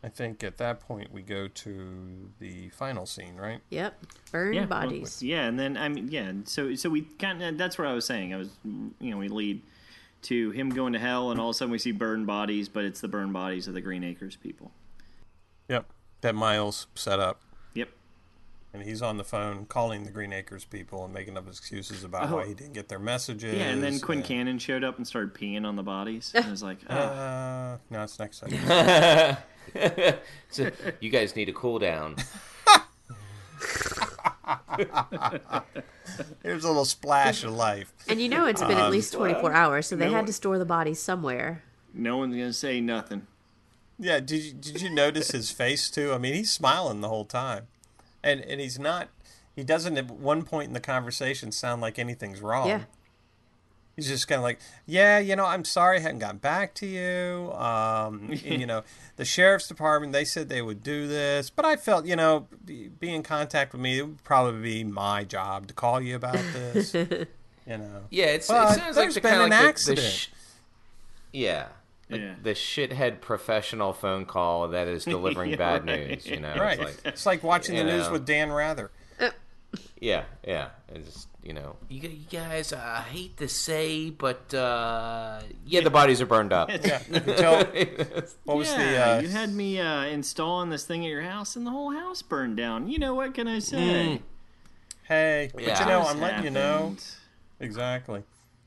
Speaker 7: I think at that point we go to the final scene, right?
Speaker 5: Yep. Burn
Speaker 6: yeah, well,
Speaker 5: bodies.
Speaker 6: yeah, and then I mean, yeah. and So so we kind of that's what I was saying. I was, you know, we lead to him going to hell, and all of a sudden we see burned bodies, but it's the burned bodies of the Green Acres people.
Speaker 7: Yep. That Miles set up.
Speaker 6: Yep.
Speaker 7: And he's on the phone calling the Green Acres people and making up excuses about
Speaker 6: Oh.
Speaker 7: why he didn't get their messages.
Speaker 6: Yeah, and then Quinn Cannon showed up and started peeing on the bodies, and
Speaker 7: (laughs)
Speaker 6: I was like, oh,
Speaker 7: Uh, no, it's next segment.
Speaker 8: (laughs) so you guys need a cool down.
Speaker 7: There's a little splash of life.
Speaker 5: And you know it's been
Speaker 6: Um,
Speaker 5: at least 24 hours, so they had to store the bodies somewhere.
Speaker 6: no one's gonna say nothing.
Speaker 7: Yeah, did you, did you notice his face too? I mean, he's smiling the whole time, and and he's not. He doesn't at one point in the conversation sound like anything's wrong.
Speaker 6: Um.
Speaker 5: Yeah.
Speaker 7: He's just kind of like, yeah, you know, I'm sorry I hadn't gotten back to you.
Speaker 8: (laughs)
Speaker 7: Um, and, you know, the sheriff's department they said they would do this, but I felt, you know, be, be in contact with me. It would probably be my job to call you about
Speaker 8: (laughs)
Speaker 7: this. you know.
Speaker 8: Yeah, it's,
Speaker 7: But
Speaker 8: it sounds like
Speaker 7: there's
Speaker 8: the
Speaker 7: been
Speaker 8: kind
Speaker 7: an
Speaker 8: of like the- the,
Speaker 7: accident.
Speaker 8: sh- yeah, like
Speaker 6: Yeah.
Speaker 8: the shithead professional phone call
Speaker 6: (laughs)
Speaker 8: that is delivering bad news. You know, It's
Speaker 7: Right.
Speaker 8: like-
Speaker 7: it's like watching the
Speaker 8: you
Speaker 7: news
Speaker 8: know.
Speaker 7: with Dan Rather.
Speaker 8: Yeah, yeah. It's just, you know, you, you guys, uh, I hate to say, but uh, yeah, the bodies are burned up. (laughs)
Speaker 7: Yeah. You can
Speaker 6: (laughs)
Speaker 7: tell- what was the
Speaker 6: Yeah,
Speaker 7: uh,
Speaker 6: you had me uh, installing this thing at your house, and the whole house burned down. You know what can I say?
Speaker 8: Mm.
Speaker 7: Hey, but
Speaker 8: Yeah.
Speaker 7: you know,
Speaker 6: This
Speaker 7: Mm, I'm letting you know. (laughs)
Speaker 6: happened.
Speaker 7: Exactly.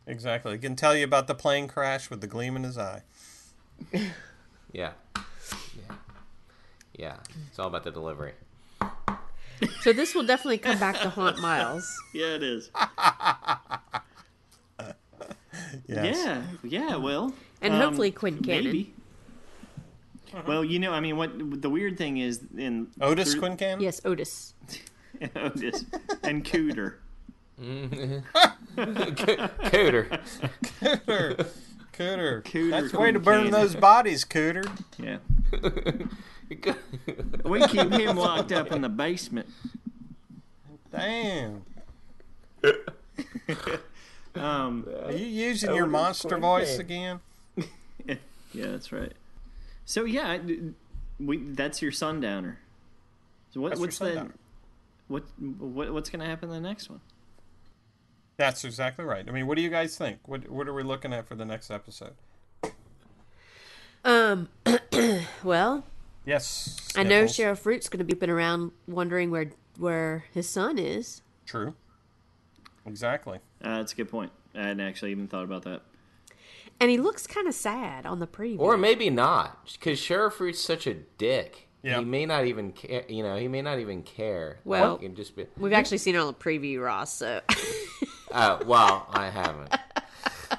Speaker 7: Exactly. I can tell you about the plane crash with the gleam in his eye.
Speaker 8: yeah, yeah, yeah. It's all about the delivery.
Speaker 5: So this will definitely come back to haunt Miles.
Speaker 6: Yeah, it is.
Speaker 7: Yes.
Speaker 6: Yeah, yeah. Well,
Speaker 8: Um,
Speaker 5: And hopefully Quinn Cannon.
Speaker 6: Maybe.
Speaker 7: Uh-huh.
Speaker 6: Well, you know, I mean, what the weird thing is in (laughs)
Speaker 7: Otis
Speaker 6: through-
Speaker 7: Quinn Cannon?
Speaker 5: Yes, Otis.
Speaker 6: Otis and Cooter.
Speaker 8: Cooter. (laughs)
Speaker 7: Cooter. Cooter.
Speaker 6: Cooter
Speaker 7: That's the
Speaker 6: Quinn
Speaker 7: way to burn
Speaker 6: Cannon.
Speaker 7: those bodies, Cooter.
Speaker 6: Yeah, we keep him locked up in the basement. (laughs)
Speaker 7: Damn. um, Are you using your monster voice again?
Speaker 6: Yeah, that's right. So yeah, I- we, that's your sundowner. So what,
Speaker 7: That's your
Speaker 6: what's the
Speaker 7: sundowner.
Speaker 6: what, what what's going to happen in the next one?
Speaker 7: That's exactly right. I mean, what do you guys think? What What are we looking at for the next episode?
Speaker 5: Um, (clears throat) well,
Speaker 7: Yes.
Speaker 5: I know
Speaker 7: Sniffles.
Speaker 5: Sheriff Root's going to be been around wondering where where his son is.
Speaker 7: True. Exactly.
Speaker 6: Uh, that's a good point. I hadn't actually even thought about that.
Speaker 5: And he looks kind of sad on the preview.
Speaker 8: Or maybe not, because Sheriff Root's such a dick.
Speaker 7: Yeah.
Speaker 8: He may not even care. You know, he may not even care.
Speaker 5: Well-
Speaker 8: Like, he can just be.
Speaker 5: We've actually seen it on the preview, Ross, so (laughs)
Speaker 8: Oh, well, I haven't.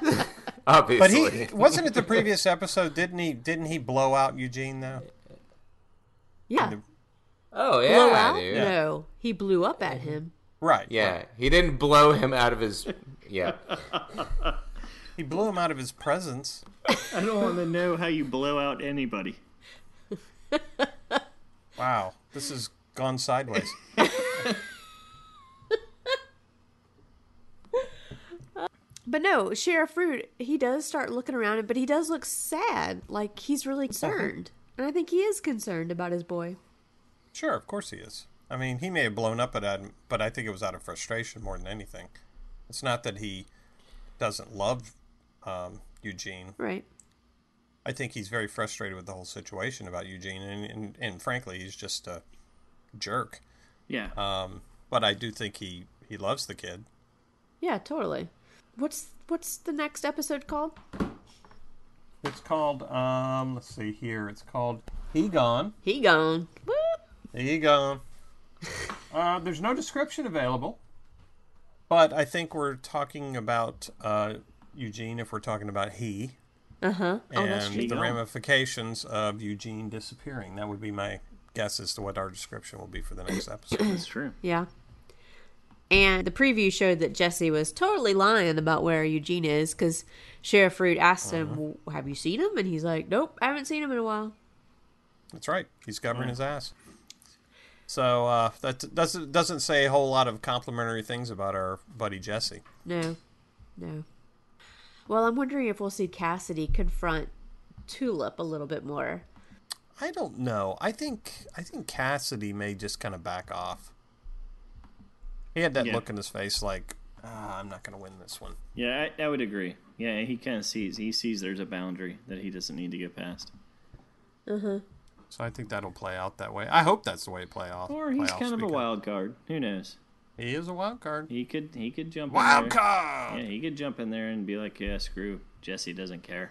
Speaker 8: (laughs) Obviously.
Speaker 7: But he (laughs) wasn't it the previous episode? Didn't he? Didn't he blow out Eugene though?
Speaker 5: yeah.
Speaker 8: Oh yeah,
Speaker 5: blow out?
Speaker 8: dude.
Speaker 5: No, he blew up at him.
Speaker 7: Right.
Speaker 8: Yeah, he didn't blow him out of his. (laughs) Yeah,
Speaker 7: He blew him out of his presence.
Speaker 6: (laughs) I don't want to know how you blow out anybody.
Speaker 7: Wow. This has gone sideways.
Speaker 5: But no, Sheriff Root, he does start looking around, but he does look sad. Like he's really concerned. And I think he is concerned about his boy.
Speaker 7: Sure, of course he is. I mean, he may have blown up at him, but I think it was out of frustration more than anything. It's not that he doesn't love um, Eugene.
Speaker 5: Right.
Speaker 7: I think he's very frustrated with the whole situation about Eugene, and, and, and frankly, he's just a jerk.
Speaker 6: Yeah.
Speaker 7: Um, but I do think he, he loves the kid.
Speaker 5: Yeah, totally. What's what's the next episode called?
Speaker 7: It's called, um, let's see here, it's called He Gone.
Speaker 5: He gone. Woo!
Speaker 7: There you go. Uh, there's no description available, but I think we're talking about uh, Eugene if we're talking about he. Uh huh. And the
Speaker 6: true. There you go.
Speaker 7: ramifications of Eugene disappearing. That would be my guess as to what our description will be for the next
Speaker 6: (coughs)
Speaker 7: episode.
Speaker 6: That's true.
Speaker 5: Yeah. And the preview showed that Jesse was totally lying about where Eugene is because Sheriff Root asked him, "W- Have you seen him? And he's like, Nope, I haven't seen him in a while.
Speaker 7: That's right. He's covering his ass. So uh, that doesn't doesn't say a whole lot of complimentary things about our buddy Jesse.
Speaker 5: No, no. Well, I'm wondering if we'll see Cassidy confront Tulip a little bit more.
Speaker 7: I don't know. I think I think Cassidy may just kind of back off. He had that
Speaker 6: Yeah.
Speaker 7: look in his face, like ah, I'm not going to win this one.
Speaker 6: Yeah, I, I would agree. Yeah, he kind of sees he sees there's a boundary that he doesn't need to get past,
Speaker 7: So I think that'll play out that way. I hope that's the way it play off.
Speaker 6: or he's
Speaker 7: playoffs
Speaker 6: kind of a
Speaker 7: become.
Speaker 6: wild card. Who knows?
Speaker 7: He is a wild card.
Speaker 6: He could he could jump in
Speaker 7: Wild
Speaker 6: there.
Speaker 7: card.
Speaker 6: Yeah, he could jump in there and be like, yeah, screw Jesse doesn't care.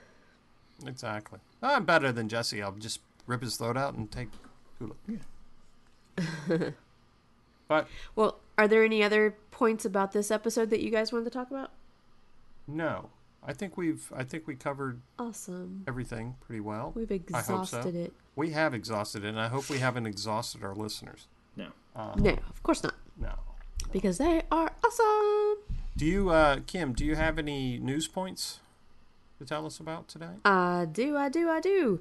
Speaker 7: Exactly. I'm better than Jesse. I'll just rip his throat out and take. Tulip.
Speaker 6: (laughs)
Speaker 7: but
Speaker 5: Well, are there any other points about this episode that you guys wanted to talk about?
Speaker 7: no, I think we've I think we covered
Speaker 5: Awesome.
Speaker 7: everything pretty well.
Speaker 5: We've
Speaker 7: I hope so.
Speaker 5: exhausted it.
Speaker 7: We have exhausted it, and I hope we haven't exhausted our listeners.
Speaker 6: No,
Speaker 5: No, of course not,
Speaker 7: No.
Speaker 5: because they are awesome.
Speaker 7: Do you, uh, Kim? Do you have any news points to tell us about today?
Speaker 5: I do, I do, I do.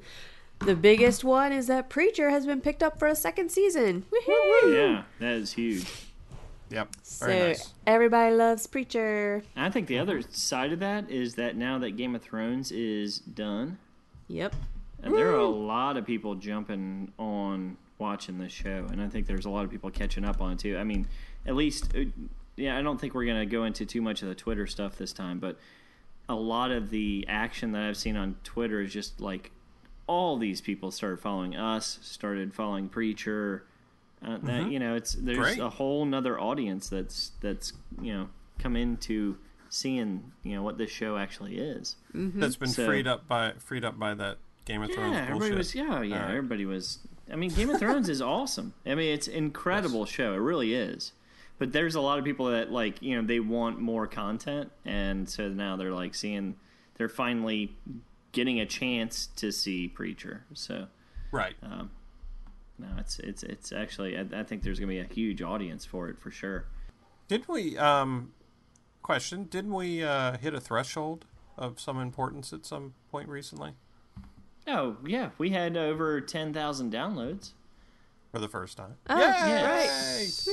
Speaker 5: The biggest one is that Preacher has been picked up for a second season. Woohoo!
Speaker 6: yeah, that is huge.
Speaker 7: yep.
Speaker 5: So
Speaker 7: Very nice.
Speaker 5: everybody loves Preacher.
Speaker 6: I think the other side of that is that now that Game of Thrones is done,
Speaker 5: Yep.
Speaker 6: and there are a lot of people jumping on watching this show, and I think there's a lot of people catching up on it too. I mean, at least, uh, yeah, I don't think we're gonna go into too much of the Twitter stuff this time, but a lot of the action that I've seen on Twitter is just like all these people started following us, started following Preacher. Uh, that you know, it's there's
Speaker 7: Great.
Speaker 6: a whole nother audience that's that's you know come into seeing you know what this show actually is.
Speaker 5: mm-hmm.
Speaker 7: That's been
Speaker 6: So-
Speaker 7: freed up by freed up by that Game of Thrones
Speaker 6: Yeah,
Speaker 7: bullshit.
Speaker 6: everybody was. Yeah, yeah,
Speaker 7: Alright.
Speaker 6: everybody was. I mean, Game of Thrones is awesome. I mean, it's an incredible show. It really is. But there's a lot of people that like you know they want more content, and so now they're like seeing they're finally getting a chance to see Preacher. So
Speaker 7: Right.
Speaker 6: Oh. no, it's it's it's actually I, I think there's gonna be a huge audience for it for sure.
Speaker 7: Didn't we? Um, question. Didn't we uh, hit a threshold of some importance at some point recently
Speaker 6: Oh yeah, we had over ten thousand downloads.
Speaker 7: for the first time?
Speaker 5: Oh,
Speaker 6: Yes.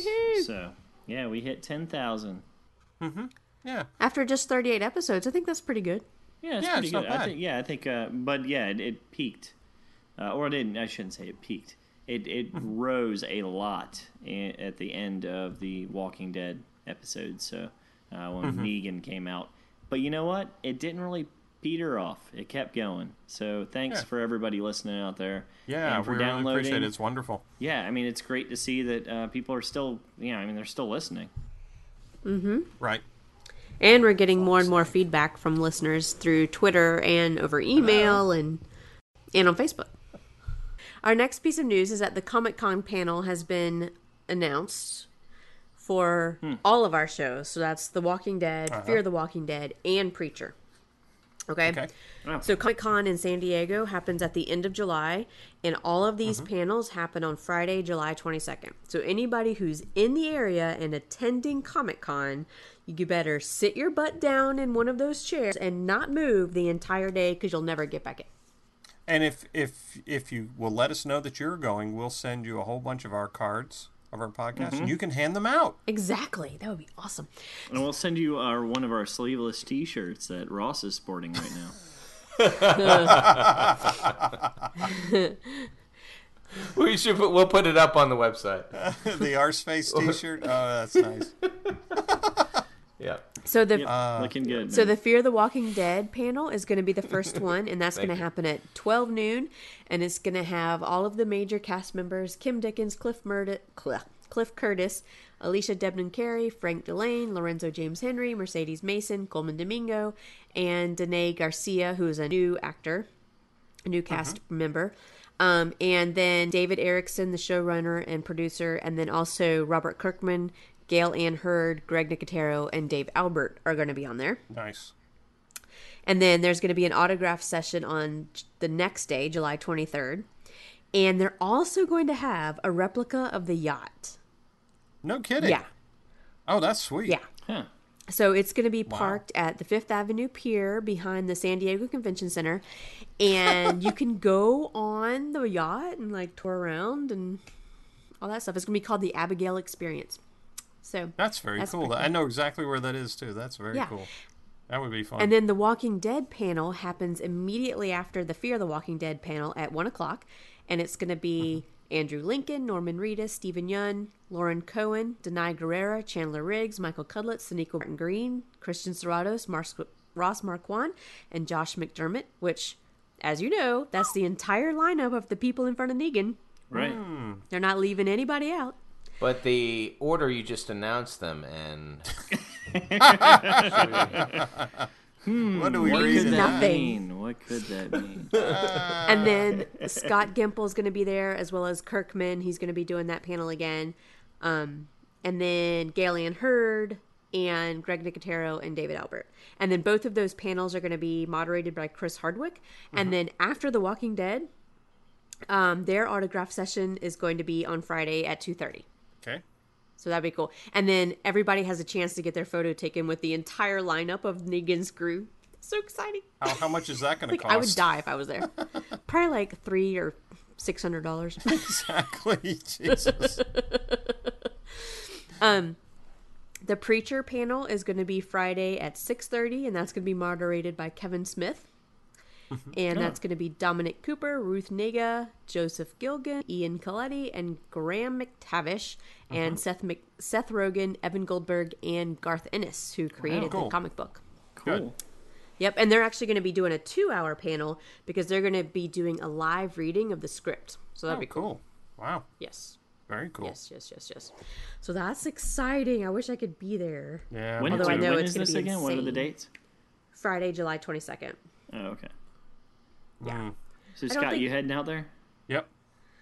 Speaker 6: So yeah, we hit ten thousand.
Speaker 7: Yeah.
Speaker 5: After just 38 episodes, I think that's pretty good.
Speaker 6: Yeah, it's
Speaker 7: Yeah,
Speaker 6: pretty
Speaker 7: it's
Speaker 6: good.
Speaker 7: not
Speaker 6: I
Speaker 7: bad.
Speaker 6: think, yeah, I think, uh, but yeah, it, it peaked, uh, or it didn't. I shouldn't say it peaked. It it
Speaker 7: Mm-hmm.
Speaker 6: rose a lot a- at the end of the Walking Dead episode. So uh, when
Speaker 7: Mm-hmm.
Speaker 6: Negan came out, but you know what? It didn't really peter off. It kept going. So thanks
Speaker 7: Yeah.
Speaker 6: for everybody listening out there.
Speaker 7: Yeah.
Speaker 6: and for
Speaker 7: we really
Speaker 6: downloading.
Speaker 7: appreciate it. It's wonderful.
Speaker 6: Yeah, I mean it's great to see that uh, people are still. You know, I mean they're still listening.
Speaker 7: Right.
Speaker 5: And we're getting more and more feedback from listeners through Twitter and over email and and on Facebook. Our next piece of news is that the Comic Con panel has been announced for all of our shows. So that's The Walking Dead, Fear the Walking Dead, and Preacher. Okay.
Speaker 7: Okay.
Speaker 5: So Comic Con in San Diego happens at the end of July, and all of these panels happen on Friday, July 22nd. So anybody who's in the area and attending Comic Con, you better sit your butt down in one of those chairs and not move the entire day because you'll never get back in.
Speaker 7: And if if if you will let us know that you're going, we'll send you a whole bunch of our cards of our podcast,
Speaker 5: Mm-hmm.
Speaker 7: and you can hand them out.
Speaker 5: (laughs) Exactly. That would be awesome.
Speaker 6: And we'll send you our one of our sleeveless T-shirts that Ross is sporting right now.
Speaker 8: We should. Put, we'll put it up on the website.
Speaker 7: the R Space T-shirt. Oh,
Speaker 5: (laughs)
Speaker 7: that's nice.
Speaker 8: Yeah.
Speaker 5: So the
Speaker 6: Looking good.
Speaker 5: So
Speaker 6: man.
Speaker 5: the Fear the Walking Dead panel is going to be the first one, and that's going to happen at 12 noon, and it's going to have all of the major cast members: Kim Dickens, Cliff Murd- Cl- Cliff Curtis, Alicia Debnam Carey, Frank Delane, Lorenzo James Henry, Mercedes Mason, Coleman Domingo, and Danae Garcia, who is a new actor, a new cast member. Um, and then David Erickson, the showrunner and producer, and then also Robert Kirkman, Gail Ann Hurd, Greg Nicotero, and Dave Albert are going to be on there.
Speaker 7: Nice.
Speaker 5: And then there's going to be an autograph session on j- the next day, July 23rd. And they're also going to have a replica of the yacht.
Speaker 7: No kidding.
Speaker 5: Yeah.
Speaker 7: Oh, that's sweet.
Speaker 5: Yeah.
Speaker 6: Huh.
Speaker 5: So it's going to be parked at the Fifth Avenue Pier behind the San Diego Convention Center. And you can go on the yacht and like tour around and all that stuff. It's going to be called the Abigail Experience. So
Speaker 7: That's very
Speaker 5: That's
Speaker 7: cool.
Speaker 5: pretty
Speaker 7: I know exactly where that is too. That's very
Speaker 5: Yeah.
Speaker 7: cool. That would be fun.
Speaker 5: And then the Walking Dead panel happens immediately after the Fear the Walking Dead panel at one o'clock, and it's going to be Andrew Lincoln, Norman Reedus, Stephen Yun, Lauren Cohen, Denai Guerrera, Chandler Riggs, Michael Cudlitz, Sonequa Martin Green, Christian Serratos, Mars- Ross Marquand, and Josh McDermott. Which, as you know, that's the entire lineup of the people in front of Negan.
Speaker 6: Right.
Speaker 5: Hmm, They're not leaving anybody out.
Speaker 8: But the order you just announced them and
Speaker 7: what do we
Speaker 6: What
Speaker 7: read?
Speaker 6: could
Speaker 7: in
Speaker 6: that
Speaker 7: that?
Speaker 5: Nothing.
Speaker 6: mean? What could
Speaker 5: (laughs)
Speaker 6: that mean?
Speaker 5: and then Scott Gimple's going to be there as well as Kirkman. He's going to be doing that panel again. Um, and then Gail Ann Hurd and Greg Nicotero and David Albert. And then both of those panels are going to be moderated by Chris Hardwick. And then after The Walking Dead, um, their autograph session is going to be on Friday at 2.30.
Speaker 7: Okay.
Speaker 5: So that'd be cool. And then everybody has a chance to get their photo taken with the entire lineup of Negan's crew. So exciting.
Speaker 7: How, how much is that going
Speaker 5: Like
Speaker 7: to cost?
Speaker 5: I would die if I was there. Probably like three or six hundred dollars.
Speaker 7: (laughs) Exactly.
Speaker 5: (laughs)
Speaker 7: Jesus.
Speaker 5: the preacher panel is going to be Friday at six thirty, and that's going to be moderated by Kevin Smith.
Speaker 7: Mm-hmm.
Speaker 5: And that's going to be Dominic Cooper, Ruth Nega, Joseph Gilgan, Ian Coletti, and Graham McTavish,
Speaker 7: Mm-hmm.
Speaker 5: and Seth Mc- Seth Rogen, Evan Goldberg, and Garth Ennis, who created the
Speaker 7: Cool.
Speaker 5: comic book.
Speaker 6: Cool.
Speaker 5: Yep, and they're actually going to be doing a two-hour panel because they're going to be doing a live reading of the script. So that'd
Speaker 7: Oh,
Speaker 5: be cool.
Speaker 7: cool. Wow.
Speaker 5: Yes.
Speaker 7: Very cool.
Speaker 5: Yes, yes, yes, yes. So that's exciting. I wish I could be there.
Speaker 7: Yeah.
Speaker 6: When,
Speaker 7: but-
Speaker 5: Although
Speaker 6: wait,
Speaker 5: I know
Speaker 6: when
Speaker 5: it's
Speaker 6: is
Speaker 5: gonna
Speaker 6: this
Speaker 5: be
Speaker 6: again? What are the
Speaker 5: insane.
Speaker 6: dates?
Speaker 5: Friday, July 22nd.
Speaker 6: Oh, okay.
Speaker 5: Yeah.
Speaker 6: So
Speaker 5: don't
Speaker 6: Scott,
Speaker 5: think-
Speaker 6: you heading out there?
Speaker 7: Mm. Yep.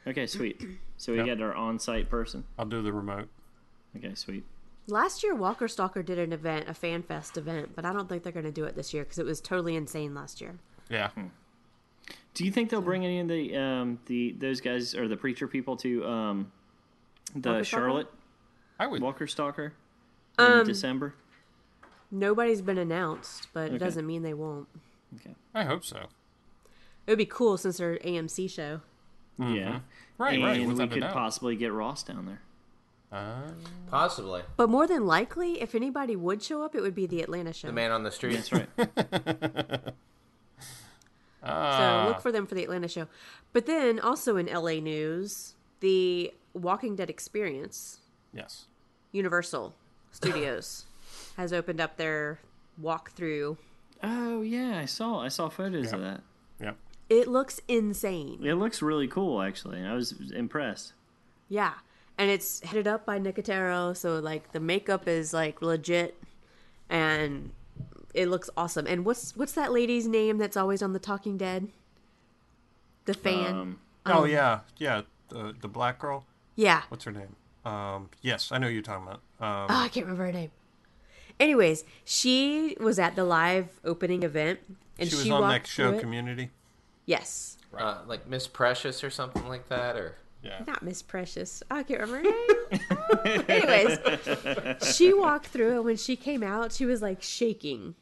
Speaker 6: Okay, sweet. So we
Speaker 7: Yep.
Speaker 6: get our on-site person.
Speaker 7: I'll do the remote.
Speaker 6: Okay, sweet.
Speaker 5: Last year, Walker Stalker did an event, a fan fest event, but I don't think they're going to do it this year because it was totally insane last year.
Speaker 7: Yeah.
Speaker 6: Do you think they'll bring any of the um the those guys or the preacher people to um the
Speaker 5: Walker Stalker?
Speaker 6: Charlotte
Speaker 7: I would.
Speaker 6: Walker Stalker in
Speaker 5: Um,
Speaker 6: December?
Speaker 5: Nobody's been announced, but it
Speaker 6: Okay.
Speaker 5: doesn't mean they won't.
Speaker 6: Okay.
Speaker 7: I hope so.
Speaker 5: It would be cool since they're an AMC show. Mm-hmm.
Speaker 6: Yeah.
Speaker 7: Right,
Speaker 6: and
Speaker 7: right,
Speaker 6: we
Speaker 7: without a
Speaker 6: could
Speaker 7: doubt.
Speaker 6: possibly get Ross down there.
Speaker 7: Uh,
Speaker 8: possibly
Speaker 5: But more than likely, if anybody would show up, it would be the Atlanta show.
Speaker 8: the man on the street.
Speaker 6: That's right.
Speaker 5: (laughs) So look for them for the Atlanta show. But then also in LA news, the Walking Dead experience
Speaker 7: yes.
Speaker 5: Universal Studios (laughs) has opened up their walkthrough.
Speaker 6: oh yeah, I saw I saw photos of that.
Speaker 7: Yep.
Speaker 5: It looks insane.
Speaker 6: It looks really cool actually. I was impressed.
Speaker 5: Yeah. And it's headed up by Nicotero, so like the makeup is like legit and it looks awesome. And what's what's that lady's name that's always on the Talking Dead? The fan.
Speaker 7: Oh yeah, yeah. The the black girl.
Speaker 5: yeah.
Speaker 7: What's her name? Um. Yes, I know who you're talking about. Um.
Speaker 5: Oh, I can't remember her name. Anyways, she was at the live opening event, and
Speaker 7: She
Speaker 5: she,
Speaker 7: was on
Speaker 5: walked
Speaker 7: that show,
Speaker 5: through it-
Speaker 7: Community.
Speaker 5: Yes,
Speaker 8: Uh, like Miss Precious or something like that, or
Speaker 7: Yeah.
Speaker 5: not Miss Precious. I can't remember. her name. Anyways, she walked through, and when she came out, she was like shaking.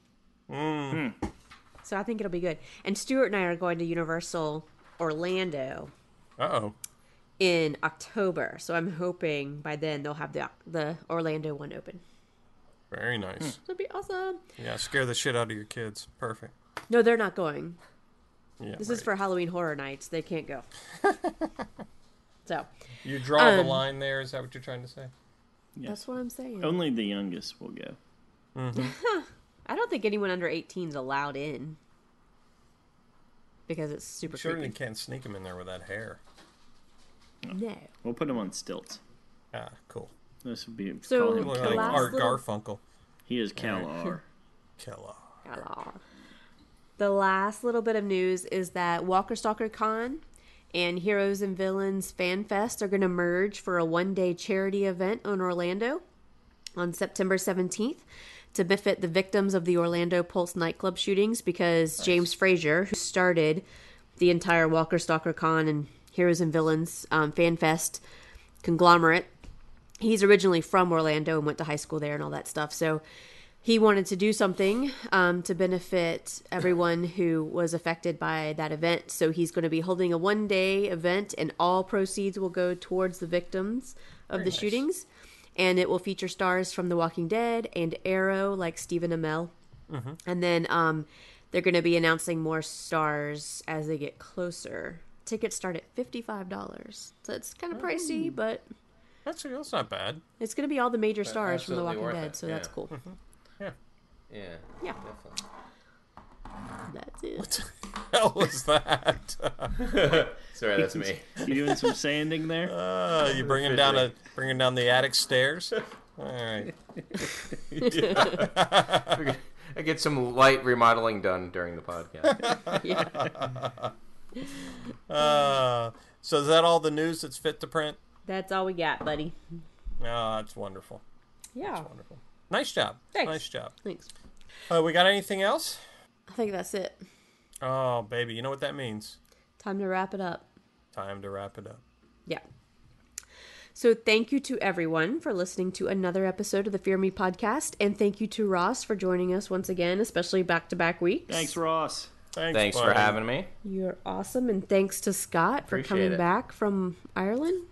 Speaker 5: So I think it'll be good. And Stuart and I are going to Universal Orlando
Speaker 7: Uh oh.
Speaker 5: in October, so I'm hoping by then they'll have the the Orlando one open.
Speaker 7: Very nice.
Speaker 5: That'd be awesome.
Speaker 7: Yeah, scare the shit out of your kids. Perfect.
Speaker 5: No, they're not going.
Speaker 7: Yeah,
Speaker 5: This is for Halloween Horror Nights. They can't go. so
Speaker 7: you draw the
Speaker 5: um,
Speaker 7: line there. Is that what you're trying to say?
Speaker 5: that's what I'm saying.
Speaker 6: Only the youngest will go.
Speaker 5: I don't think anyone under 18 is allowed in because it's super
Speaker 7: Certainly
Speaker 5: creepy.
Speaker 7: can't sneak them in there with that hair.
Speaker 5: No.
Speaker 6: We'll put him on stilts.
Speaker 7: Ah, cool.
Speaker 6: This would be
Speaker 5: So,
Speaker 6: call him
Speaker 7: You look
Speaker 5: The
Speaker 7: like
Speaker 6: Cal
Speaker 5: last
Speaker 6: R.
Speaker 7: Art
Speaker 5: little-
Speaker 7: Garfunkel.
Speaker 6: He is Cal R.
Speaker 7: Killer.
Speaker 5: Hello. The last little bit of news is that Walker Stalker Con and Heroes and Villains Fan Fest are going to merge for a one day charity event in Orlando on September 17th to benefit the victims of the Orlando Pulse nightclub shootings because James Frazier, who started the entire Walker Stalker Con and Heroes and Villains um, Fan Fest conglomerate, he's originally from Orlando and went to high school there and all that stuff. So he wanted to do something um, to benefit everyone who was affected by that event. So he's going to be holding a one day event, and all proceeds will go towards the victims of the shootings. And it will feature stars from The Walking Dead and Arrow, like Stephen Amell.
Speaker 8: Mm-hmm.
Speaker 5: And then um, they're going to be announcing more stars as they get closer. Tickets start at $55. So it's kind of pricey,
Speaker 8: Mm.
Speaker 5: but
Speaker 7: That's that's not (laughs) bad.
Speaker 5: it's going to be all the major stars from The
Speaker 8: absolutely
Speaker 5: Walking
Speaker 8: worth
Speaker 5: Dead,
Speaker 8: it,
Speaker 5: so that's
Speaker 8: yeah. Mm-hmm.
Speaker 5: cool.
Speaker 7: Yeah.
Speaker 8: yeah,
Speaker 5: Yeah.
Speaker 8: definitely.
Speaker 5: That's it.
Speaker 7: Hell was
Speaker 5: (laughs)
Speaker 7: that?
Speaker 8: Sorry, that's me.
Speaker 6: You doing some sanding there?
Speaker 7: Uh, you bringing down a bringing down the attic
Speaker 5: (laughs)
Speaker 7: stairs? All right.
Speaker 8: (laughs) I get some light remodeling done during the (laughs) podcast.
Speaker 5: Yeah.
Speaker 7: Uh, so is that all the news that's fit to print?
Speaker 5: That's all we got, buddy.
Speaker 7: Oh, that's wonderful.
Speaker 5: Yeah.
Speaker 7: Wonderful. Nice job.
Speaker 5: Thanks.
Speaker 7: Nice job.
Speaker 5: Thanks.
Speaker 7: Uh, we got anything else?
Speaker 5: I think that's it.
Speaker 7: Oh, baby, you know what that means.
Speaker 5: Time to wrap it up.
Speaker 7: Time to wrap it up.
Speaker 5: Yeah. So thank you to everyone for listening to another episode of the Fear Me podcast, and thank you to Ross for joining us once again, especially back to back weeks.
Speaker 6: Thanks, Ross.
Speaker 7: Thanks,
Speaker 8: Thanks for
Speaker 7: buddy.
Speaker 8: having me.
Speaker 5: You're awesome, and thanks to Scott for
Speaker 8: Appreciate
Speaker 5: coming
Speaker 8: it.
Speaker 5: back from Ireland.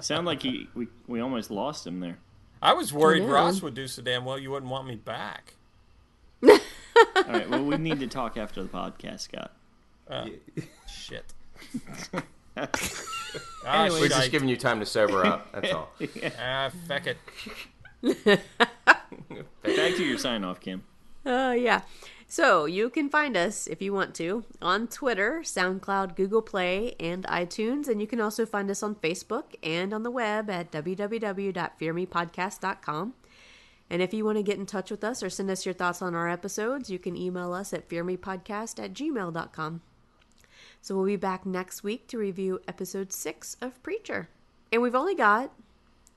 Speaker 6: Sound like he we, we almost lost him there.
Speaker 7: I was worried
Speaker 5: I know.
Speaker 7: Ross would do so damn well. You wouldn't want me back.
Speaker 6: All right. Well, we need to talk after the podcast, Scott.
Speaker 7: Shit.
Speaker 8: (laughs)
Speaker 7: ah,
Speaker 8: We're just
Speaker 7: shite.
Speaker 8: giving you time to sober up. That's all.
Speaker 7: ah, feck it.
Speaker 6: Back to your sign off, Kim.
Speaker 5: Uh, yeah. So you can find us if you want to on Twitter, SoundCloud, Google Play, and iTunes. And you can also find us on Facebook and on the web at www.fearmepodcast.com. And if you want to get in touch with us or send us your thoughts on our episodes, you can email us at fearmepodcast at gmail.com. So we'll be back next week to review episode six of Preacher. And we've only got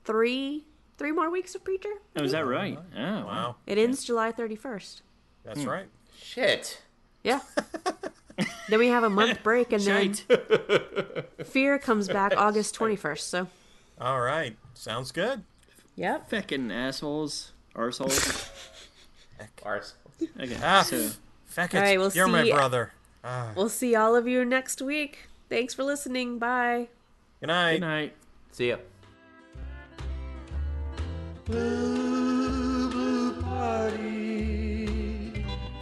Speaker 5: three three more weeks of Preacher.
Speaker 6: Oh, is that right? Oh, wow.
Speaker 7: Wow,
Speaker 5: It ends July 31st.
Speaker 7: that's
Speaker 5: Hmm.
Speaker 7: right.
Speaker 8: Shit.
Speaker 5: Yeah. then we have a month break, and then Fear comes back August twenty first. So.
Speaker 7: All right, sounds good.
Speaker 5: Yep.
Speaker 6: Feckin' assholes. Arseholes.
Speaker 8: Ours.
Speaker 6: Okay.
Speaker 7: Ah,
Speaker 6: So,
Speaker 7: feck it.
Speaker 5: All right, we'll
Speaker 7: You're my
Speaker 5: see-
Speaker 7: brother.
Speaker 5: We'll see all of you next week. Thanks for listening. Bye.
Speaker 7: Good night.
Speaker 6: good night.
Speaker 8: See ya.
Speaker 2: Blue, blue party.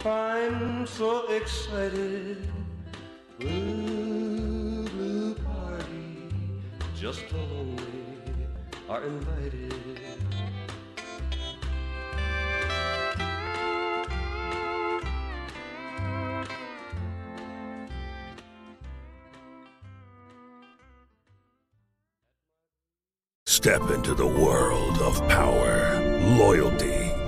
Speaker 2: I'm so excited. Blue, blue party. Just the lonely are invited.
Speaker 3: Step into the world of power, loyalty,